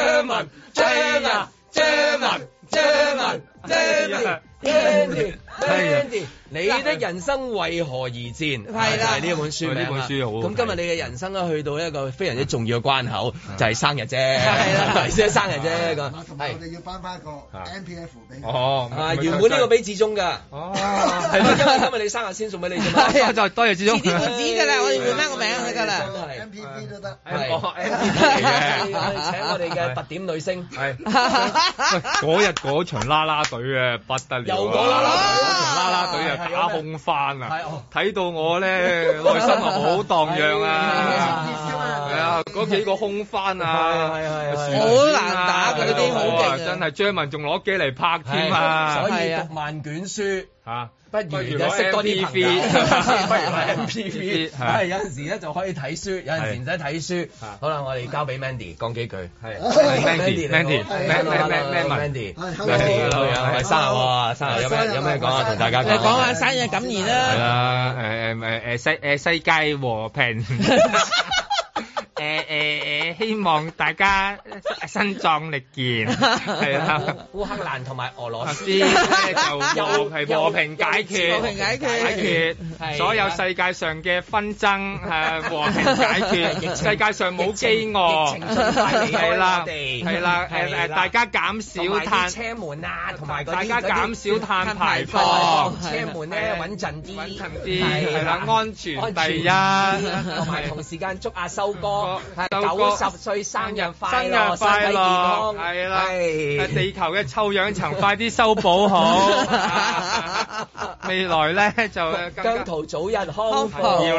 [SPEAKER 2] 你的人生為何而戰？係
[SPEAKER 4] 啦
[SPEAKER 2] 呢一本書名啊
[SPEAKER 3] 呢本書好好
[SPEAKER 2] 咁今日你嘅人生咧，去到一個非常之重要嘅關口，就係生日啫，係啦，即係生日啫咁。
[SPEAKER 6] 我哋要頒翻個 M P F 俾佢
[SPEAKER 3] 哦
[SPEAKER 2] 啊，原本呢個俾志忠㗎，
[SPEAKER 3] 哦，
[SPEAKER 2] 係咯，因為今日你生日先送俾你啫嘛。
[SPEAKER 3] 多謝多謝志忠，
[SPEAKER 4] 呢本紙㗎啦，我哋換翻個名佢㗎啦。
[SPEAKER 6] ，M P V 都得。
[SPEAKER 2] 係
[SPEAKER 3] 哦
[SPEAKER 2] 我
[SPEAKER 3] M
[SPEAKER 2] 哋
[SPEAKER 3] 嚟嘅
[SPEAKER 2] 請我哋嘅拔點女星，
[SPEAKER 3] 係 喂嗰日嗰場啦啦隊嘅不得了啊，
[SPEAKER 2] 又講啦啦隊
[SPEAKER 3] 嗰場啦啦隊啊打空翻
[SPEAKER 2] 哦
[SPEAKER 3] 啊，睇到我咧內心啊好蕩漾啊， 係啊，嗰幾個空翻啊，係係
[SPEAKER 4] 好難打佢啲好勁啊
[SPEAKER 3] 真係張文仲攞機嚟拍添啊，
[SPEAKER 2] 所以讀萬卷書。
[SPEAKER 3] 嚇。
[SPEAKER 2] 不如就識多啲朋友， 不如買 MPV。係有陣時咧就可以睇書，有陣時唔使睇書。好啦，我哋交俾 Mandy 講幾句。係
[SPEAKER 6] 哎
[SPEAKER 2] 哎 Mandy，Mandy，Mandy，Mandy，生日喎，生日有咩有咩講啊？同啊大家
[SPEAKER 4] 你
[SPEAKER 2] 講。
[SPEAKER 4] 講下生日感言
[SPEAKER 3] 係
[SPEAKER 4] 啦。
[SPEAKER 3] 啦，誒誒誒西誒世界和平。誒誒誒，希望大家身壯力健，係啦。
[SPEAKER 2] 烏克蘭同埋俄羅斯
[SPEAKER 3] 斯咧就和係和平解決，
[SPEAKER 4] 和平解決
[SPEAKER 3] 解決所有世界上嘅紛爭誒和平解決，世界上冇饑餓，係啦係啦誒誒，大家減少碳。
[SPEAKER 2] 車門啊，同埋
[SPEAKER 3] 大家減少碳排放，
[SPEAKER 2] 車門咧穩陣啲，穩陣
[SPEAKER 3] 啲係啦，安全第一，
[SPEAKER 2] 同埋同時間祝阿修 哥
[SPEAKER 3] 修哥
[SPEAKER 2] 九十歲生日快
[SPEAKER 3] 生日
[SPEAKER 2] 樂，
[SPEAKER 3] 快
[SPEAKER 2] 身體健
[SPEAKER 3] 樂，
[SPEAKER 2] 康，
[SPEAKER 3] 係啦，
[SPEAKER 2] 係
[SPEAKER 3] 地球嘅臭氧層快啲修補好，未來咧就
[SPEAKER 2] 姜濤早日康復，
[SPEAKER 3] 要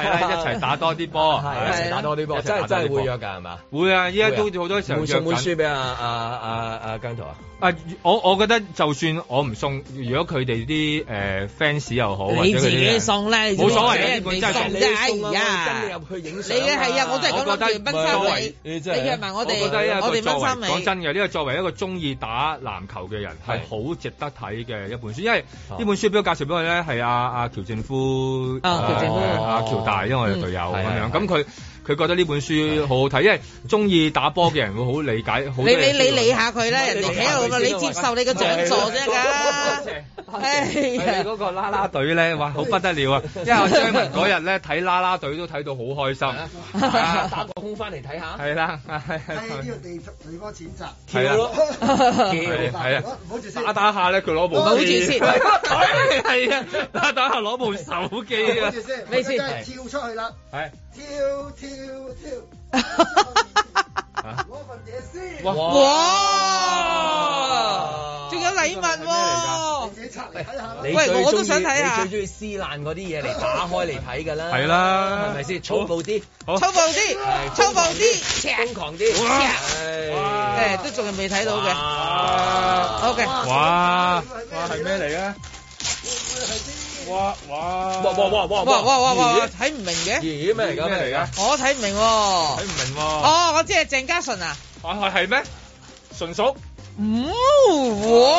[SPEAKER 3] 係啦，一齊打多啲波，
[SPEAKER 2] 係一齊打多啲波，真係真係會約㗎係嘛？
[SPEAKER 3] 會啊，依家都好多時候
[SPEAKER 2] 會
[SPEAKER 3] 約
[SPEAKER 2] 送本書
[SPEAKER 3] 緊。
[SPEAKER 2] 俾阿阿阿阿姜濤啊？
[SPEAKER 3] 啊，我我覺得就算我唔送，如果佢哋啲誒 fans 又好，
[SPEAKER 4] 你自己送啦，你
[SPEAKER 3] 冇所謂
[SPEAKER 4] 人哋送啫，哎呀！
[SPEAKER 2] 入去影
[SPEAKER 4] 你嘅係啊，我都係講緊袁斌
[SPEAKER 3] 我
[SPEAKER 4] 三
[SPEAKER 3] 覺
[SPEAKER 4] 你
[SPEAKER 3] 得，
[SPEAKER 4] 你
[SPEAKER 2] 真係
[SPEAKER 4] 約埋我哋，
[SPEAKER 3] 覺得呢一
[SPEAKER 4] 我
[SPEAKER 3] 個
[SPEAKER 4] 哋
[SPEAKER 3] 作
[SPEAKER 4] 分
[SPEAKER 3] 為
[SPEAKER 4] 三你。
[SPEAKER 3] 講真嘅，呢個作為一個中意打籃球嘅人係好值得睇嘅一本書，因為
[SPEAKER 4] 哦
[SPEAKER 3] 呢本書俾我介紹俾我咧係阿阿喬正夫，
[SPEAKER 4] 啊喬正夫
[SPEAKER 3] 呃阿喬大，因為我哋隊友
[SPEAKER 2] 嗯
[SPEAKER 3] 咁
[SPEAKER 2] 係
[SPEAKER 3] 樣，
[SPEAKER 2] 係
[SPEAKER 3] 咁佢佢覺得呢本書好好睇，因為中意打波嘅人會好理解好多
[SPEAKER 4] 你
[SPEAKER 3] 嘢
[SPEAKER 4] 你
[SPEAKER 3] 知道。
[SPEAKER 4] 你理下佢啦，人哋喺度，你接受你個獎座啫㗎。哎
[SPEAKER 3] 佢哋
[SPEAKER 4] 呀，
[SPEAKER 3] 嗰個啦啦隊 咧，哇，好不得了啊！因為我張文嗰日咧睇啦啦隊都睇到好開心，啊
[SPEAKER 2] 打個空翻嚟睇下。
[SPEAKER 3] 係啊啦，係
[SPEAKER 6] 喺哎呢個地地方淺窄，
[SPEAKER 2] 啊
[SPEAKER 3] 係咯係係啊，打打下咧，佢攞部係啊，打打下攞部手機
[SPEAKER 6] 好
[SPEAKER 3] 啊
[SPEAKER 6] 住，先，
[SPEAKER 4] 你先
[SPEAKER 6] 真係跳出去啦，
[SPEAKER 3] 係
[SPEAKER 6] 跳跳跳，
[SPEAKER 2] 啊
[SPEAKER 6] 攞份嘢先，
[SPEAKER 4] 哇！仲有禮物喎
[SPEAKER 6] 自，己拆嚟睇下啦。
[SPEAKER 2] 你
[SPEAKER 4] 喂
[SPEAKER 2] 最
[SPEAKER 4] 我都
[SPEAKER 2] 鍾意
[SPEAKER 4] 想睇下
[SPEAKER 2] 你最中意撕爛嗰啲嘢嚟打開嚟睇㗎啦，
[SPEAKER 3] 係啦
[SPEAKER 2] 係咪先？粗暴 啲，
[SPEAKER 3] 好
[SPEAKER 4] 粗暴啲，粗暴啲，
[SPEAKER 2] 瘋狂啲，
[SPEAKER 4] 哇
[SPEAKER 2] 唉
[SPEAKER 4] 誒都仲係未睇到嘅。
[SPEAKER 3] 哇
[SPEAKER 4] OK，
[SPEAKER 3] 哇哇係咩嚟咧？哇哇
[SPEAKER 2] 哇哇哇哇
[SPEAKER 4] 哇哇哇哇，
[SPEAKER 2] 咦
[SPEAKER 4] 睇唔明嘅，
[SPEAKER 2] 咦咩嚟㗎？咩嚟㗎？
[SPEAKER 4] 我睇唔明喎
[SPEAKER 3] 睇。唔明喎，
[SPEAKER 4] 哦，我知係鄭家純啊。
[SPEAKER 3] 啊係咩？純屬
[SPEAKER 4] 嗯，哇！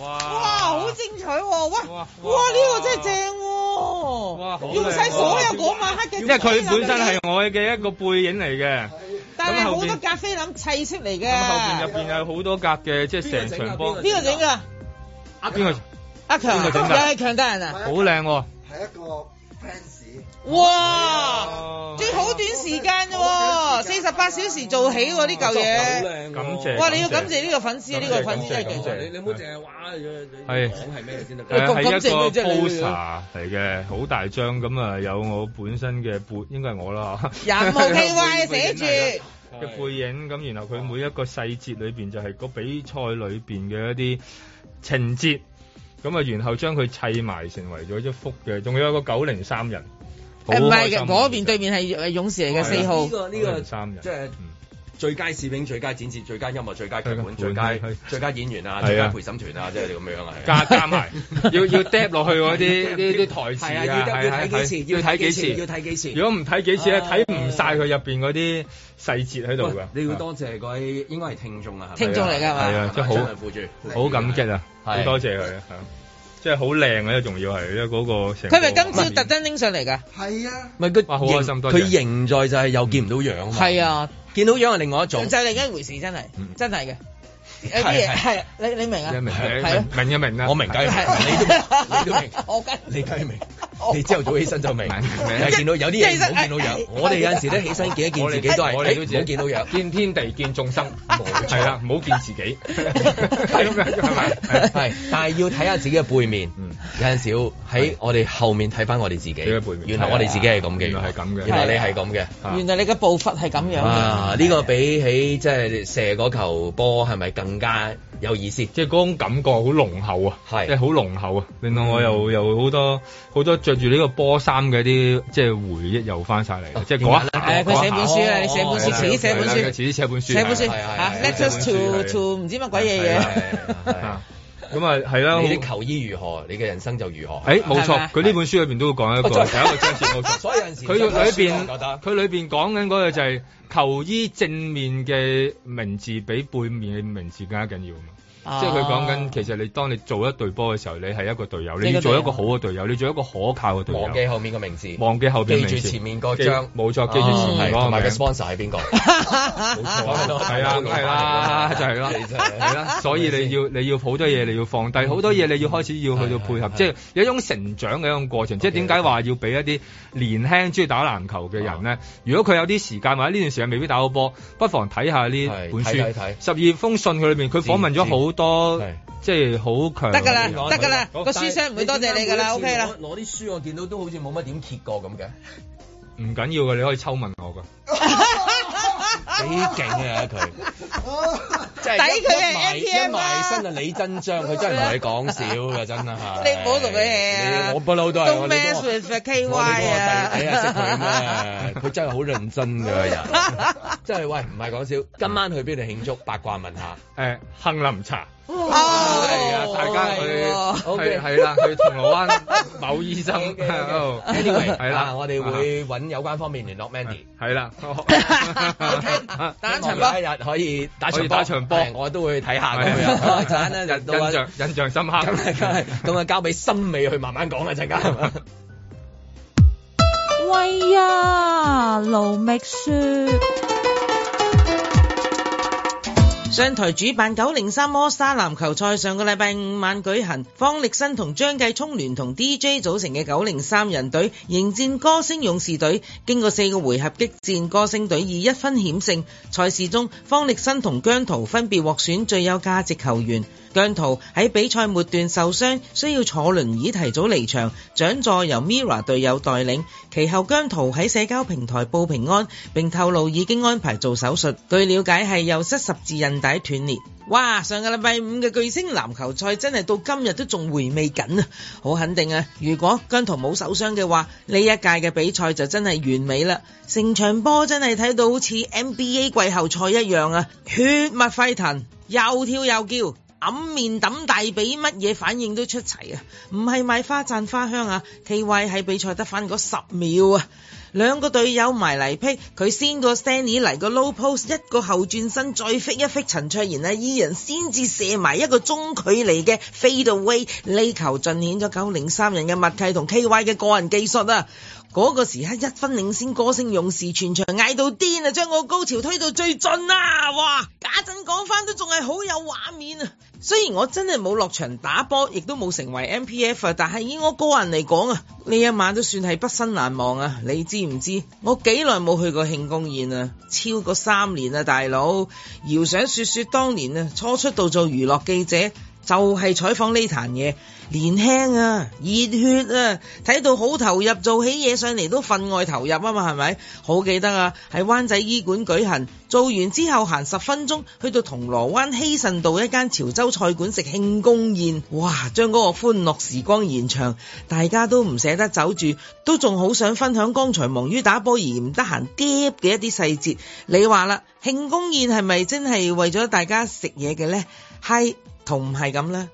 [SPEAKER 3] 哇
[SPEAKER 4] 哇，好精彩喎！喂，
[SPEAKER 3] 哇
[SPEAKER 4] 哇
[SPEAKER 3] 哇
[SPEAKER 4] 呢個真係正喎
[SPEAKER 3] 哇好！
[SPEAKER 4] 用晒所有嗰晚黑嘅，
[SPEAKER 3] 因為佢本身係，我嘅一個背影嚟嘅，
[SPEAKER 4] 但係好
[SPEAKER 3] 咁後
[SPEAKER 4] 多
[SPEAKER 3] 邊
[SPEAKER 4] 咖啡諗砌出嚟嘅。
[SPEAKER 3] 咁後邊入邊有好多格嘅，即係成場波。
[SPEAKER 4] 邊個整㗎？
[SPEAKER 3] 邊個
[SPEAKER 4] 阿強啊，
[SPEAKER 3] 邊個
[SPEAKER 4] 又
[SPEAKER 3] 整㗎
[SPEAKER 4] 係強大人啊！
[SPEAKER 3] 好靚喎？
[SPEAKER 6] 係一個 fans，
[SPEAKER 4] 哇！最好短時間啫喎，四十八小時做起喎呢嚿嘢。
[SPEAKER 2] 靚喎
[SPEAKER 3] 感謝
[SPEAKER 4] 哇！你要感謝呢個粉絲，呢個粉絲真係
[SPEAKER 2] 感
[SPEAKER 4] 勁
[SPEAKER 2] 謝你你唔好淨係話你
[SPEAKER 3] 係
[SPEAKER 2] 講係啊咩先得㗎。
[SPEAKER 3] 誒係
[SPEAKER 4] 咁
[SPEAKER 3] 一
[SPEAKER 4] 正咩
[SPEAKER 3] 個
[SPEAKER 4] 啫你
[SPEAKER 3] poster 嚟嘅，好大張咁啊，有我本身嘅背，應該係我啦嚇。
[SPEAKER 4] 廿五號 KY 寫住。
[SPEAKER 3] 嘅 背影，咁然後佢每一個細節裏邊就係個比賽裏邊嘅一啲情節，咁啊，然後將佢砌埋成為咗一幅嘅，仲有一個九零三人，好啊
[SPEAKER 4] 誒唔係
[SPEAKER 3] 開心啊
[SPEAKER 4] 嘅，嗰邊對面係誒勇士嚟嘅四號
[SPEAKER 2] 呢。個呢個
[SPEAKER 3] 三人
[SPEAKER 2] 即係
[SPEAKER 3] 嗯
[SPEAKER 2] 最佳攝影、最佳展示、最佳音樂、最佳劇本、最佳最佳演員啊、
[SPEAKER 3] 係啊
[SPEAKER 2] 最佳陪審團啊，即係咁樣啊。係啊
[SPEAKER 3] 加加 埋，要要 d 落去嗰啲啲啲台
[SPEAKER 2] 係
[SPEAKER 3] 詞
[SPEAKER 2] 啊，
[SPEAKER 3] 啊，
[SPEAKER 2] 要
[SPEAKER 3] 係
[SPEAKER 2] 要睇幾次，
[SPEAKER 3] 係係要睇幾
[SPEAKER 2] 要
[SPEAKER 3] 次。
[SPEAKER 2] 睇幾次。
[SPEAKER 3] 如果唔睇幾次咧，睇唔晒佢入邊嗰啲細節喺度㗎啊
[SPEAKER 2] 喂。你要多謝嗰位應該係聽眾啊，係咪
[SPEAKER 4] 聽眾嚟㗎係嘛
[SPEAKER 3] 係啊，即係
[SPEAKER 2] 張
[SPEAKER 3] 好
[SPEAKER 2] 文。富住，
[SPEAKER 3] 好感激啊！
[SPEAKER 2] 係
[SPEAKER 3] 好多謝佢啊，係啊即係好靚啊！仲要係因為嗰個
[SPEAKER 2] 啊
[SPEAKER 3] 成個
[SPEAKER 4] 佢咪今朝特登拎上嚟㗎？
[SPEAKER 6] 係啊，
[SPEAKER 2] 唔係佢
[SPEAKER 3] 哇好開心多謝
[SPEAKER 2] 佢仍在就係又見唔到樣啊嘛。
[SPEAKER 4] 係，啊，
[SPEAKER 2] 見到樣係另外一
[SPEAKER 4] 就
[SPEAKER 2] 種。
[SPEAKER 4] 係另一回事，真係
[SPEAKER 3] 嗯
[SPEAKER 4] 真係嘅。有啲嘢
[SPEAKER 3] 係
[SPEAKER 4] 係你你明啊？
[SPEAKER 3] 明
[SPEAKER 4] 係啊，
[SPEAKER 3] 明一明啊啦，我明
[SPEAKER 2] 梗係明你都你都明，
[SPEAKER 4] 我梗
[SPEAKER 2] 你梗 係明。
[SPEAKER 4] 哦
[SPEAKER 2] 你朝頭早起身就明，但係見到有啲嘢唔好見到樣。我哋有陣時咧起身見一見自己都係，
[SPEAKER 3] 我哋都
[SPEAKER 2] 誒唔好見到 樣。
[SPEAKER 3] 見天地見眾生，係啦，唔好見 自己。
[SPEAKER 2] 係咪？係，但係要睇下自己嘅背面。
[SPEAKER 3] 嗯
[SPEAKER 2] 有陣時要喺我哋後面睇翻我哋自己。原來我哋自己係咁嘅，原
[SPEAKER 3] 啊
[SPEAKER 2] 來係咁嘅，原來你係咁嘅。
[SPEAKER 4] 原來你嘅步伐係咁樣嘅。
[SPEAKER 2] 啊！呢個比起即係射嗰球波係咪更加有意思？
[SPEAKER 3] 即係嗰種感覺好濃厚啊，
[SPEAKER 2] 係
[SPEAKER 3] 即係好濃厚啊，令到
[SPEAKER 4] 嗯
[SPEAKER 3] 我又又好多好多着住呢個波衫嘅啲即係回憶又翻晒
[SPEAKER 2] 哦
[SPEAKER 3] 嚟，啊即係嗰一哦
[SPEAKER 4] 誒，佢寫本哦書啊，你寫本書，自己寫本
[SPEAKER 3] 啊自
[SPEAKER 4] 書，
[SPEAKER 3] 己寫本書，
[SPEAKER 4] 寫本書
[SPEAKER 3] 係係
[SPEAKER 4] 嚇
[SPEAKER 3] 係
[SPEAKER 4] ，letters to
[SPEAKER 3] 寫本書係啊
[SPEAKER 4] to 唔知乜鬼嘢
[SPEAKER 2] 係
[SPEAKER 4] 嘢。
[SPEAKER 2] 係係
[SPEAKER 3] 咁啊，係啦。
[SPEAKER 2] 你啲球衣如何，你嘅人生就如何。
[SPEAKER 3] 誒冇
[SPEAKER 2] 係咪
[SPEAKER 4] 啊
[SPEAKER 3] 錯，佢呢本書裏邊都會講一個，第一
[SPEAKER 2] 真
[SPEAKER 3] 個
[SPEAKER 2] 係
[SPEAKER 3] 章節冇錯。
[SPEAKER 2] 所以有陣時
[SPEAKER 3] 佢裏邊
[SPEAKER 2] 我覺得
[SPEAKER 3] 佢裏邊講緊嗰個就係球衣正面嘅名字比背面嘅名字更加緊要啊
[SPEAKER 18] 啊
[SPEAKER 3] 嘛。即係佢講 緊，其實你當你做一隊波嘅時候，你係一個隊友，你
[SPEAKER 2] 你個
[SPEAKER 3] 要做一
[SPEAKER 2] 隊友
[SPEAKER 3] 個好嘅隊友，你做一個可靠嘅隊友。
[SPEAKER 2] 忘記後面個名字，
[SPEAKER 3] 忘記後邊名字
[SPEAKER 2] 記住前面嗰張，
[SPEAKER 3] 記冇錯記住前
[SPEAKER 2] 哦係
[SPEAKER 3] 面嗰個
[SPEAKER 2] 同埋個
[SPEAKER 3] 名
[SPEAKER 2] sponsor 係邊個？
[SPEAKER 3] 係啊，梗係啦，就係啦，係啦，所以你要你要好多嘢你要放低，好多嘢你要開始要去到配合，即係有一種成長嘅一種過程。即係點解話要俾一啲年輕中意打籃球嘅人咧？如果佢有啲時間或者呢段時間未必打到波，不妨睇下呢本書。
[SPEAKER 2] 睇睇睇
[SPEAKER 3] 十二封信佢裏面，佢訪問咗好多，即係好強。
[SPEAKER 4] 得㗎啦，得㗎啦，個書商唔會多謝你㗎啦
[SPEAKER 2] 但係點
[SPEAKER 4] ，OK
[SPEAKER 2] 解
[SPEAKER 4] 啦
[SPEAKER 2] 每一。次攞。攞啲書我見到都好似冇乜點揭過咁嘅。
[SPEAKER 3] 唔緊要嘅，你可以抽問我㗎。
[SPEAKER 2] 幾勁啊佢！即係
[SPEAKER 4] 抵佢係
[SPEAKER 2] 一埋
[SPEAKER 4] NTM
[SPEAKER 2] 一埋身啊李真章，佢真係唔同你講少㗎，真係。
[SPEAKER 4] 你唔好同佢 hea 啊
[SPEAKER 2] 你我不嬲都係
[SPEAKER 4] Don't
[SPEAKER 2] 我哋
[SPEAKER 4] mess
[SPEAKER 2] 都話
[SPEAKER 4] with
[SPEAKER 2] 我哋都話
[SPEAKER 4] KY 啊！
[SPEAKER 2] 第睇下識佢啊 咩？佢真係好認真嘅人，真係喂唔係講笑。今晚去邊度慶祝？八卦問 下。
[SPEAKER 3] 誒，杏林茶。
[SPEAKER 4] 哦
[SPEAKER 2] 係
[SPEAKER 3] 啊，大家去
[SPEAKER 2] 哦 OK
[SPEAKER 3] 係係啦，去銅鑼灣某醫 生哦
[SPEAKER 2] Anyway，
[SPEAKER 3] 係啦
[SPEAKER 2] 啊，我哋會揾有關方面聯絡 Mandy。
[SPEAKER 3] 係啦，
[SPEAKER 2] 打
[SPEAKER 4] 一場波
[SPEAKER 2] 一日可以打場
[SPEAKER 3] 可以
[SPEAKER 2] 波，
[SPEAKER 3] 打場波
[SPEAKER 2] 係我都會睇下咁
[SPEAKER 3] 係
[SPEAKER 2] 樣。
[SPEAKER 3] 啊
[SPEAKER 2] 一 陣咧就到啊
[SPEAKER 3] 印象印象深刻。
[SPEAKER 2] 咁啊咁啊，交俾森美去慢慢講啦，陣間。
[SPEAKER 17] 喂呀，盧覓雪。
[SPEAKER 4] 商台主辦九零三摩沙籃球賽上個禮拜五晚舉行，方力申同張繼聰聯同 DJ 組成嘅九零三人隊迎戰歌星勇士隊，經過四個回合激戰，歌星隊以一分險勝。賽事中，方力申同姜濤分別獲選最有價值球員。姜濤喺比賽末段受傷，需要坐輪椅提早離場，獎座由 Mira 隊友代領。其後姜濤喺社交平台報平安，並透露已經安排做手術。據了解係右膝十字韌帶斷裂。哇！上個禮拜五嘅巨星籃球賽真係到今日都仲回味緊啊！好肯定啊，如果姜濤冇受傷嘅話，呢一屆嘅比賽就真係完美啦。成場波真係睇到好似 NBA 季後賽一樣啊，血脈沸騰，又跳又叫。揞面抌大髀，乜嘢反應都出齊啊！唔係賣花讚花香啊，K Y 喺比賽得翻嗰十秒啊！兩個隊友埋嚟劈，佢先個 Stanley 嚟個 low post，一個後轉身再飛一飛陳卓賢啊，二人先至射埋一個中距離嘅 fade away，呢球盡顯咗九零三人嘅默契同 K Y 嘅個人技術啊！嗰個時刻一分領先，歌星勇士全場嗌到癲啊！將我高潮推到最盡啊！哇！家陣講翻都仲係好有畫面啊！雖然我真係冇落場打波，亦都冇成為 MPF 啊，但係以我個人嚟講啊，呢一晚都算係畢生難忘啊！你知唔知？我幾耐冇去過慶功宴啊？超過三年啊，大佬！遙想雪雪當年啊，初出道做娛樂記者。就係採訪呢壇嘢，年輕啊，熱血啊，睇到好投入，做起嘢上嚟都分外投入啊嘛，係咪？好記得啊，喺灣仔醫館舉行，做完之後行十分鐘，去到銅鑼灣希慎道一間潮州菜館食慶功宴，哇！將嗰個歡樂時光延長，大家都唔捨得走住，都仲好想分享剛才忙於打波而唔得閒啲嘅一啲細節。你話啦，慶功宴係咪真係為咗大家食嘢嘅呢？係。同唔係咁啦。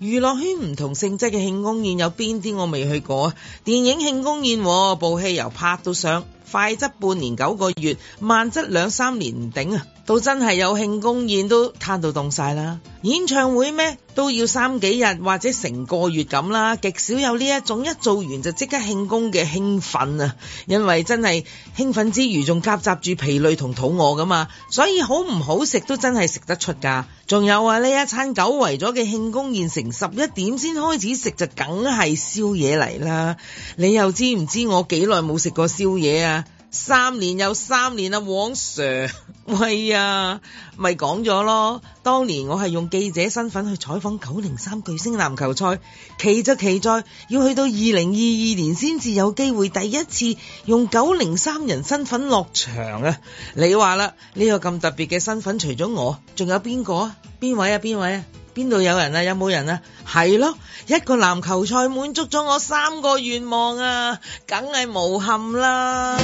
[SPEAKER 4] 娛樂圈唔同性質嘅慶功宴有邊啲我未去過啊？電影慶功宴喎，部戲由拍到上，快則半年九個月，慢則兩三年唔頂啊！到真係有慶功宴都攤到凍晒啦。演唱會咩都要三幾日或者成個月咁啦，極少有呢一種一做完就即刻慶功嘅興奮啊！因為真係興奮之餘仲夾雜住疲累同肚餓噶嘛，所以好唔好食都真係食得出㗎。仲有啊，呢一餐久違咗嘅慶功宴，成十一點先開始食就梗係宵夜嚟啦。你又知唔知我幾耐冇食過宵夜啊？三年有三年啊，黃 Sir，喂 呀，咪講咗咯。當年我係用記者身份去採訪九零三巨星籃球賽，奇就奇在要去到二零二二年先至有機會第一次用九零三人身份落場啊！你話啦，呢、個咁特別嘅身份，除咗我，仲有邊個啊？邊位啊？邊位啊？邊度有人啊？有冇人啊？係咯，一個籃球賽滿足咗我三個願望啊，梗係無憾啦！